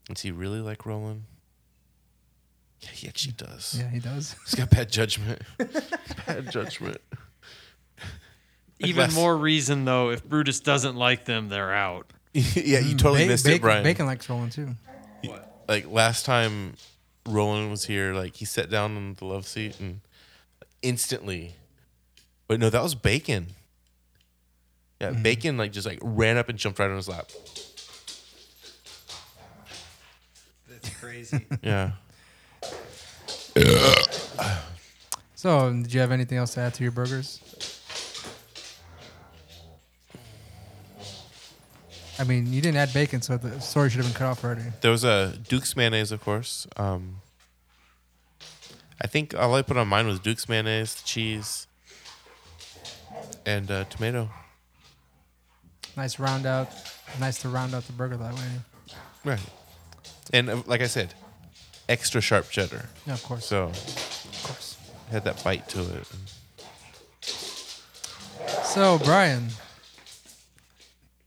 Speaker 3: Does he really like Roland? Yeah, he actually does.
Speaker 1: Yeah, he does.
Speaker 3: He's got bad judgment. bad judgment.
Speaker 2: Even
Speaker 3: less-
Speaker 2: more reason though, if Brutus doesn't like them, they're out.
Speaker 3: yeah, you totally
Speaker 1: Ba-
Speaker 3: missed
Speaker 1: bacon,
Speaker 3: it, Brian.
Speaker 1: Bacon likes rolling too.
Speaker 3: Like last time Roland was here, like he sat down on the love seat and instantly Wait, no, that was bacon. Yeah, bacon like just like ran up and jumped right on his lap.
Speaker 2: That's crazy.
Speaker 3: Yeah.
Speaker 1: So, did you have anything else to add to your burgers? I mean, you didn't add bacon, so the story should have been cut off already.
Speaker 3: There was a Duke's mayonnaise, of course. Um, I think all I put on mine was Duke's mayonnaise, cheese, and uh, tomato.
Speaker 1: Nice round out. Nice to round out the burger that way.
Speaker 3: Right. And uh, like I said, extra sharp cheddar.
Speaker 1: Yeah, of course.
Speaker 3: So
Speaker 1: Of course.
Speaker 3: it had that bite to it.
Speaker 1: So, Brian,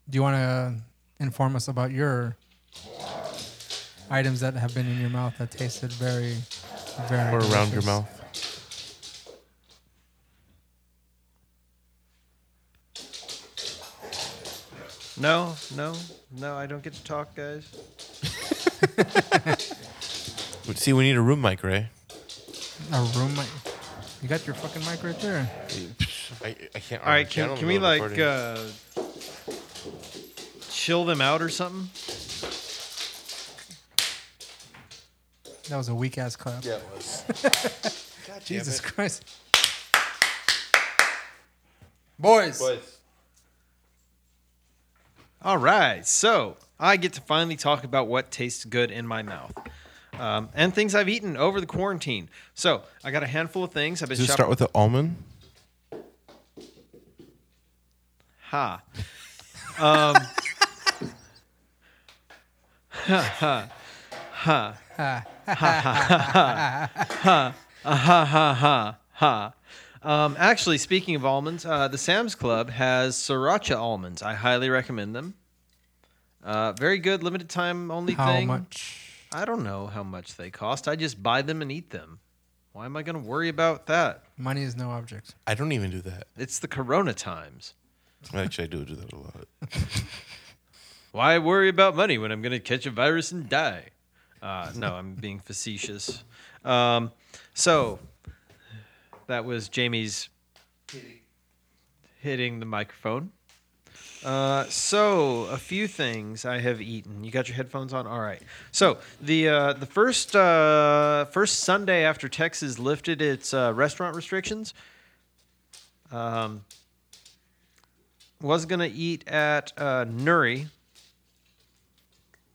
Speaker 1: do you want to inform us about your items that have been in your mouth that tasted very, very.
Speaker 3: or around your
Speaker 1: delicious.
Speaker 3: mouth.
Speaker 2: No, no, no. I don't get to talk, guys.
Speaker 3: See, we need a room mic, Ray.
Speaker 1: A room mic. You got your fucking mic right there.
Speaker 3: I, I can't.
Speaker 2: All right, can, can we like uh, chill them out or something?
Speaker 1: That was a weak ass clap.
Speaker 3: yeah, it was. God
Speaker 1: Jesus Christ. Boys.
Speaker 2: All right, so I get to finally talk about what tastes good in my mouth. Um, and things I've eaten over the quarantine. So I got a handful of things. I've been
Speaker 3: Does it
Speaker 2: shopping.
Speaker 3: start with the almond?
Speaker 2: Ha. Um, ha ha ha ha ha ha ha ha ha ha. Um, actually, speaking of almonds, uh, the Sam's Club has sriracha almonds. I highly recommend them. Uh, very good, limited time only
Speaker 1: How
Speaker 2: thing.
Speaker 1: much?
Speaker 2: I don't know how much they cost. I just buy them and eat them. Why am I going to worry about that?
Speaker 1: Money is no object.
Speaker 3: I don't even do that.
Speaker 2: It's the Corona times.
Speaker 3: Actually, I do do that a lot.
Speaker 2: Why worry about money when I'm going to catch a virus and die? Uh, no, I'm being facetious. Um, so that was Jamie's hitting the microphone. Uh, so a few things I have eaten. You got your headphones on? All right. So the uh, the first uh, first Sunday after Texas lifted its uh, restaurant restrictions, um, was gonna eat at uh, Nuri.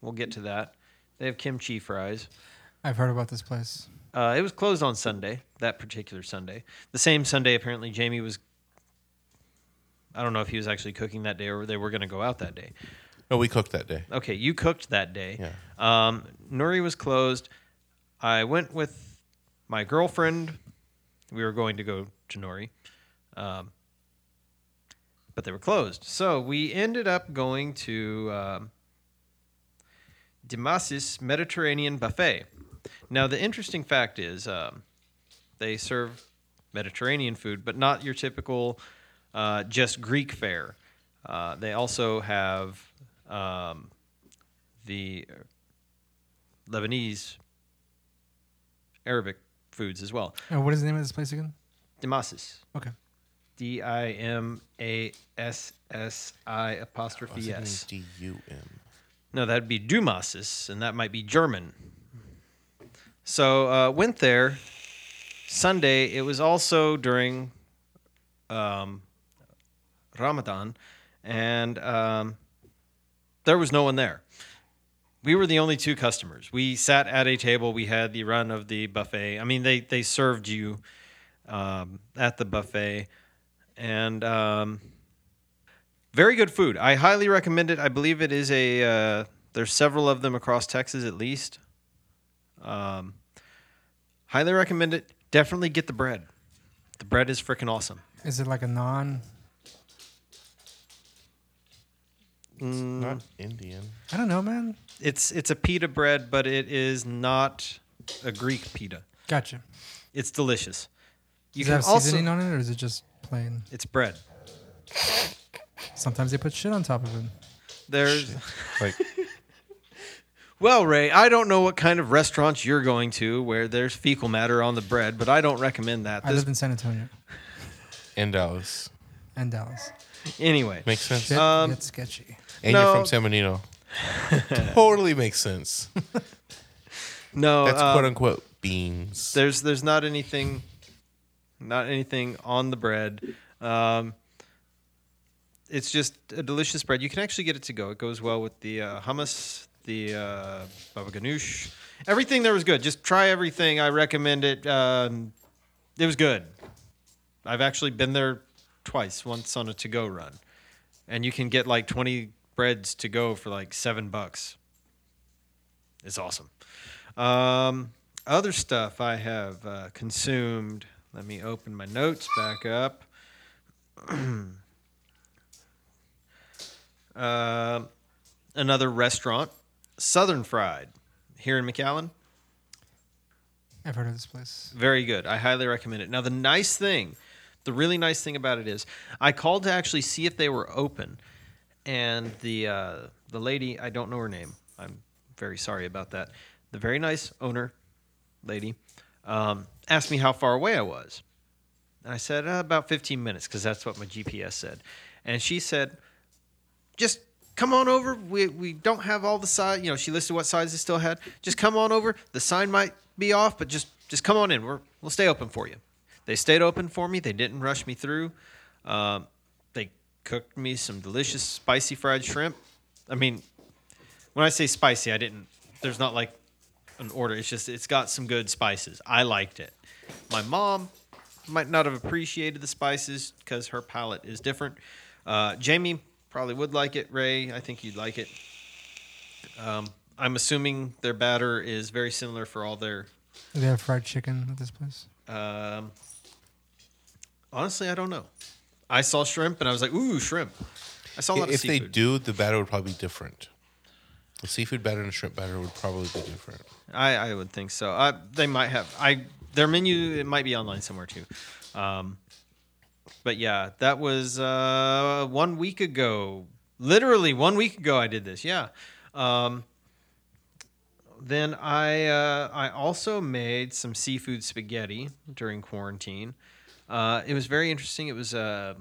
Speaker 2: We'll get to that. They have kimchi fries.
Speaker 1: I've heard about this place.
Speaker 2: Uh, it was closed on Sunday, that particular Sunday. The same Sunday, apparently, Jamie was. I don't know if he was actually cooking that day or they were going to go out that day.
Speaker 3: No, we cooked that day.
Speaker 2: Okay, you cooked that day.
Speaker 3: Yeah.
Speaker 2: Um, Nuri was closed. I went with my girlfriend. We were going to go to Nori, um, but they were closed. So we ended up going to um, Demasis Mediterranean Buffet. Now, the interesting fact is um, they serve Mediterranean food, but not your typical uh, just Greek fare. Uh, they also have um, the uh, Lebanese Arabic foods as well.
Speaker 1: And Uh, what is the name of this place again?
Speaker 2: Demasis.
Speaker 1: Okay.
Speaker 2: D I M A S S I apostrophe S.
Speaker 3: E D U M.
Speaker 2: No, that'd be Dumasis, and that might be German. So uh, went there Sunday. It was also during um, Ramadan, and um, there was no one there. We were the only two customers. We sat at a table. We had the run of the buffet. I mean, they they served you um, at the buffet, and. Um, very good food. I highly recommend it. I believe it is a. Uh, there's several of them across Texas, at least. Um, highly recommend it. Definitely get the bread. The bread is freaking awesome.
Speaker 1: Is it like a non?
Speaker 2: Mm.
Speaker 3: Not Indian.
Speaker 1: I don't know, man.
Speaker 2: It's it's a pita bread, but it is not a Greek pita.
Speaker 1: Gotcha.
Speaker 2: It's delicious. You
Speaker 1: Does it have seasoning on it, or is it just plain?
Speaker 2: It's bread.
Speaker 1: Sometimes they put shit on top of it.
Speaker 2: There's.
Speaker 3: Like
Speaker 2: Well, Ray, I don't know what kind of restaurants you're going to where there's fecal matter on the bread, but I don't recommend that.
Speaker 1: I
Speaker 2: This,
Speaker 1: lived in San Antonio
Speaker 3: in Dallas.
Speaker 1: and Dallas.
Speaker 2: anyway,
Speaker 3: Makes sense.
Speaker 1: Shit
Speaker 2: Um,
Speaker 1: gets sketchy.
Speaker 3: and
Speaker 2: no.
Speaker 3: you're from San Benito. totally makes sense.
Speaker 2: no.
Speaker 3: That's
Speaker 2: um,
Speaker 3: quote unquote beans.
Speaker 2: There's there's not anything, not anything on the bread. Um, it's just a delicious bread. You can actually get it to go. It goes well with the uh, hummus, the uh, baba ganoush. Everything there was good. Just try everything. I recommend it. Um, it was good. I've actually been there twice. Once on a to-go run, and you can get like 20 breads to go for like seven bucks. It's awesome. Um, other stuff I have uh, consumed. Let me open my notes back up. Um another restaurant, Uh, Southern Fried, here in McAllen.
Speaker 1: I've heard of this place.
Speaker 2: Very good. I highly recommend it. Now, the nice thing, the really nice thing about it is, I called to actually see if they were open, and the uh, the lady, I don't know her name. I'm very sorry about that. The very nice owner, lady, um, asked me how far away I was, and I said uh, about 15 minutes because that's what my GPS said, and she said, just come on over. We, we don't have all the size. You know, she listed what sizes still had. Just come on over. The sign might be off, but just just come on in. We're, we'll stay open for you. They stayed open for me. They didn't rush me through. Um, they cooked me some delicious spicy fried shrimp. I mean, when I say spicy, I didn't. There's not like an order. It's just it's got some good spices. I liked it. My mom might not have appreciated the spices because her palate is different. Uh, Jamie probably would like it. Ray, I think you'd like it. Um, I'm assuming their batter is very similar for all their.
Speaker 1: Do they have fried chicken at this place?
Speaker 2: Um, honestly, I don't know. I saw shrimp and I was like, ooh, shrimp. I saw a lot
Speaker 3: If
Speaker 2: of seafood.
Speaker 3: they do, the batter would probably be different. The seafood batter and shrimp batter would probably be different.
Speaker 2: I, I would think so. I, they might have I their menu. It might be online somewhere too. Um, but yeah, that was uh, one week ago. Literally one week ago, I did this. Yeah. Um, then I uh, I also made some seafood spaghetti during quarantine. Uh, it was very interesting. It was uh,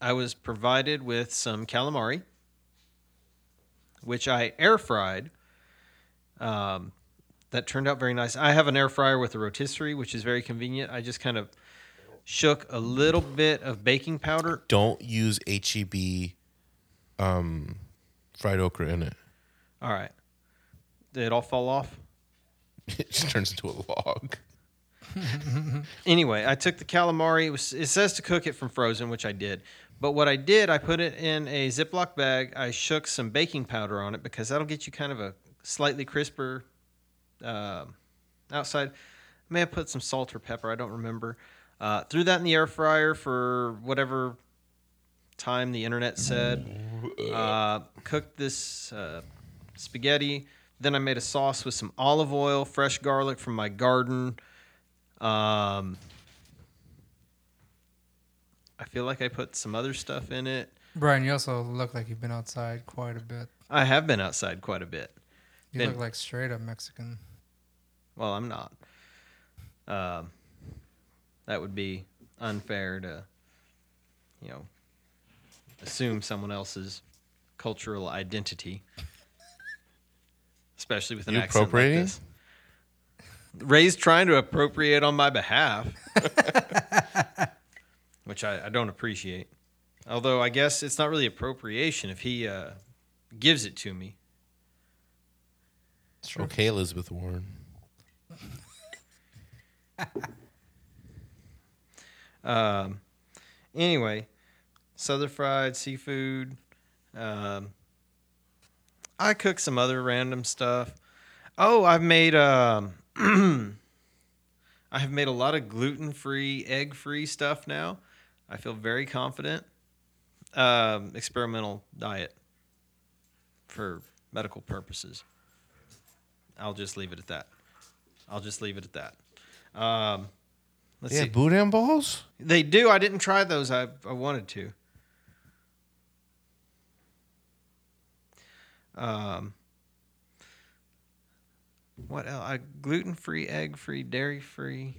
Speaker 2: I was provided with some calamari, which I air fried. Um, that turned out very nice. I have an air fryer with a rotisserie, which is very convenient. I just kind of shook a little bit of baking powder.
Speaker 3: Don't use HEB um, fried okra in it.
Speaker 2: All right. Did it all fall off?
Speaker 3: It just turns into a log.
Speaker 2: Anyway, I took the calamari. It, was, it says to cook it from frozen, which I did. But what I did, I put it in a Ziploc bag. I shook some baking powder on it because that'll get you kind of a slightly crisper um outside. May have put some salt or pepper. I don't remember. Uh, threw that in the air fryer for whatever time the internet said. Uh, cooked this uh, spaghetti. Then I made a sauce with some olive oil, fresh garlic from my garden. Um, I feel like I put some other stuff in it.
Speaker 1: Brian, you also look like you've been outside quite a bit.
Speaker 2: I have been outside quite a bit.
Speaker 1: You
Speaker 2: Been-
Speaker 1: look like straight up Mexican.
Speaker 2: Well, I'm not. Um, that would be unfair to, you know, assume someone else's cultural identity, especially with an
Speaker 3: You
Speaker 2: accent like
Speaker 3: appropriating?
Speaker 2: this. Ray's trying to appropriate on my behalf, which I, I don't appreciate. Although I guess it's not really appropriation if he uh, gives it to me.
Speaker 1: It's
Speaker 3: Okay, Elizabeth Warren.
Speaker 2: Um, anyway, southern fried seafood. Um, I cook some other random stuff. Oh, I've made um, I have made a lot of gluten free, egg free stuff now. I feel very confident. Um, experimental diet for medical purposes. I'll just leave it at that. I'll just leave it at that. Um, let's
Speaker 3: yeah,
Speaker 2: see.
Speaker 3: boudin balls.
Speaker 2: They do. I didn't try those. I, I wanted to. Um, what else? I gluten free, egg free, dairy free.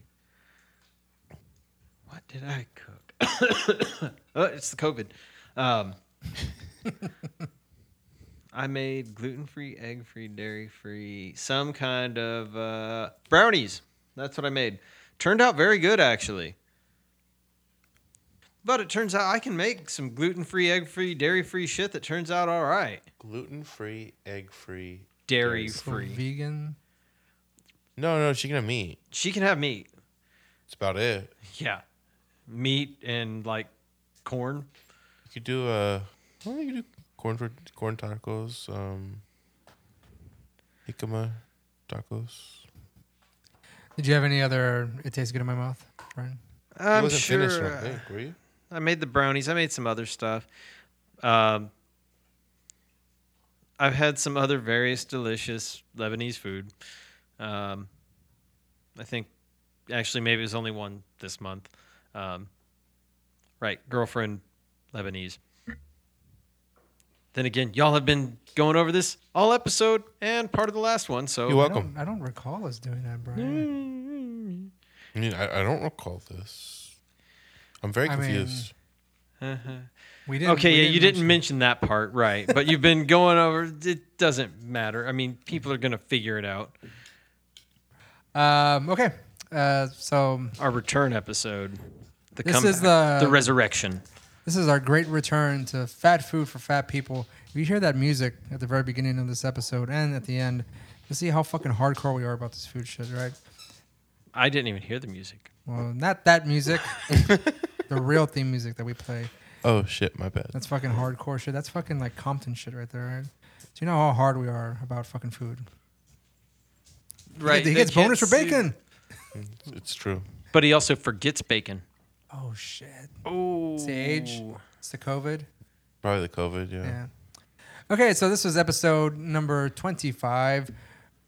Speaker 2: What did I cook? oh, it's the COVID. Um, I made gluten free, egg free, dairy free, some kind of uh, brownies. That's what I made. Turned out very good, actually. But it turns out I can make some gluten free, egg free, dairy free shit that turns out all right.
Speaker 3: Gluten free, egg free.
Speaker 2: Dairy
Speaker 1: So
Speaker 2: free.
Speaker 1: vegan.
Speaker 3: No, no, chicken and meat.
Speaker 2: She can have meat.
Speaker 3: That's about it.
Speaker 2: Yeah. Meat and like corn.
Speaker 3: You could do uh, well, you could do corn for corn tacos, um, jicama tacos.
Speaker 1: Did you have any other? It tastes good in my mouth, Brian.
Speaker 3: It
Speaker 2: I'm
Speaker 3: wasn't
Speaker 2: sure.
Speaker 3: finished,
Speaker 1: uh,
Speaker 3: I don't think, were you?
Speaker 2: I made the brownies. I made some other stuff. Um, I've had some other various delicious Lebanese food. Um, I think actually maybe it was only one this month. Um, right, girlfriend Lebanese. Then again, y'all have been going over this all episode and part of the last one, so
Speaker 3: You're
Speaker 1: I
Speaker 3: welcome.
Speaker 1: don't, I don't recall us doing that, Brian.
Speaker 3: I mean, I, I don't recall this. I'm very
Speaker 1: I mean-
Speaker 3: confused.
Speaker 1: We didn't.
Speaker 2: Okay,
Speaker 1: we
Speaker 2: yeah, you didn't
Speaker 1: mention-
Speaker 2: mention that part, right? But you've been going over. It doesn't matter. I mean, people are gonna figure it out.
Speaker 1: Um, okay, uh, so
Speaker 2: Our return episode, the
Speaker 1: This
Speaker 2: comeback,
Speaker 1: is the-
Speaker 2: the resurrection.
Speaker 1: This is our great return to fat food for fat people. If you hear that music at the very beginning of this episode and at the end, you see how fucking hardcore we are about this food shit, right?
Speaker 2: I didn't even hear the music.
Speaker 1: Well, not that music, the real theme music that we play.
Speaker 3: Oh shit, my bad.
Speaker 1: That's fucking hardcore shit. That's fucking like Compton shit right there, right? Do you know how hard we are about fucking food?
Speaker 2: Right,
Speaker 1: He
Speaker 2: they
Speaker 1: gets bonus for
Speaker 2: can't see-
Speaker 1: bacon.
Speaker 3: It's true.
Speaker 2: But he also forgets bacon.
Speaker 1: Oh shit.
Speaker 2: Oh,
Speaker 1: It's the age. It's the COVID.
Speaker 3: Probably the COVID. Yeah.
Speaker 1: Yeah. Okay, so this was episode number 25,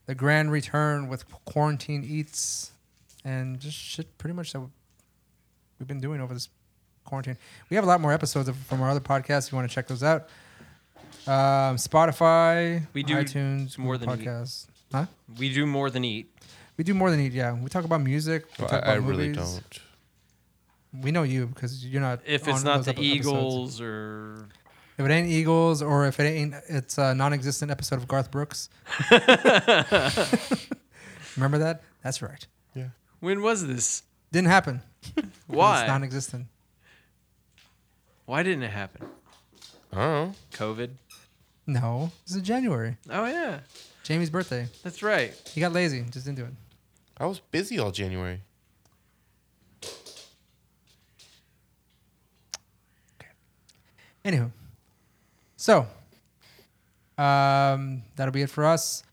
Speaker 1: the grand return with quarantine eats and just shit pretty much that we've been doing over this quarantine. We have a lot more episodes of- from our other podcasts. If you want to check those out, um, Spotify,
Speaker 2: We do
Speaker 1: iTunes,
Speaker 2: more
Speaker 1: Google
Speaker 2: than eat.
Speaker 1: podcasts. Huh?
Speaker 2: We do more than eat.
Speaker 1: We do more than eat. Yeah, we talk about music. We
Speaker 3: Well,
Speaker 1: talk
Speaker 3: I,
Speaker 1: about
Speaker 3: I really
Speaker 1: movies.
Speaker 3: don't.
Speaker 1: We know you because you're not.
Speaker 2: If it's
Speaker 1: on
Speaker 2: not
Speaker 1: those
Speaker 2: the
Speaker 1: epi- episodes.
Speaker 2: Eagles or
Speaker 1: if it ain't Eagles, or if it ain't, it's a non-existent episode of Garth Brooks. Remember that? That's right.
Speaker 2: when was this?
Speaker 1: Didn't happen. 'cause It's
Speaker 2: Why?
Speaker 1: non-existent.
Speaker 2: Why didn't it happen?
Speaker 3: I don't know.
Speaker 2: COVID.
Speaker 1: No, this is January.
Speaker 2: Oh yeah,
Speaker 1: Jamie's birthday.
Speaker 2: that's right.
Speaker 1: He got lazy. Just didn't do it.
Speaker 3: I was busy all January.
Speaker 1: Anywho, so um, that'll be it for us.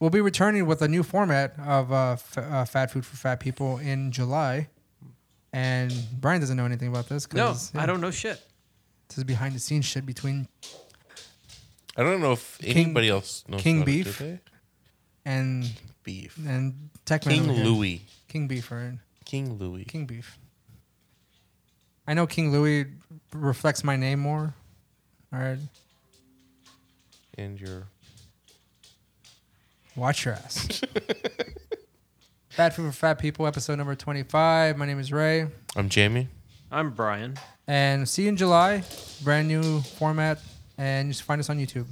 Speaker 1: We'll be returning with a new format of uh, f- uh, Fat Food for Fat People in July. And Brian doesn't know anything about this.
Speaker 2: No,
Speaker 1: 'cause, yeah,
Speaker 2: I don't know shit.
Speaker 1: This is behind the scenes shit between
Speaker 3: I don't know if
Speaker 1: King-
Speaker 3: anybody else knows
Speaker 1: King
Speaker 3: about it, do
Speaker 1: Beef?
Speaker 3: they?
Speaker 1: and
Speaker 3: Beef.
Speaker 1: and Techman.
Speaker 3: King
Speaker 1: over here.
Speaker 3: Louis.
Speaker 1: King beef, right?
Speaker 3: King Louis.
Speaker 1: King beef. I know King Louis reflects my name more. All right,
Speaker 3: And your
Speaker 1: watch your ass. Fat food for fat people, episode number twenty-five. My name is Ray,
Speaker 3: I'm Jamie.
Speaker 2: I'm Brian.
Speaker 1: and see you in July. Brand new format, and just find us on YouTube.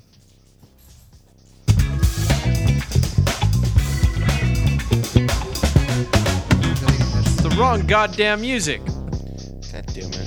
Speaker 2: It's the wrong goddamn music.
Speaker 3: God damn it.